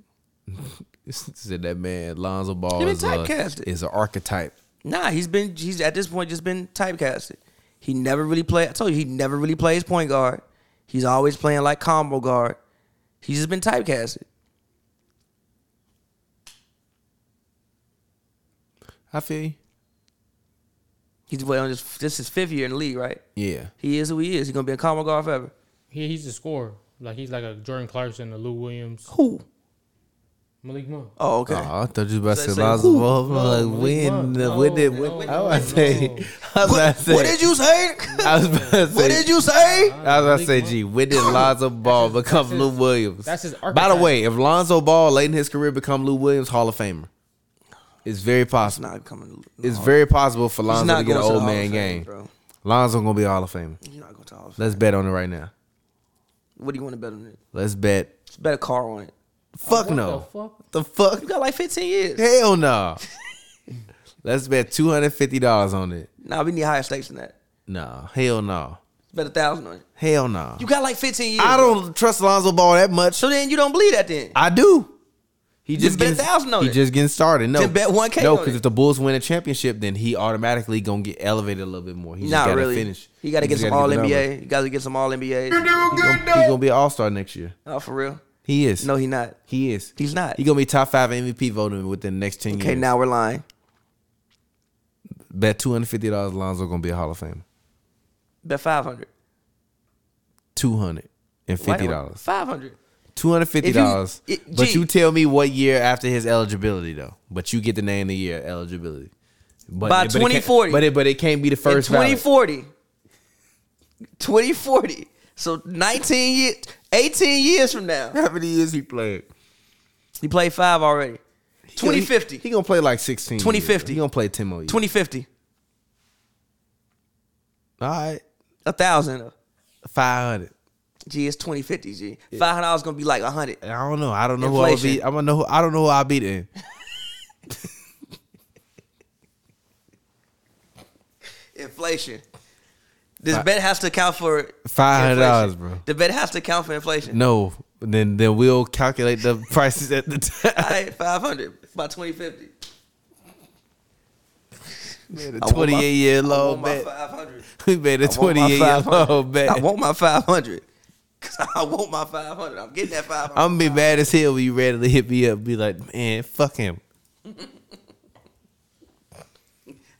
said that man Lonzo Ball
He been
is, a,
typecasted.
is an archetype.
Nah, he's been he's at this point just been typecasted. He never really played. I told you he never really plays point guard. He's always playing like combo guard. He's just been typecasted.
I feel you.
He's well, this this is fifth year in the league, right?
Yeah,
He is who he is. He's gonna be a combo guard forever.
he, he's a scorer. Like he's like a Jordan Clarkson, a Lou Williams,
Who?
Malik Monk.
Oh, okay.
Oh, I thought you was about to
So-
say
so
Lonzo
who?
Ball. I'm
No,
like,
Malik
when,
Monk.
the-
No,
when did,
no,
when,
no,
I was about to say,
no.
I was about to say,
What did you say?
I was about to say,
What did you say?
I was about to
Malik
say,
Monk.
gee, when did Lonzo Ball
his-
become
that's his-
Lou Williams?
that's his
By the
archetype.
way, if Lonzo Ball late in his career become Lou Williams, Hall of Famer, it's very
It's
possible.
not coming.
It's very possible for
He's
Lonzo to get
going
an
the Hall
old
of
man
Fame,
game.
bro.
Lonzo gonna be a Hall of Famer.
He's not going to Hall of Fame.
Let's bet on it right now.
What do you want to bet on it?
Let's bet.
Let's bet a car on it.
Fuck
What
no.
the fuck?
The fuck?
You got like 15 years.
Hell no. Let's bet two hundred fifty dollars on it.
Nah, we need higher stakes than that.
No. Hell no.
Bet a thousand on it.
Hell no.
You got like 15 years.
I
bro.
don't trust Lonzo Ball that much.
So then you don't believe that then.
I do. He
Just bet a thousand on
He
it.
just getting started. No,
Just bet 1K
No,
on
because
it.
if the Bulls win a championship, then he automatically gonna get elevated a little bit more. He just
Not
gotta
really.
finish.
He got to get
just
some All
the numbers.
NBA. You got to get some All NBA.
He gonna, he gonna be an All Star next year.
Oh, for real?
He is.
No, he not.
he is.
He's not.
He gonna be top five MVP voting within the next ten
Okay,
years.
now we're lying.
bet two hundred fifty dollars. Lonzo gonna be a Hall of Famer.
Bet 500.
Two hundred and fifty dollars.
500.
Two hundred fifty dollars.
If you- it-
But
G.
you tell me what year after his eligibility though. But you get the name of the year eligibility.
By
But but it can't-
2040.
But it but it can't be the
In
first. ballot.
2040. 2040. So 19 years, 18 years from now.
How many years he played?
He played five already. 2050.
He, gonna play like sixteen. years.
2050.
He gonna play ten more years.
2050.
All right,
A thousand.
five hundred.
G, it's 2050, G. Five hundred dollars gonna be like a hundred.
I don't know. I don't know who I would
Inflation.
be. I'm gonna know. Who, I don't know who I beat in.
Inflation. This bet has to account for
Five hundred dollars,
inflation.
bro.
The bet has to account for inflation.
No, then then we'll calculate the prices at the
All
time.
right, five hundred by twenty fifty.
Man, a Twenty eight year low bet.
Five hundred.
We made a twenty eight year low
I
bet.
want my five hundred. Cause I want my five hundred. I'm getting that five hundred.
I'm gonna be mad as hell when you randomly hit me up. and Be like, man, fuck him.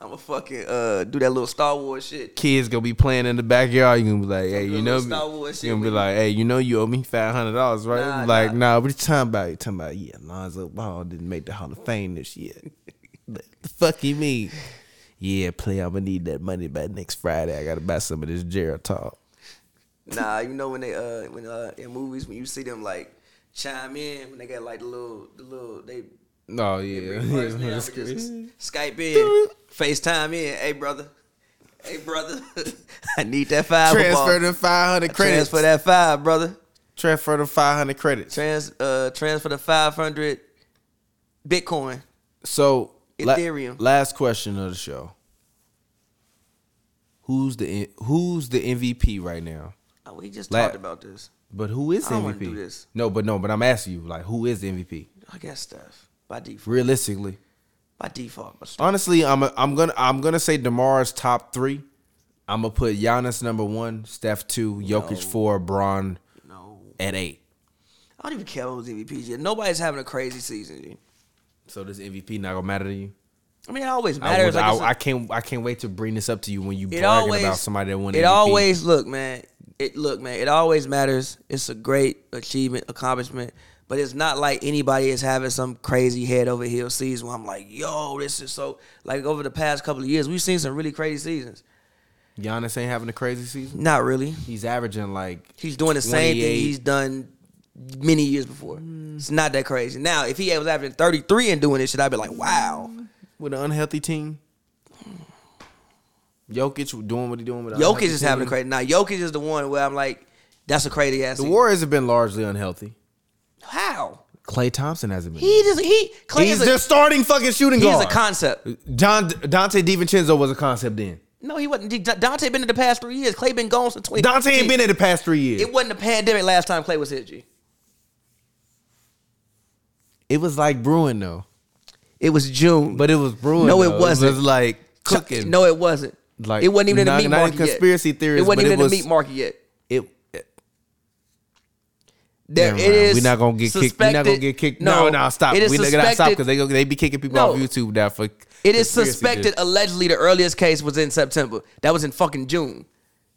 I'm gonna fucking uh do that little Star Wars shit.
Kids gonna be playing in the backyard. You gonna be like, hey,
do
you
a
know,
little Star
me.
Wars
you
shit
gonna be
with
like, hey, you know, you owe me five hundred dollars, right?
Nah,
like, nah. what you talking about? You talking about? Yeah, Lonzo Ball didn't make the Hall of Fame this year. the fuck you mean? Yeah, play. I'm gonna need that money by next Friday. I gotta buy some of this Geritol.
Nah, you know when they uh when uh in movies when you see them like chime in when they got like the little the little they
Oh yeah,
First thing I would just Skype in, FaceTime in. Hey brother, hey brother, I need that five.
transfer
ball.
the five hundred credits.
Transfer that five, brother.
Transfer the five hundred credits.
Trans uh transfer the five hundred Bitcoin.
So la-
Ethereum.
last question of the show. Who's the who's the MVP right now?
Oh, we just
La-
talked about this.
But who is
I
the
don't wanna
MVP?
do this.
No, but no, but I'm asking you, like, who is the MVP
I guess stuff by default.
realistically?
By default, but stuff.
Honestly, I'm a, I'm gonna I'm gonna say Demar's top three. I'm gonna put Giannis number one, Steph two, Jokic four, Braun
no.
at eight.
I don't even care who's MVP. Yet. Nobody's having a crazy season. G.
So does MVP not gonna matter to you?
I mean, it always
I,
matters.
was,
Like,
I,
it's a-
I can't I can't wait to bring this up to you when you
it
bragging
always
about somebody that won.
It
MVP.
always look, man. It look, man. It always matters. It's a great achievement, accomplishment, but it's not like anybody is having some crazy head over heels season. Where I'm like, yo, this is so like over the past couple of years, we've seen some really crazy seasons.
Giannis ain't having a crazy season.
Not really.
He's averaging like
He's doing the same thing
28.
he's done many years before. It's not that crazy. Now, if he was averaging
Mm-hmm.
33 and doing this shit, I'd be like, wow.
with an unhealthy team. Jokic doing what he doing with
Jokic is having a crazy. Now Jokic is the one where I'm like, that's a crazy ass.
The
season.
Warriors have been largely unhealthy.
How
Clay Thompson hasn't been.
he just he Clay
he's
is
their
a,
starting fucking shooting
he's
guard.
a concept.
John Dante Divincenzo was a concept then.
No, he wasn't. D- Dante been in the past three years. Clay been gone since twenty.
Dante ain't been in the past three years.
It wasn't a pandemic last time Clay was here. G.
It was like brewing though,
It was June,
but it was brewing.
No, it
though.
wasn't.
It was like cooking.
No, it wasn't.
Like,
Like it wasn't even in
not-
the meat
not in
market.
conspiracy
yet.
theories,
It wasn't
but
even
it
in
was-
the meat market yet.
it.
There,
Never
it
mind.
is.
We not gonna get kicked. We not gonna
suspected-
get kicked. No, no, stop.
It is
We not gonna
suspected.
stop because they go. They be kicking people
No.
off YouTube now for.
it is
conspiracy
suspected.
theories.
Allegedly, the earliest case was in September. That was in fucking June.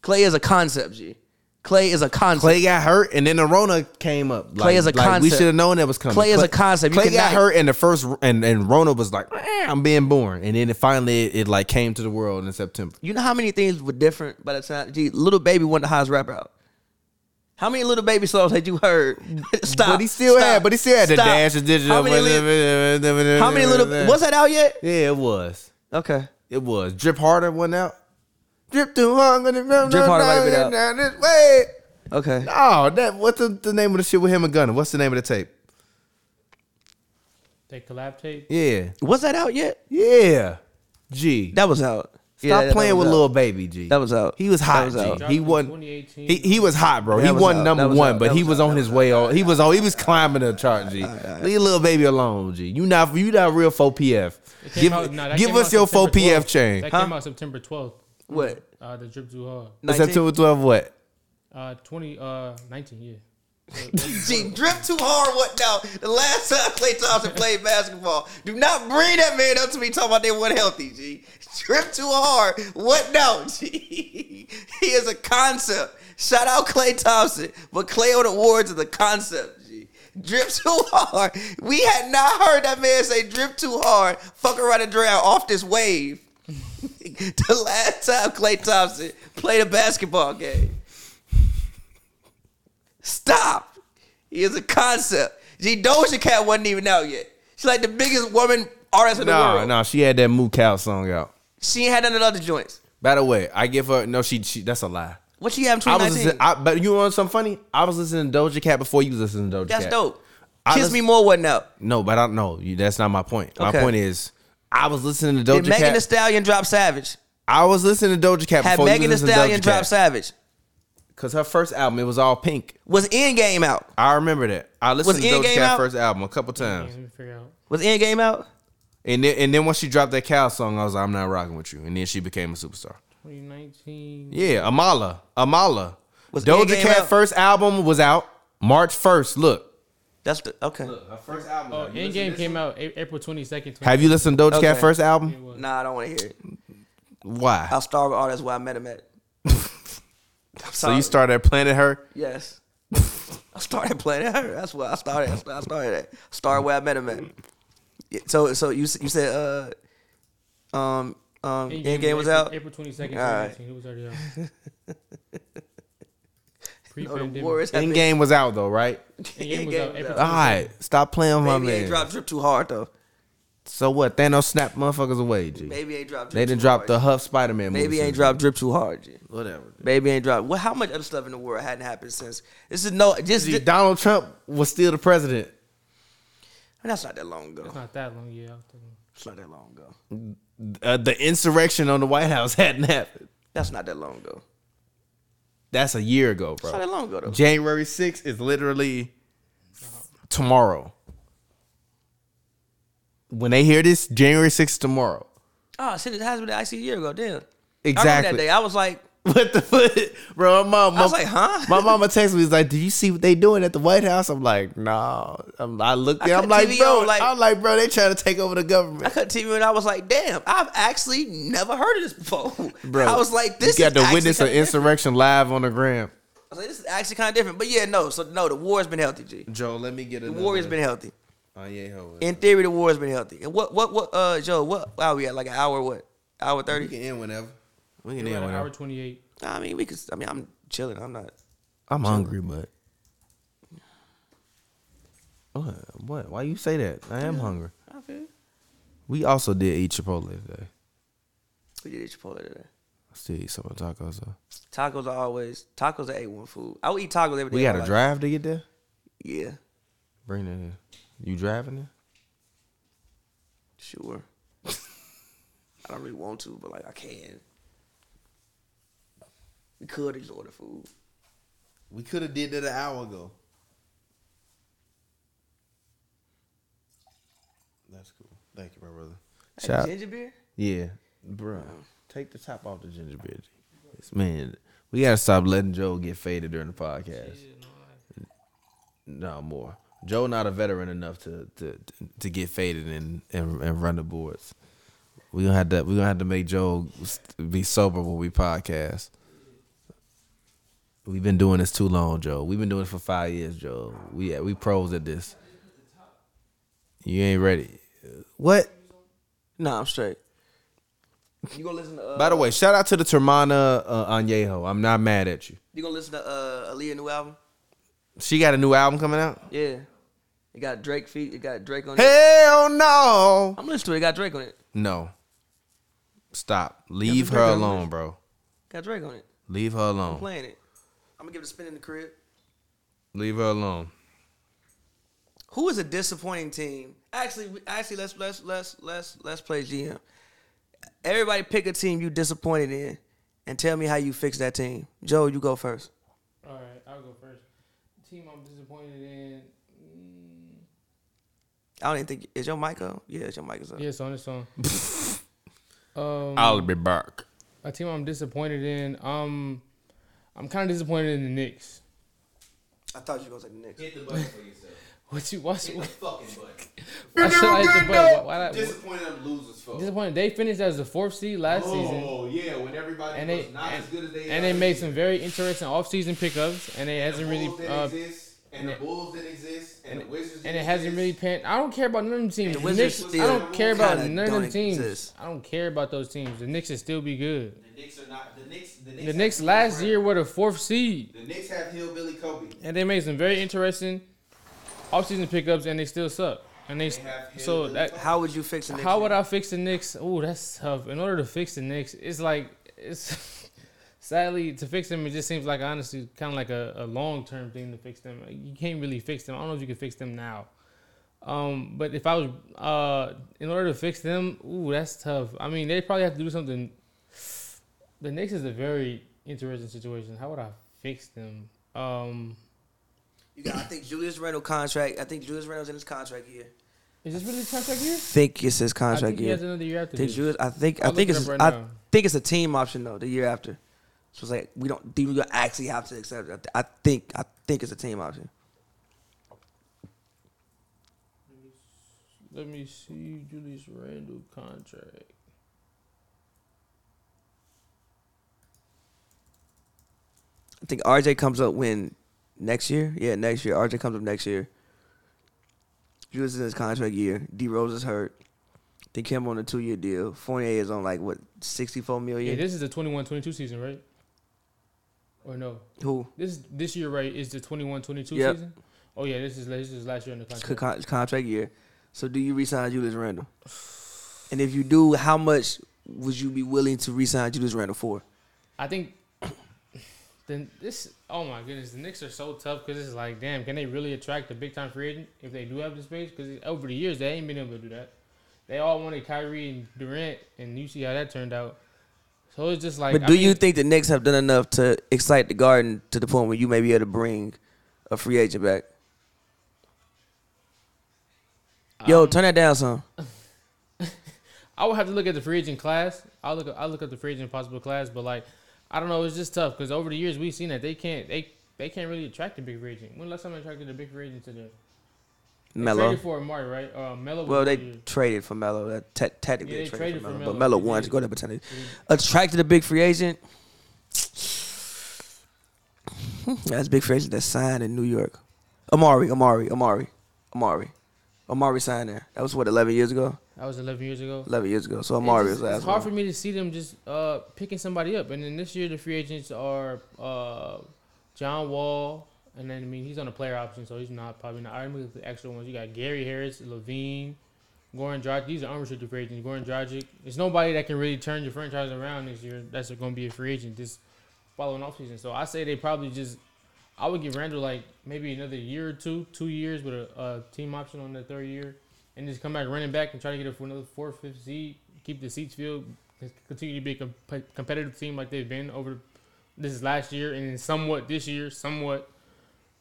Clay is a concept. G. Clay is a concept.
Clay got hurt, and then the Rona came up. Like,
Clay is a
like, We
concept.
should have known that was coming.
Clay is a concept. You
Clay got
cannot-
hurt, and the first, and and Rona was like, "Eh, I'm being born, and then it finally it, like came to the world in September.
You know how many things were different by the time G Little Baby won the hottest rapper out. How many Little Baby songs had you heard? stop.
But he still
stop,
had. But he still had the
stop.
dash and digital.
How many, li- how many little? Was that out yet?
Yeah, it was.
Okay.
It was. Drip harder went out. Drip too hard. Drip
Drip Harder might have been out.
Down this way.
Okay.
Oh, that what's the, the name of the shit with him and Gunner? What's the name of the tape?
They collab tape.
Yeah,
Was that out yet?
yeah. G,
That was out. Yeah,
stop
that- that
playing
was
with
out.
Lil Baby. G,
That was out.
He was
That
hot.
was
G.
out.
He wasn't.
2018.
He, he was hot, bro.
That
he
was
wasn't
out.
number
That was
one,
out.
but
That
he
was
was
out.
on his way on. He was on. He was climbing the chart. G, leave Lil Baby alone. G, you not you not real faux PF.
It came
Give,
out- nah, that
give
came out
us your faux PF
September 12th.
chain.
That
Huh?
came out September 12th.
What?
Uh, the drip too hard.
19?
September 12, what?
Uh, 20, uh, 19, yeah.
G, drip too hard. What now? The last time Clay Thompson played basketball, do not bring that man up to me talking about they weren't healthy. G, drip too hard. What now? G, he is a concept. Shout out Clay Thompson, but Clay on awards is a concept. G, drip too hard. We had not heard that man say drip too hard. Fuck around and drown off this wave. the last time Clay Thompson played a basketball game. Stop. He is a concept. G Doja Cat wasn't even out yet. She's like the biggest woman artist in the
No,
world.
no, she had that Moo Cow song out.
She ain't had none of the other joints.
By the way, I give her no. She, she that's a lie.
What she had in
I was,
2019?
listening- I, but you want something funny? I was listening to Doja Cat before you was listening to Doja
That's
Cat.
dope.
I
Kiss
lis-
Me More wasn't out.
No, but I don't know. You- That's not my point. My
Okay.
point is, I was listening to
Did
Doja
Megan
Cat.
Thee Stallion drop Savage?
I was listening to Doja Cat
Had
before
Megan
you
Thee
was listening
Stallion
to Doja
drop
Cat.
Savage?
Because her first album, it was all pink.
Was Endgame out?
I remember that. I listened to Doja
Endgame
Cat
out?
first album a couple
Yeah,
times,
let me figure out.
Was Endgame out?
and then and then once she dropped that cow song, I was like, I'm not rocking with you. And then she became a superstar.
2019.
Yeah, Amala, Amala.
Was
Doja
Endgame
Cat
out?
first album was out March first. Look,
That's the okay.
her first album.
Oh, Endgame came out A- April 22nd.
Have you listened to Doja Cat
Okay.
first album?
Nah, I don't want to hear it.
Why?
I'll starve all. That's where I met him at. I'm
So
sorry.
you started planning her.
Yes. I started playing at her. That's where I started. I started- I started at. Started where I met him at. Yeah, So so you s- you said uh um um Endgame was out.
April 22nd,
All right.
2019. It was already out.
No, Oh, the
Pre-pandemic.
Warriors have
Endgame
been-
was out though, right?
Endgame was
Endgame
out
was
April
All right, stop playing with my
Maybe
man.
ain't dropped drip too hard though.
so what? Thanos snapped motherfuckers away, G.
Maybe ain't dropped. Drip
they didn't
too
drop
hard.
the Huff Spider Man.
Maybe ain't dropped drip too hard. G.
whatever.
Baby ain't dropped. Well, how much other stuff in the world hadn't happened since? This is no. Just
G, Donald Trump was still the president.
that's not that long ago.
It's not that long, yeah. I was thinking.
It's not that long ago.
Uh, the insurrection on the White House hadn't happened.
That's not that long ago.
That's a year ago,
It's not that
bro.
long ago though.
January 6th is literally tomorrow. When they hear this, January 6th tomorrow.
Oh shit! It has been actually a year ago. Damn. I remember that
Exactly.
day. I was like,
What the foot, bro? My mom,
I was like, huh?
My mama texted me. Was like, "Did you see what they doing at the White House?" I'm like, "Nah." I'm, I looked. There,
I
I'm
cut
like,
TV
bro.
on, like-
I'm like, bro. They trying to take over the
I
government.
cut TV and I was like, damn, I've actually never heard of this before.
Bro,
I was like, this
You
is
got to
actually
witness an
kinda different.
insurrection live on the gram.
I was like, this is actually kind of different. But yeah, no. So no, the war's been healthy, G.
Joe, let me get
The war has been healthy.
Oh yeah, hold
In theory, the war's been healthy. And what what what uh Joe, what are we at? Like an hour what? Hour thirty?
end whenever. We can
We're at
end
an hour
whenever.
28.
I mean we could I mean I'm chilling. I'm not
I'm hungry, but. What? What? Why you say that? I am hungry.
I feel you.
We also did eat Chipotle today.
we did at Chipotle today.
still eat some of the tacos though.
Tacos are always tacos are a one food. I would eat tacos every day.
We
of
got
my
to
life.
drive to get there.
Yeah,
Bring that in. You driving there?
sure. I don't really want to, but like I can. We could just order food.
We could have did that an hour ago. That's cool. Thank you, my brother.
Hey,
Shout-
ginger beer.
Yeah, bro. Take the top off the ginger beer. It's- Man, we gotta stop letting Joe get faded during the podcast. No more. Joe not a veteran enough to to to get faded and and, and run the boards. We gonna have to we gonna have to make Joe be sober when we podcast. We've been doing this too long, Joe. We've been doing it for five years, Joe. We we pros at this. You ain't ready. What?
Nah, I'm straight. You gonna listen to? Uh,
By the way, shout out to the Termana uh, Añejo. I'm not mad at you.
you gonna listen to uh, Aaliyah new album?
She got a new album coming out.
Yeah, it got Drake feet. It got Drake on it.
Hell no.
I'm listening to it. It got Drake on it.
No. Stop. Leave
put
her
that on
alone,
this.
bro.
Got Drake on it.
Leave her alone.
Playing it. I'm gonna give it a spin in the crib.
Leave her alone.
Who is a disappointing team? Actually, we- actually, let's let's let's let's let's play GM. Everybody pick a team you disappointed in, and tell me how you fix that team. Joe, you go first.
All right, I'll go first. Team I'm disappointed in. mm,
I don't even think is your mic on. Yeah, it's your mic is up.
Yes, on this song. um,
I'll be back.
a team I'm disappointed in. Um, I'm kind of disappointed in the Knicks.
I thought you were gonna say the Knicks.
Hit the button for yourself.
What you watch? Why
fucking button.
why should I hit the button? Why- why-
Disappointed them losers for.
Disappointed. They finished as the fourth seed last season,
Oh yeah, when everybody
and they
was not
and,
as good as they
and
are,
they made some very interesting offseason pickups, and it hasn't
the
really
Bulls didn't
uh,
exist, and, the Bulls didn't exist, and, the Wizards
and
didn't
it hasn't
exist.
really panned. I don't care about none of them teams.
The
The
Wizards
Knicks, I
still
don't care about
kinda
none of them
don't
teams.
exist.
I don't care about those teams. The Knicks should still be good.
The Knicks are not. The Knicks. The Knicks,
The
have
Knicks
Kobe
last
Bryant.
year were the fourth seed,
The Knicks have hillbilly Kobe.
and they made some very interesting offseason pickups, and they still suck. And they,
have
so
hillbilly
that
How would you fix the Knicks?
how would I fix the Knicks? Oh, that's tough. In order to fix the Knicks, it's like it's sadly to fix them. It just seems like honestly, kind of like a, a long term thing to fix them. You can't really fix them. I don't know if you can fix them now. Um, but if I was uh, in order to fix them, ooh, that's tough. I mean, they probably have to do something. The Knicks is a very interesting situation. How would I fix them? Um,
You got, I think Julius Randle contract. I think Julius Randle's in his contract year.
is this really his contract year?
Think it's his
I
contract
think he
year.
has another year after
Think
this.
Julius, I think i
I'll
think
look it
it's
up right
I
now.
think it's a team option though the year after. So it's like we don't do we gonna actually have to accept it. I think I think it's a team option.
Let me see Julius Randle contract.
I think RJ comes up when next year. Yeah, next year. RJ comes up next year. Julius is in his contract year. D Rose is hurt. Think him on a two year deal. Fournier is on like what sixty four
Yeah,
million.
this is the 21-22 season, right? Or no?
Who
This this year, right, is the 21-22
Yep.
season? Oh yeah, this is this is last year in the
Co-
contract.
con- contract year? So do you resign Julius Randle? And if you do, how much would you be willing to resign Julius Randle for?
I think then this oh my goodness, the Knicks are so tough cuz it's like, damn, can they really attract a big time free agent if they do have the space cuz over the years they ain't been able to do that. They all wanted Kyrie and Durant and you see how that turned out. So it's just like
But
I
do
mean-
you think the Knicks have done enough to excite the Garden to the point where you may be able to bring a free agent back? Yo,
Um,
turn that down, son.
I would have to look at the free agent class. I'll look. I look at the free agent possible class, but like, I don't know. It's just tough because over the years we've seen that they can't. They they can't really attract a big free agent. When last time they attracted a big free agent to them?
Melo.
Traded for Amari, right? Uh, Melo. was
Well, they
one year.
traded for Melo. That te- technically
Yeah,
they traded, for Melo, but
Melo.
Melo
They
won.
did.
Go to percentage. Attracted a big free agent. That's a big free agent that signed in New York. Amari, Amari, Amari, Amari, Amari signed there. That was what eleven years ago.
that was 11 years ago.
Eleven years ago. So
It's
Amari
just-
was last
It's hard
one.
for me to see them just uh, picking somebody up. And then this year, the free agents are uh, John Wall. And then, I mean, he's on a player option, so he's not probably not. I remember the actual ones. You got Gary Harris, Levine, Goran Dragic. These are unrestricted free agents. Goran Dragic. There's nobody that can really turn your franchise around this year. That's going to be a free agent this following off season. So I say they probably just. I would give Randall like maybe another year or two, two years with a, a team option on the third year, and just come back running back and try to get it for another fourth, fifth seed. Keep the seats filled. Continue to be a comp- competitive team like they've been over this is last year and then somewhat this year, somewhat.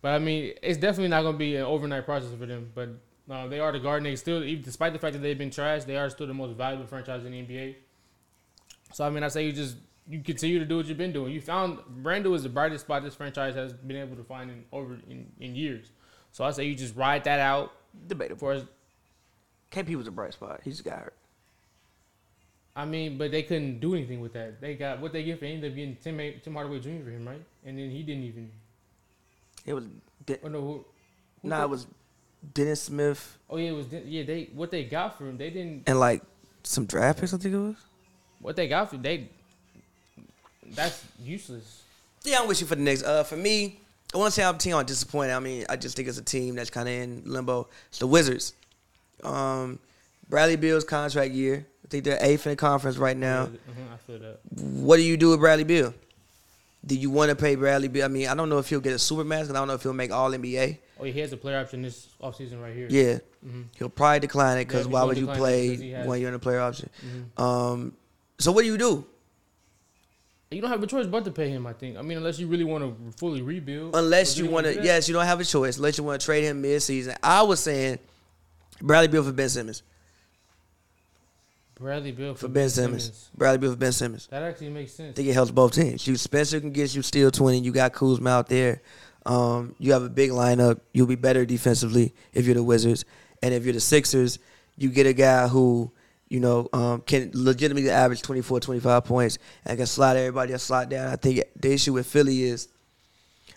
But I mean, it's definitely not going to be an overnight process for them. But uh, they are the guard. They still, even despite the fact that they've been trash, they are still the most valuable franchise in the NBA. So I mean, I say you just you continue to do what you've been doing. You found Randall is the brightest spot this franchise has been able to find in over in, in years. So I say you just ride that out
Debatable.
for us.
KP was a bright spot. He just got hurt.
I mean, but they couldn't do anything with that. They got what they get for ended up getting Tim Tim Hardaway Jr. for him, right? And then he didn't even.
It was De-
Oh no, who, who
nah.
put-
It was Dennis Smith
Oh yeah, it was yeah. They what they got for him. They didn't.
and like some draft picks. I think it was.
What they got for they. That's useless.
Yeah, I'm with you for the Knicks. Uh, for me, I want to say I'm team on disappointed. I mean, I just think it's a team that's kind of in limbo. It's the Wizards. Um, Bradley Bill's contract year. I think they're eighth in the conference right now.
Mhm, I feel that.
What do you do with Bradley Bill? Do you want to pay Bradley Bill? I mean, I don't know if he'll get a super max, and I don't know if he'll make All NBA.
Oh, yeah, he has a player option this offseason right here.
Yeah, he'll probably decline it
Mm-hmm. Yeah,
because
he's
why
gonna
would you
decline it 'cause he
play
has- Mm-hmm.
one year in a player option? Um, so what do you do?
You don't have a choice but to pay him. I think. I mean, unless you really want to fully rebuild.
Unless
But
you
then
want to,
do that.
yes, you don't have a choice. Unless you want to trade him mid-season. I was saying Bradley Bill for Ben Simmons.
Bradley Bill
For Ben Simmons. Bradley Bill for Ben Simmons.
That actually makes
I
sense.
think it helps both teams. You Spencer can get you steal 20. You got Kuzma out there. Um, you have a big lineup. You'll be better defensively if you're the Wizards. And if you're the Sixers, you get a guy who, you know, um, can legitimately average 24, 25 points and can slide everybody else slide down. I think the issue with Philly is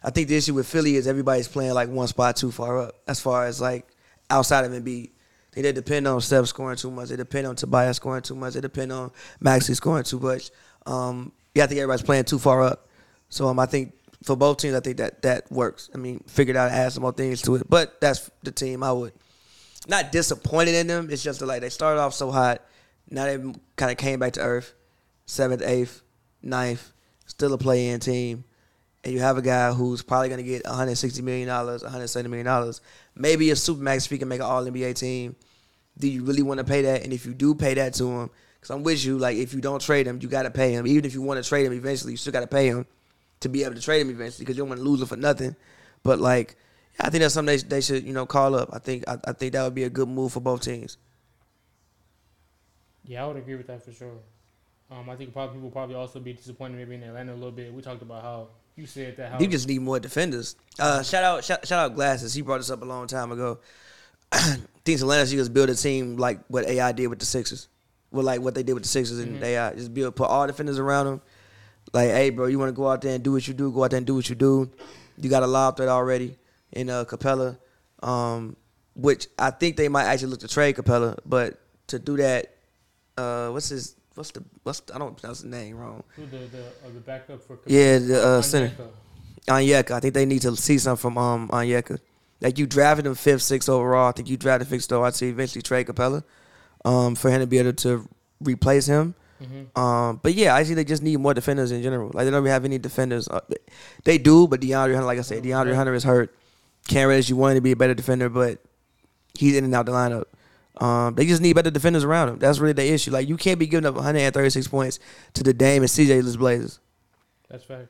I think the issue with Philly is everybody's playing like one spot too far up as far as like outside of Embiid. They, they depend on Steph scoring too much. They depend on Tobias scoring too much. They depend on Maxi scoring too much. Um, yeah, I think everybody's playing too far up. So um, I think for both teams, I think that that works. I mean, figured out add some more things to it, but that's the team I would not disappointed in them. It's just that, like they started off so hot. Now they kind of came back to earth. Seventh, eighth, ninth, still a play-in team, and you have a guy who's probably going to get 160 million dollars, 170 million dollars, maybe a supermax if he can make an All NBA team. Do you really want to pay that? And if you do pay that to him, because I'm with you, like if you don't trade him, you got to pay him. Even if you want to trade him eventually, you still got to pay him to be able to trade him eventually because you don't want to lose him for nothing. But like, I think that's something they, they should you know call up. I think I, I think that would be a good move for both teams.
Yeah, I would agree with that for sure. Um, I think probably people probably also be disappointed maybe in Atlanta a little bit. We talked about how you said that how
You just need more defenders. Uh, shout out shout, shout out Glasses. He brought this up a long time ago. Thinks Atlanta should just build a team like what AI did with the Sixers, well like what they did with the Sixers and AI. Just build put all defenders around them. Like, hey, bro, you want to go out there and do what you do? Go out there and do what you do. You got a lob threat already in uh, Capella, um, which I think they might actually look to trade Capella, but to do that, uh, what's his? What's the? What's the, I don't pronounce his name wrong.
who the the, uh, the backup for
Yeah, the uh,
Onyeka.
center. Onyeka. I think they need to see something from um Onyeka. Like you drafted him fifth, sixth overall. I think you drafted fifth overall to eventually trade Capella, um, for him to be able to replace him. Um, but yeah, I see they just need more defenders in general. Like they don't really have any defenders. Uh, they- They do, but DeAndre Hunter, like I said, DeAndre Hunter is hurt. Cam Reddish, you want him to be a better defender, but he's in and out the lineup. Um, they just need better defenders around him. That's really the issue. Like you can't be giving up 136 points to the Dame and CJ List Blazers.
That's fact.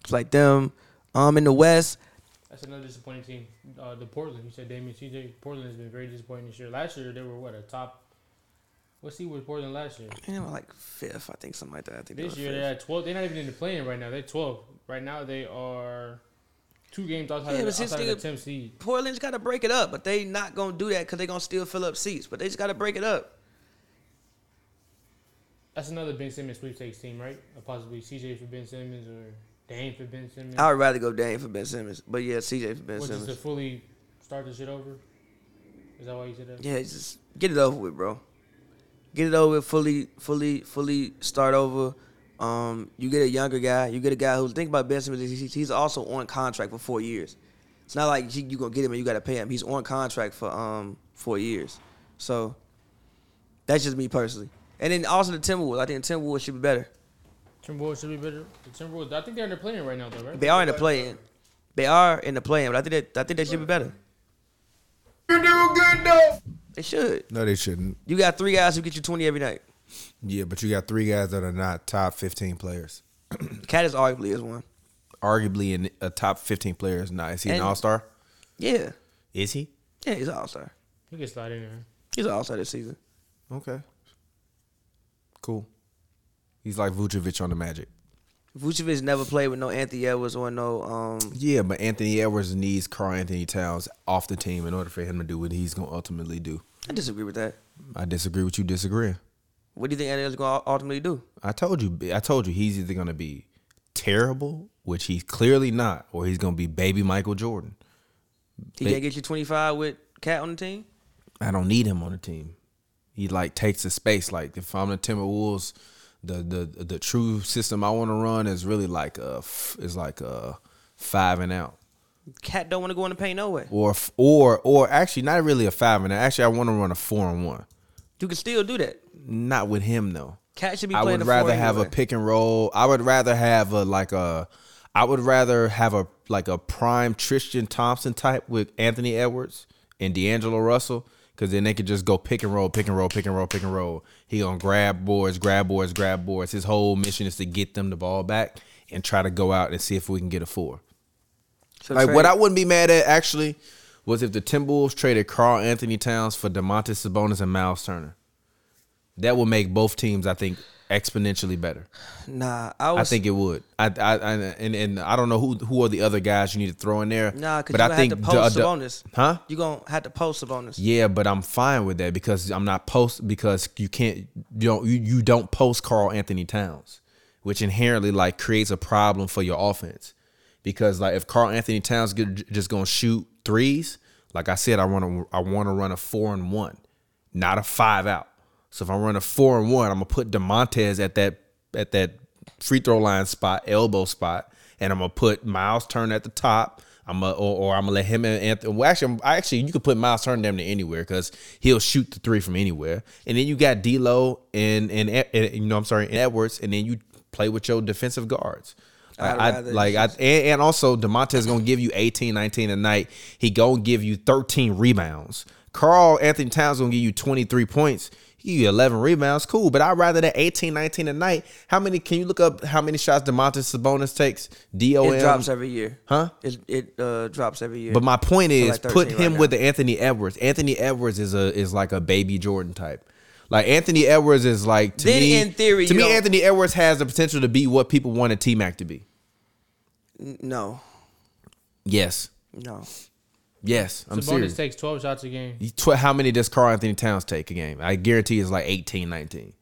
It's like them. Um, in the West,
That's another disappointing team. Uh, the Portland. You said Damian CJ. Portland has been very disappointing this year. Last year they were what a top. What seed was Portland last year?
They were like fifth, I think, something like that. I think they
This
were
year
fifth.
they're at twelve. They're not even in the playing right now. They're twelve right now. They are two games outside
Yeah,
of,
but
the,
since
outside
they-
of the tenth seed.
Portland's got to break it up, but they not gonna do that because they gonna still fill up seats. But they just got to break it up.
That's another Ben Simmons sweepstakes team, right? Or possibly CJ for Ben Simmons or Dame for Ben Simmons.
I would rather go Dame for Ben Simmons, but yeah, CJ for Ben
Which is
Simmons.
to fully start the shit over. Is that why you said that?
yeah, just get it over with, bro. Get it over, with, fully, fully, fully start over. Um, you get a younger guy. You get a guy who's think about Ben Simmons. He's, he's also on contract for four years. It's not like he, you gonna get him and you gotta pay him. He's on contract for um four years. So that's just me personally. And then also the Timberwolves. I think the Timberwolves should be better.
Timberwolves should be better. The Timberwolves, I think they're in the playing right now, though, right?
They are in the play-in. They are in the play-in, but I think that I think they should be better.
You're doing good though.
They should.
No, they shouldn't.
You got three guys who get you twenty every night.
Yeah, but you got three guys that are not top fifteen players.
Cat is arguably is one.
Arguably, in a top fifteen player is not. Is he an
And-
all star?
Yeah,
Is he?
yeah, he's an all star.
He can slide in there.
He's an all star this season.
Okay. Cool. He's like Vucevic on the Magic.
Vucevic never played with no Anthony Edwards or no um.
Yeah, but Anthony Edwards needs Carl Anthony Towns off the team in order for him to do what he's going to ultimately do.
I disagree with that.
I disagree with you disagreeing.
What do you think Anthony Edwards is going to ultimately do?
I told you, I told you he's either going to be terrible, which he's clearly not, or he's going to be baby Michael Jordan.
He
They-
can't get you twenty five with Cat on the team.
I don't need him on the team. He like takes the space. Like if I'm the Timberwolves, the the the true system I want to run is really like a f- is like a five and out.
Cat don't want to go in the paint no way.
or f- or or actually not really a five and actually I want to run a four and one.
You can still do that.
Not with him though.
Cat should be
I
playing
would
the
rather
four
have a
anyway.
pick and roll. I would rather have a like a. I would rather have a like a prime Tristan Thompson type with Anthony Edwards and D'Angelo Russell. Cause then they could just go pick and roll, pick and roll, pick and roll, pick and roll. He gonna grab boards, grab boards, grab boards. His whole mission is to get them the ball back and try to go out and see if we can get a four.
So
Like
trade-
what I wouldn't be mad at actually was if the Timberwolves traded Carl Anthony Towns for Demontis Sabonis and Miles Turner. That would make both teams, I think, exponentially better.
Nah, I was.
I think it would. I, I, I and and I don't know who who are the other guys you need to throw in there.
Nah, because
but
you
I
gonna
think
have to post
the- the-
Sabonis.
huh?
You gonna have to post Sabonis.
Yeah, but I'm fine with that because I'm not post because you can't you don't you, you don't post Carl Anthony Towns, which inherently like creates a problem for your offense. Because like if Carl Anthony Towns get, just gonna shoot threes, like I said, I want to I want to run a four and one, not a five out. So if I run a four and one, I'm gonna put Demontes at that at that free throw line spot, elbow spot, and I'm gonna put Miles Turner at the top. I'm a, or, or I'm gonna let him and Anthony. Well, actually, I'm- I actually you could put Miles Turner down to anywhere because he'll shoot the three from anywhere. And then you got D'Lo and and, Ed- and you know I'm sorry and Edwards, and then you play with your defensive guards.
I'd
I, I-
rather
like I and, and also Demonte's gonna give you 18, 19 a night. He gonna give you 13 rebounds. Carl Anthony Towns gonna give you 23 points. He give you 11 rebounds. Cool, but I'd rather that 18, 19 a night. How many can you look up how many shots Demontis Sabonis takes? DOM
It drops every year.
Huh?
It it uh, drops every year.
But my point
So,
is,
like, 13
put
right
him
now.
with the Anthony Edwards. Anthony Edwards is a is like a baby Jordan type. Like Anthony Edwards is like to
Then
me.
in theory,
to
you
me,
don't-
Anthony Edwards has the potential to be what people wanted T Mac to be.
N- no,
Yes,
no.
yes, I'm
Sabonis
serious.
takes 12 shots a game.
You tw- how many does Carl Anthony Towns take a game? I guarantee it's like 18, 19.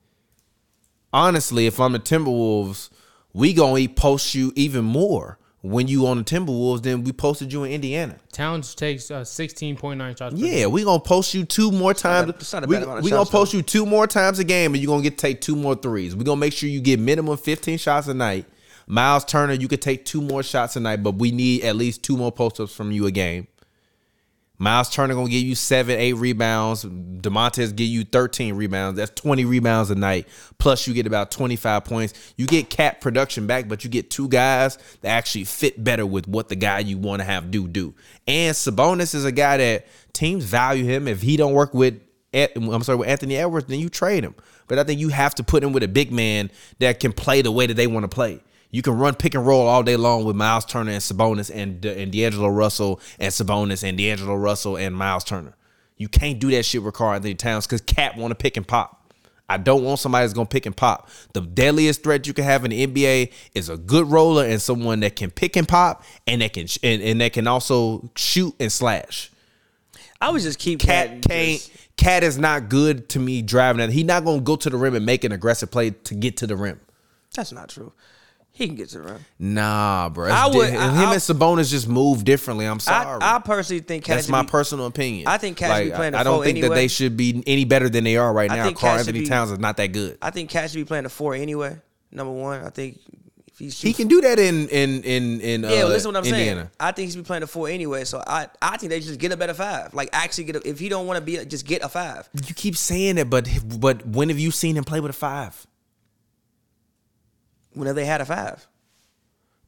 Honestly, if I'm the Timberwolves, we gonna eat post you even more when you on the Timberwolves than we posted you in Indiana.
Towns takes uh, 16.9 shots. per game.
Yeah, we gonna post you two more times.
not- it's not a
we
bad amount of
we gonna
shots, though.
post you two more times a game, and you are gonna get take two more threes. We gonna make sure you get minimum fifteen shots a night. Miles Turner, you could take two more shots a night, but we need at least two more post ups from you a game. Miles Turner gonna give you seven, eight rebounds. Demontes give you thirteen rebounds. That's twenty rebounds a night. Plus, you get about twenty five points. You get cap production back, but you get two guys that actually fit better with what the guy you want to have do do. And Sabonis is a guy that teams value him. If he don't work with, Ed- I'm sorry, with Anthony Edwards, then you trade him. But I think you have to put him with a big man that can play the way that they want to play. You can run pick and roll all day long with Miles Turner and Sabonis and D- and D'Angelo Russell and Sabonis and D'Angelo Russell and Miles Turner. You can't do that shit with Carl Anthony Towns because Cat want to pick and pop. I don't want somebody that's gonna pick and pop. The deadliest threat you can have in the NBA is a good roller and someone that can pick and pop and that can sh- and, and that can also shoot and slash.
I was just keep
Cat
King.
can't. Cat is not good to me driving at. He's not gonna go to the rim and make an aggressive play to get to the rim.
That's not true. He can get to the rim.
Nah, bro.
I
I
would-
would, him
I- I-
and Sabonis just move differently. I'm
I,
sorry.
I personally think Cat
That's
should
my
be,
personal opinion.
I think Cat should be playing the
I don't
four
think that
anyway.
they should be any better than they are right
I
now.
think
Carl
Cat should
Anthony
be-
Towns is not that good.
I think Cat should be playing the four anyway. Number one, I think If he, shoots,
He can do that in in in in
Yeah,
uh,
well, listen to what I'm
Indiana.
saying. I think he's been playing the four anyway, so I, I think they just get a better five. Like actually get a, if he don't want to be, a- just get a five.
You keep saying that, but but when have you seen him play with a five?
Whenever they had a five,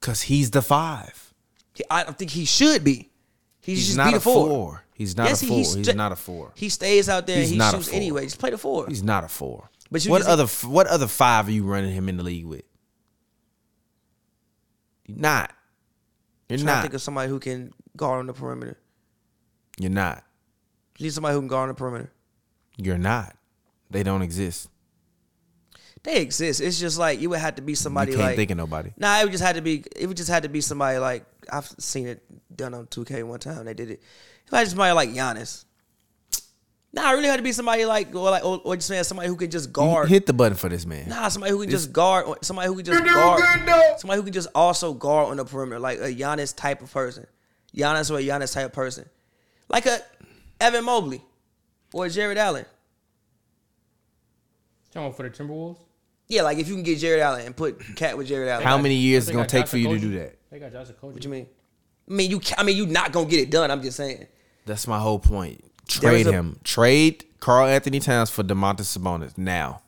Cause he's the five.
He- I don't think he should be. He should
He's
just
not
be the
a
four.
four. He's not
Yes,
a
he-
four.
he's
He's,
ju-
not a four.
He stays out there.
He's
and
not
he
a
shoots
four.
anyway. Just play the four.
He's not a four.
But you
what
just-
other f- what other five are you running him in the league with? You're not. You're
trying to think
not.
of somebody who can guard on the perimeter.
You're not.
You need somebody who can guard on the perimeter.
You're not. They don't exist.
They exist. It's just like you would have to be somebody
you can't
like
think of nobody.
Nah, it would just had to be. It would just had to be somebody like I've seen it done on 2K one time. They did it. If I just somebody like Giannis. Nah, it really had to be somebody like or like or, or just man, somebody who can just
You
guard.
Hit the button for this man.
Nah, somebody who can just guard. or Somebody who can just
You're doing good,
guard.
though.
Somebody who can just also guard on the perimeter, like a Giannis type of person. Giannis or a Giannis type of person, like a Evan Mobley or a Jared Allen.
Talking about for the Timberwolves.
Yeah, like if you can get Jared Allen and put Cat with Jared Allen.
How many years is
They
it gonna
got
take
Josh
for you to
Okogie.
do that?
They got Josh Okogie.
What you mean? I mean you. ca- I mean you not gonna get it done. I'm just saying.
That's my whole point.
was
Trade
a-
him. Trade Carl Anthony Towns for Demontis Sabonis now.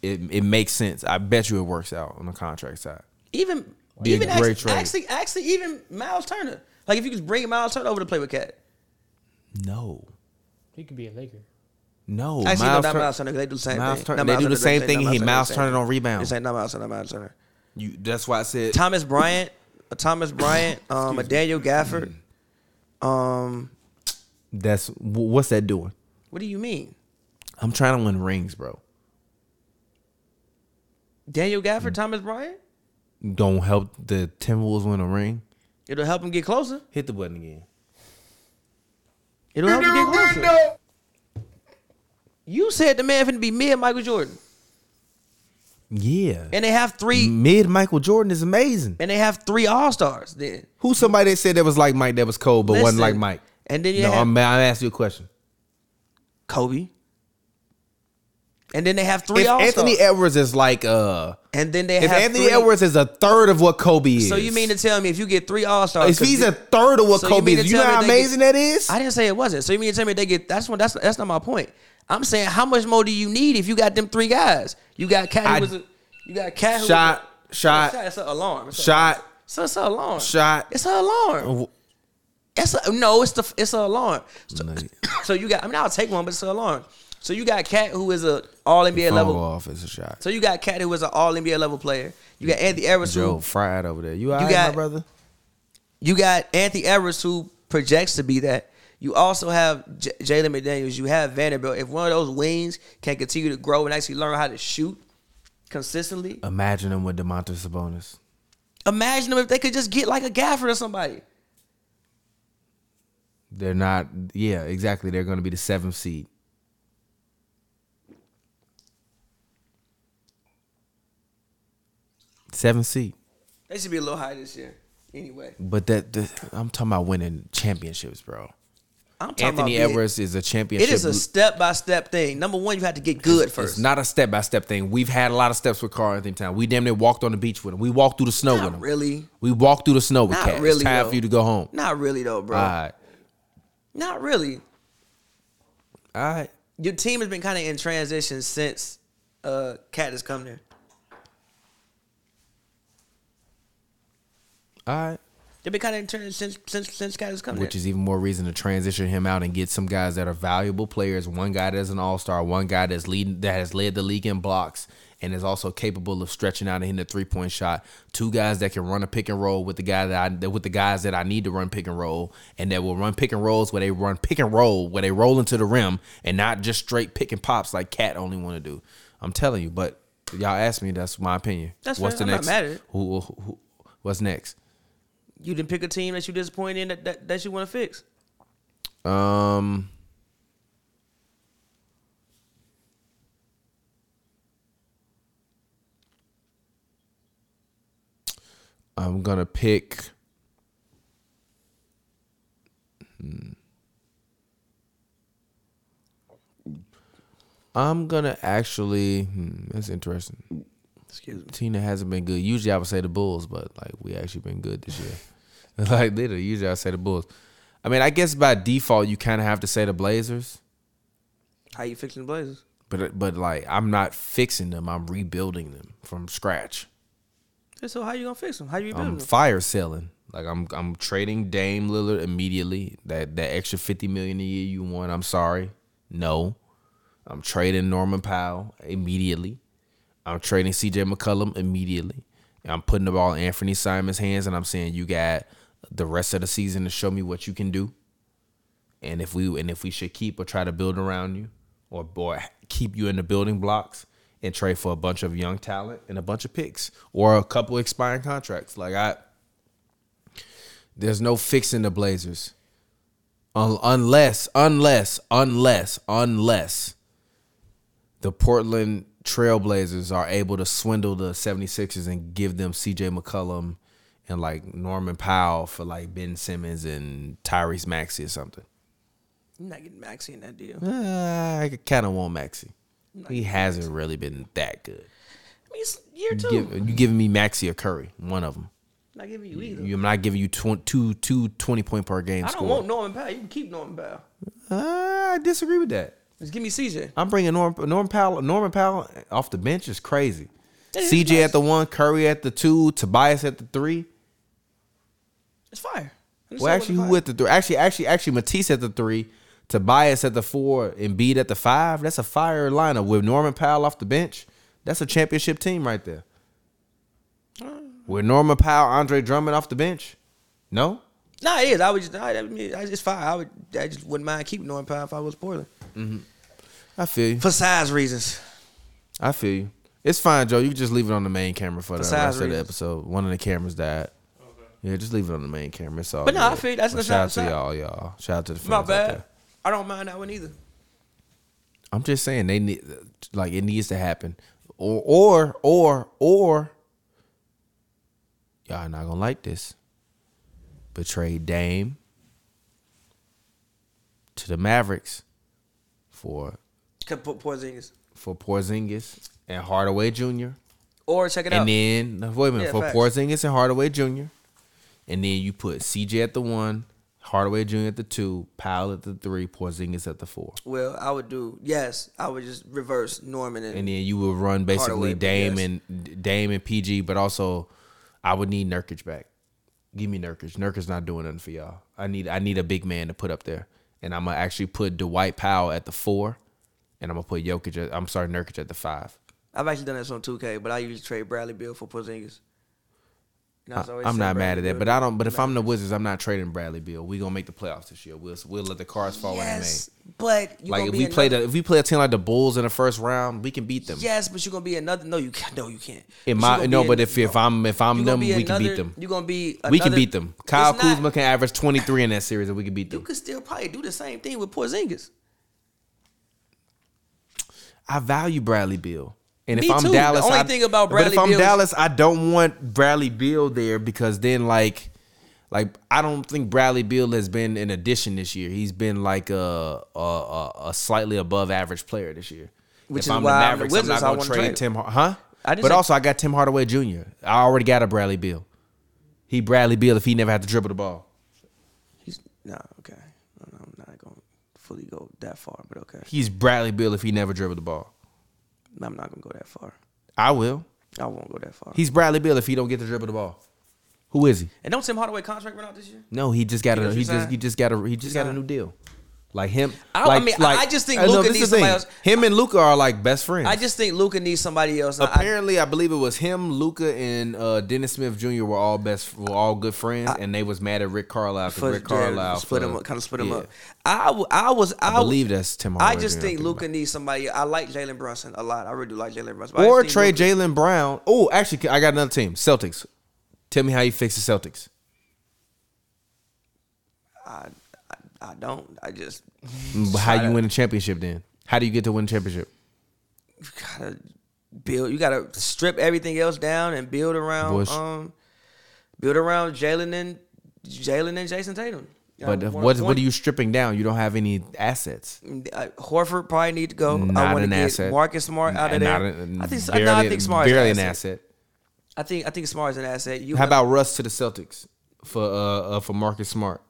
It it makes sense. I bet you it works out on the contract side.
even
Be a
even
great
actually,
trade.
actually actually even Miles Turner. Like if you could bring Miles Turner over to play with Cat.
No,
He could be a Laker.
no.
Actually, no,
Miles
not
Turner-
Miles Turner. 'cause They do the same
Miles
thing.
Turner-
Not
they
Miles
do the
Turner,
same thing.
not
He Miles
same
Turner
thing.
on rebounds.
This ain't not Miles Turner. Miles Turner.
You, that's why I said
Thomas Bryant, a Thomas Bryant, um, a Daniel Gafford.
Mm-hmm.
Um,
that's wh- what's that doing.
what do you mean,
I'm trying to win rings, bro.
Daniel Gafford, Thomas Bryant?
Gonna help the Timberwolves win a ring.
It'll help him get closer.
Hit the button again.
It'll help him get closer. You said the man finna be me and Michael Jordan,
Yeah,
and they have three,
mid Michael Jordan is amazing.
and they have three All Stars. Then
Who's somebody that said that was like Mike that was cold but wasn't
Listen,
like Mike?
and then you
no,
have
I'm, I'm asking you a question.
Kobe. And then they have three
if
All Stars.
Anthony Edwards is like uh
and then they
if
have
Anthony
three.
Edwards is a third of what Kobe is.
So you mean to tell me if you get three All Stars?
if he's a third of what
So you
Kobe
mean to
is, you know
tell me
how
they
amazing that is?
I didn't say it wasn't. So you mean to tell me they get? That's what. That's that's not my point. I'm saying how much more do you need if you got them three guys? You got Cat
I-
who was a, you got Cat who
shot,
was a,
shot,
shot. It's an alarm. It's a-
shot,
So it's an alarm.
shot. Oh.
It's an alarm. It's a, no. It's the it's an alarm. So,
Nugget.
so you got. I mean, I'll take one, but it's an alarm. So you got Cat who is a All NBA
Phone go
level.
off is a shot.
So you got Cat who is an All NBA level player. You got Anthony Edwards who
Joe fried over there. You, all right,
got-
my brother?
You got Anthony Edwards who projects to be that. You also have J- Jalen McDaniels. You have Vanderbilt. If one of those wings can continue to grow and actually learn how to shoot consistently,
Imagine him with Demontis Sabonis.
imagine them if they could just get like a Gafford or somebody.
They're not. Yeah, exactly. They're going to be the seventh seed. Seventh seed.
They should be a little high this year. Anyway,
But that, that- I'm talking about winning championships, bro.
I'm talking
Anthony
about being-
Edwards is a championship.
It is a step by step thing. Number one, you have to get good first.
It's not a step by step thing. We've had a lot of steps with Carl Anthony Town. We damn near walked on the beach with him. We walked through the snow
Not
with him.
really.
We walked through the snow with
Not
Cat.
really,
it's time
though.
for you to go home.
Not really though, bro.
All right.
Not really.
All right.
Your team has been kind of in transition since uh Cat has come there.
All right.
They've been kind of in transition since since since Cat has come there.
Which is even more reason to transition him out and get some guys that are valuable players. One guy that's an all star, one guy that's leading that has led the league in blocks and is also capable of stretching out and hitting a three point shot. Two guys that can run a pick and roll with the guy that I that- with the guys that I need to run pick and roll and that will run pick and rolls where they run pick and roll where they roll into the rim and not just straight pick and pops like Cat only want to do. I'm telling you, but y'all asked me, that's my opinion.
That's
what's
fair.
the
I'm not
next?
mad at it.
Who, who, who- what's next?
you didn't pick a team that you disappointed in that, that, that you want to fix.
Um, I'm gonna pick. Hmm. I'm gonna actually. Hmm, that's interesting.
Excuse me.
team that hasn't been good. Usually I would say the Bulls, but like we actually been good this year. like literally, usually I say the Bulls. I mean, I guess by default you kind of have to say the Blazers,
How you fixing the Blazers?
but but like I'm not fixing them. I'm rebuilding them from scratch.
So how you gonna fix them? How you rebuilding
I'm
them?
fire selling. Like I'm I'm trading Dame Lillard immediately. That that extra 50 million a year you want, I'm sorry. No. I'm trading Norman Powell immediately. I'm trading CJ McCullum immediately. And I'm putting the ball in Anthony Simon's hands and I'm saying you got the rest of the season to show me what you can do. And if we and if we should keep or try to build around you or or keep you in the building blocks and trade for a bunch of young talent and a bunch of picks or a couple expiring contracts. Like I there's no fixing the Blazers. Un- unless, unless, unless, unless the Portland Trailblazers are able to swindle the 76ers and give them CJ McCullum and like Norman Powell for like Ben Simmons and Tyrese Maxey or something.
You're not getting Maxi in that deal.
Uh, I kind of want Maxey. He hasn't really been that good.
I mean, it's year
You,
two.
give, you giving me Maxey or Curry, one of them.
not giving you either.
I'm not giving you tw- two, two 20 point per game
I don't
score.
want Norman Powell. You can keep Norman Powell.
Uh, I disagree with that.
Just give me CJ.
I'm bringing Norm, Norm Powell. Norman Powell off the bench is crazy. CJ at the one, Curry at the two, Tobias at the three.
It's fire. I just said it
Well, actually,
wasn't
who
fire.
at the three? Actually, actually, actually, Matisse at the three, Tobias at the four, Embiid at the five. That's a fire lineup with Norman Powell off the bench. That's a championship team right there. With Norman Powell, Andre Drummond off the bench. No,
Nah, it is. I would just. I, I mean, I- it's fire. I would. I just wouldn't mind keeping Norman Powell if I was Portland
I feel you.
for size reasons.
I feel you. It's fine, Joe. You can just leave it on the main camera for the
Besides
rest of the
reasons.
episode. One of the cameras died. Yeah, just leave it on the main camera. It's all
But no, I
good.
feel you. That's-
But
that's
shout
not-
out to
that's
y'all, y'all. Shout out to the fans.
My
out
bad.
there.
I don't mind that one either.
I'm just saying they need like it needs to happen. Or or or or y'all not gonna like this. But trade Dame to the Mavericks for
Could put Porzingis
for Porzingis and Hardaway Jr.
or check it out.
And then no, wait a minute
Yeah,
for
facts.
Porzingis and Hardaway Jr. And then you put CJ at the one, Hardaway Jr. at the two, Powell at the three, Porzingis at the four.
well, I would do. Yes, I would just reverse Norman and,
And then you would run basically
Hardaway, but
Dame
yes.
and Dame and PG, but also I would need Nurkic back. Give me Nurkic. Nurkic's not doing nothing for y'all. I need I need a big man to put up there. And I'm gonna actually put Dwight Powell at the four, and I'm gonna put Jokic. At, I'm sorry, Nurkic at the five.
I've actually done this on 2K, but I usually trade Bradley Bill for Porzingis. And I
I,
was always
am
saying
not mad
Bradley
at that,
Beal
but I don't. But if I'm the Wizards, I'm not trading Bradley Beal. We gonna make the playoffs this year. We'll we'll let the cards fall
Yes, but you
where they may. Like
gonna
if
be
we play
another-
the if we play a team like the Bulls in the first round, we can beat them.
Yes, but you're gonna be another. No, you can't. No, you can't. But you
In my
gonna
no,
be
but
an-
if if I'm if
you
I'm
gonna
them, we can
another-
beat them.
You're gonna be.
We can
another-
beat them. Kyle
It's not-
Kuzma can average 23 in that series, and we can beat
You
them.
could still probably do the same thing with Porzingis.
I value Bradley Beal. And
Me
if I'm
too. The
Dallas,
only
I,
thing about
but
Bradley
if I'm
Beal is-
Dallas, I don't want Bradley Beal there because then like, like I don't think Bradley Beal has been an addition this year. He's been like a a, a, a slightly above average player this year.
Which
if
is
I'm
why I'm
the
the
Mavericks, I'm
Wizards,
not
I
gonna
wanna
trade,
trade.
Tim. Har- Huh?
I just
but
said-
also, I got Tim Hardaway Jr. I already got a Bradley Beal. He Bradley Beal if he never had to dribble the ball.
He's nah. Okay, I'm not gonna fully go that far, but okay,
He's Bradley Beal if he never dribbled the ball.
I'm not gonna go that far.
I will.
I won't go that far.
He's Bradley Bill if he don't get to dribble the ball. Who is he?
and don't Tim Hardaway contract run out this year?
No, he just got
He
a
just
he just
resigned.
he just got a he just got a
Resigned.
new deal. Like him,
I don't- I
like,
mean, I-
like-
I just think
Uh,
Luka
this
needs
is the thing.
somebody else.
Him and Luca are like best friends.
I just think Luca needs somebody else. And I-
apparently I believe it was him, Luca, and uh, Dennis Smith Jr. were all best were all good friends, and they was mad at Rick Carlisle because
for
Rick Carlisle
split
for-
him up, kind of split him
yeah.
up. I, w- I was I,
I believe that's Tim.
I
Hardaway
just
Jr.
think
I'm
Luca
thinking
needs somebody. I like Jalen Brunson a lot. I really do like Jalen Brunson. but I
about.
just
or
think
trade
Luka-
Jalen Brown. Oh, actually, I got another team, Celtics. Tell me how you fix the Celtics.
I, I, I don't. I just
How you
to-
win a championship? Then how do you get to win a championship?
you gotta build. You gotta strip everything else down and build around.
Bush.
Um, build around Jalen and Jalen and Jason Tatum.
But
Yeah, one-
what
one-
what are you stripping down? You don't have any assets.
I- Horford probably need to go. I
Not
want to
an
get
asset.
Marcus Smart out of
And
there.
not an-
I think so-
barely,
no, I think Smart is
barely
an
an
asset.
asset.
I think I think Smart is an asset. You
How about Russ to the Celtics for uh, uh for Marcus Smart?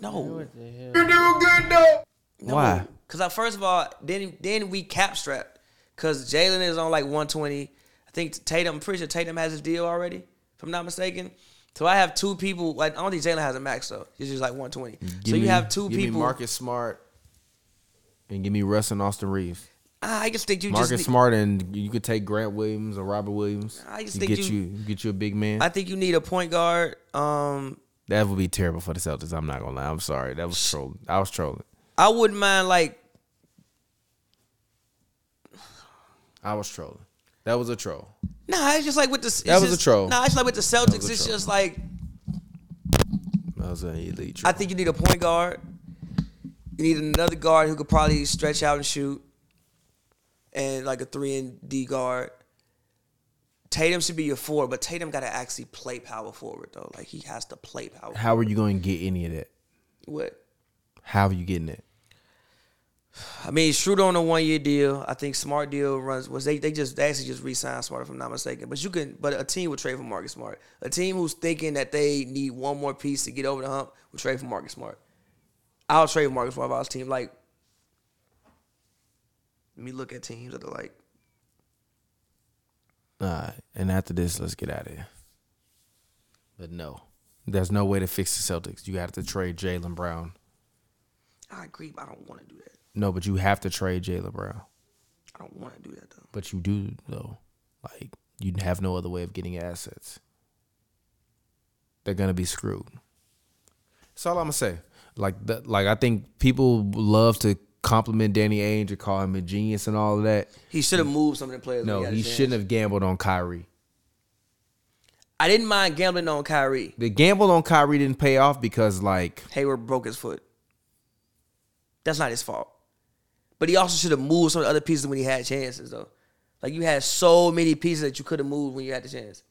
no?
You do good though.
Why?
Because I uh, first of all, then then we cap strapped because Jalen is on like 120. I think Tatum. I'm pretty sure Tatum has his deal already, if I'm not mistaken. So I have two people. Like I don't think Jalen has a max though. He's just like 120. so
Give
you
me-
have two
give
people.
Me Marcus Smart and give me Russ and Austin Reeves.
Ah, I just think you
Marcus
just. need-
Smart and you could take Grant Williams or Robert Williams.
I just
You
think
get
you-
you, get you a big man.
I think you need a point guard. Um,
that would be terrible for the Celtics. I'm not gonna lie. I'm sorry. That was trolling. I was trolling.
I wouldn't mind like
I was trolling. That was a troll.
Nah, it's just like with the. It's
That was
just-
a troll.
Nah, it's like with the
was
Celtics.
a
It's
troll.
just like
That was an elite troll.
I think you need a point guard. You need another guard who could probably stretch out and shoot, and like a three and D guard. Tatum should be your four, but Tatum got to actually play power forward though. Like he has to play power.
How are you going to get any of that?
What?
How are you getting it?
I mean, Schroeder on a one year deal. I think Smart deal runs was they they just they actually just re-signed Smart if I'm not mistaken. But you can but a team would trade for Marcus Smart. A team who's thinking that they need one more piece to get over the hump would trade for Marcus Smart. I'll trade for Marcus Smart if I was a team. Like let me look at teams that are like
All right. Uh, And after this, let's get out of here. But no, there's no way to fix the Celtics. You have to trade Jalen Brown.
I agree, but I don't want to do that.
No, but you have to trade Jalen Brown.
I don't want to do that though.
But you do though. Like you have no other way of getting assets. They're gonna be screwed. That's all I'm gonna say. Like that, like I think people love to compliment Danny Ainge and call him a genius and all of that.
He should have moved some of the players.
No, he shouldn't have gambled on Kyrie.
I didn't mind gambling on Kyrie.
The gamble on Kyrie didn't pay off because like
Hayward broke his foot. That's not his fault. But he also should have moved some of the other pieces when he had chances, though. Like you had so many pieces that you could have moved when you had the chance.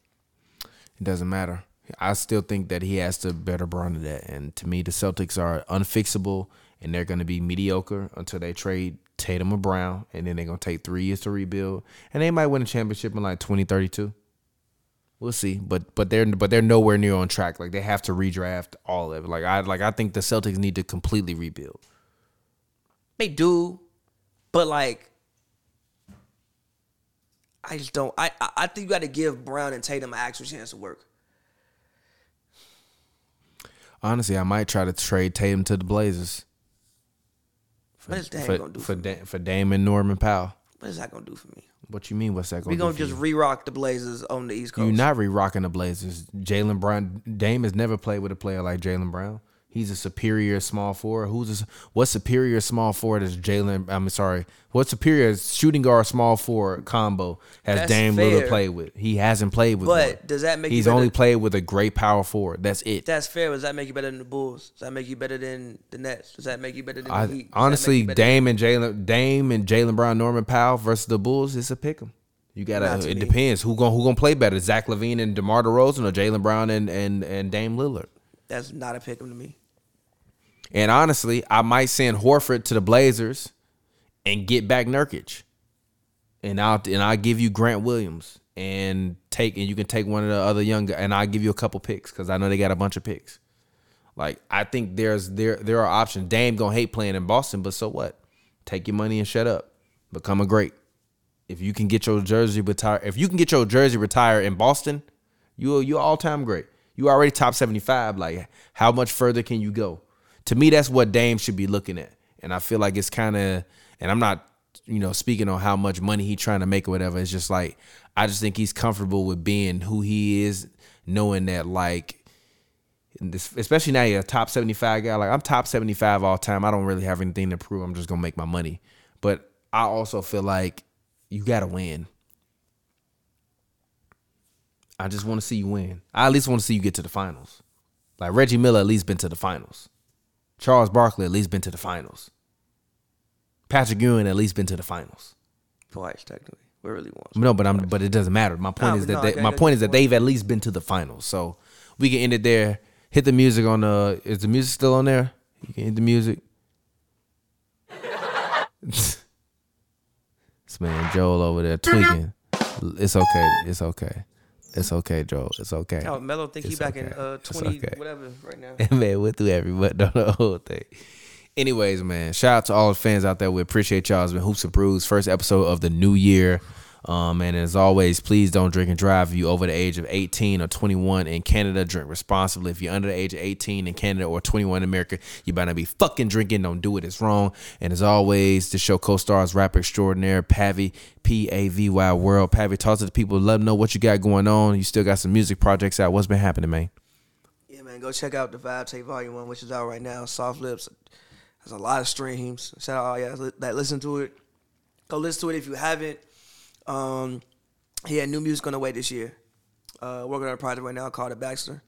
it doesn't matter. I still think that he has to better Bron that. And to me, the Celtics are unfixable and they're going to be mediocre until they trade Tatum or Brown. And then they're going to take three years to rebuild. And they might win a championship in like 2032. We'll see, but but they're but they're nowhere near on track. Like they have to redraft all of it. Like I like I think the Celtics need to completely rebuild.
They do, but like, I just don't. I I, I think you got to give Brown and Tatum an actual chance to work.
Honestly, I might try to trade Tatum to the Blazers for
What is that
for
gonna do
for,
for
da- for Damon Norman Powell.
What is that gonna do for me?
What you mean? What's that going?
We
to
gonna
do for
just
you?
re-rock the Blazers on the East Coast?
You're not re-rocking the Blazers. Jalen Brown, Dame has never played with a player like Jalen Brown. He's a superior small forward. Who's a, s- what superior small forward is Jalen? I'm sorry. What superior is shooting guard small forward combo has
That's
Dame
fair.
Lillard played with? He hasn't played with.
But
one.
does that make you
he's
better-
only played with a great power forward? That's it.
That's fair. Does that make you better than the Bulls? Does that make you better than the Nets? Does that make you better than the Heat?
I-
Does that make
honestly,
you better than-
Dame and Jalen, Dame and Jalen Brown, Norman Powell versus the Bulls, it's a pick 'em. You
Not
gotta.
to
it
me.
depends who gonna who gonna play better, Zach Levine and Demar Derozan, or Jalen Brown and and and Dame Lillard.
that's not a pick 'em to me.
And honestly, I might send Horford to the Blazers and get back Nurkic. And I'll and I'll give you Grant Williams and take and you can take one of the other young guys and I'll give you a couple picks because I know they got a bunch of picks. Like I think there's there there are options. Dame gonna hate playing in Boston, but so what? Take your money and shut up. Become a great. If you can get your jersey retired, if you can get your jersey retired in Boston, you you all time great. You already top seventy five. Like how much further can you go? To me, that's what Dame should be looking at. And I feel like it's kind of, and I'm not, you know, speaking on how much money he trying to make or whatever. It's just like I just think he's comfortable with being who he is, knowing that like and this, especially now you're a top 75 guy. Like I'm top 75 all time. I don't really have anything to prove. I'm just gonna make my money. But I also feel like you gotta win. I just want to see you win. I at least want to see you get to the finals. Like Reggie Miller at least been to the finals. Charles Barkley at least been to the finals. Patrick Ewing at least been to the finals.
Twice, technically. We really want.
No, but I'm but it doesn't matter. My point
No,
is
but
that
no,
they,
okay,
my
that's
point is
your
that they've at least been to the finals. So we can end it there. Hit the music on the. Is the music still on there? You can hit the music. this man Joel over there tweaking. It's okay. It's okay. It's okay, Joel. It's okay.
Hell, Melo think he
It's
back in
okay.
uh,
It's
twenty
okay.
whatever right now.
And man went through every button on the whole thing. Anyways, man, shout out to all the fans out there. We appreciate y'all. It's been Hoops and Brews, first episode of the new year. Um, and as always, please don't drink and drive if you over the age of 18 or 21 in Canada. Drink responsibly. If you're under the age of 18 in Canada or 21 in America, you better not be fucking drinking. Don't do it. It's wrong. And as always, the show co-stars rapper extraordinaire Pavi, P-A-V-Y World. Pavi, talk to the people. Let them know what you got going on. You still got some music projects out. What's been happening, man?
Yeah, man, go check out the Vibe Tape Volume One, which is out right now. Soft Lips has a lot of streams. Shout out all y'all li- that listen to it. Go listen to it if you haven't. Um, he had new music on the way this year. Uh, working on a project right now called The Baxter.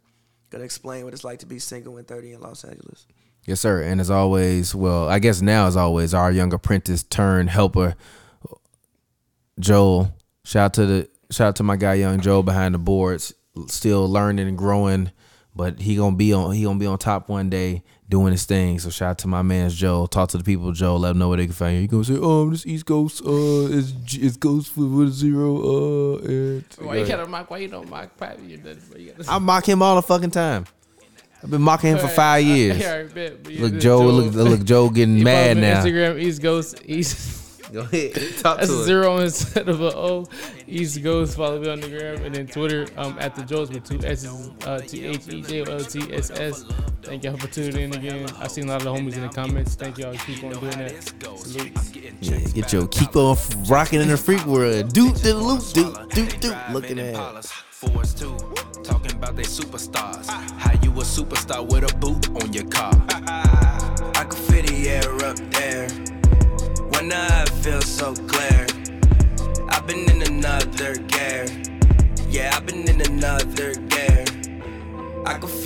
Gonna explain what it's like to be single and thirty in Los Angeles.
Yes, sir. And as always, well, I guess now as always, our young apprentice turned helper, Joel. Shout out to the shout out to my guy, young Joel, behind the boards, still learning and growing. But he gonna be on he gonna be on top one day doing his thing. So shout out to my man's Joel. Talk to the people, Joel. Let them know where they can find you. You gonna say, oh, I'm this East Coast uh is is Ghost with with zero uh. And
Why you gotta mock? Why you don't mock Pappy? You done- but you gotta-
I mock him all the fucking time. I've been mocking him for
Alright,
five
I-
years.
yeah, I bet, but you
Look,
done-
Joe. Look, look, Joe
you
getting
follow
mad
me on
now.
Instagram East Ghost East.
Go ahead. Talk
That's
to
a
us.
zero instead of a O. East Ghost. Follow me on the gram and then Twitter. Um, at the Joes with two S's. Uh, T H E J O L T S S. Thank y'all for tuning in again. I seen a lot of the homies in the comments. Thank y'all. Keep on doing that. Salute.
Yeah, get your keep on f- rocking in the freak world. Doot the loop, doot, doot, doot. Looking at it.
Impalas, Fords too. Talking about they superstars. How you a superstar with a boot on your car? I could feel the air up there. When I feel so clear. I've been in another gear. Yeah, I've been in another gear. I could feel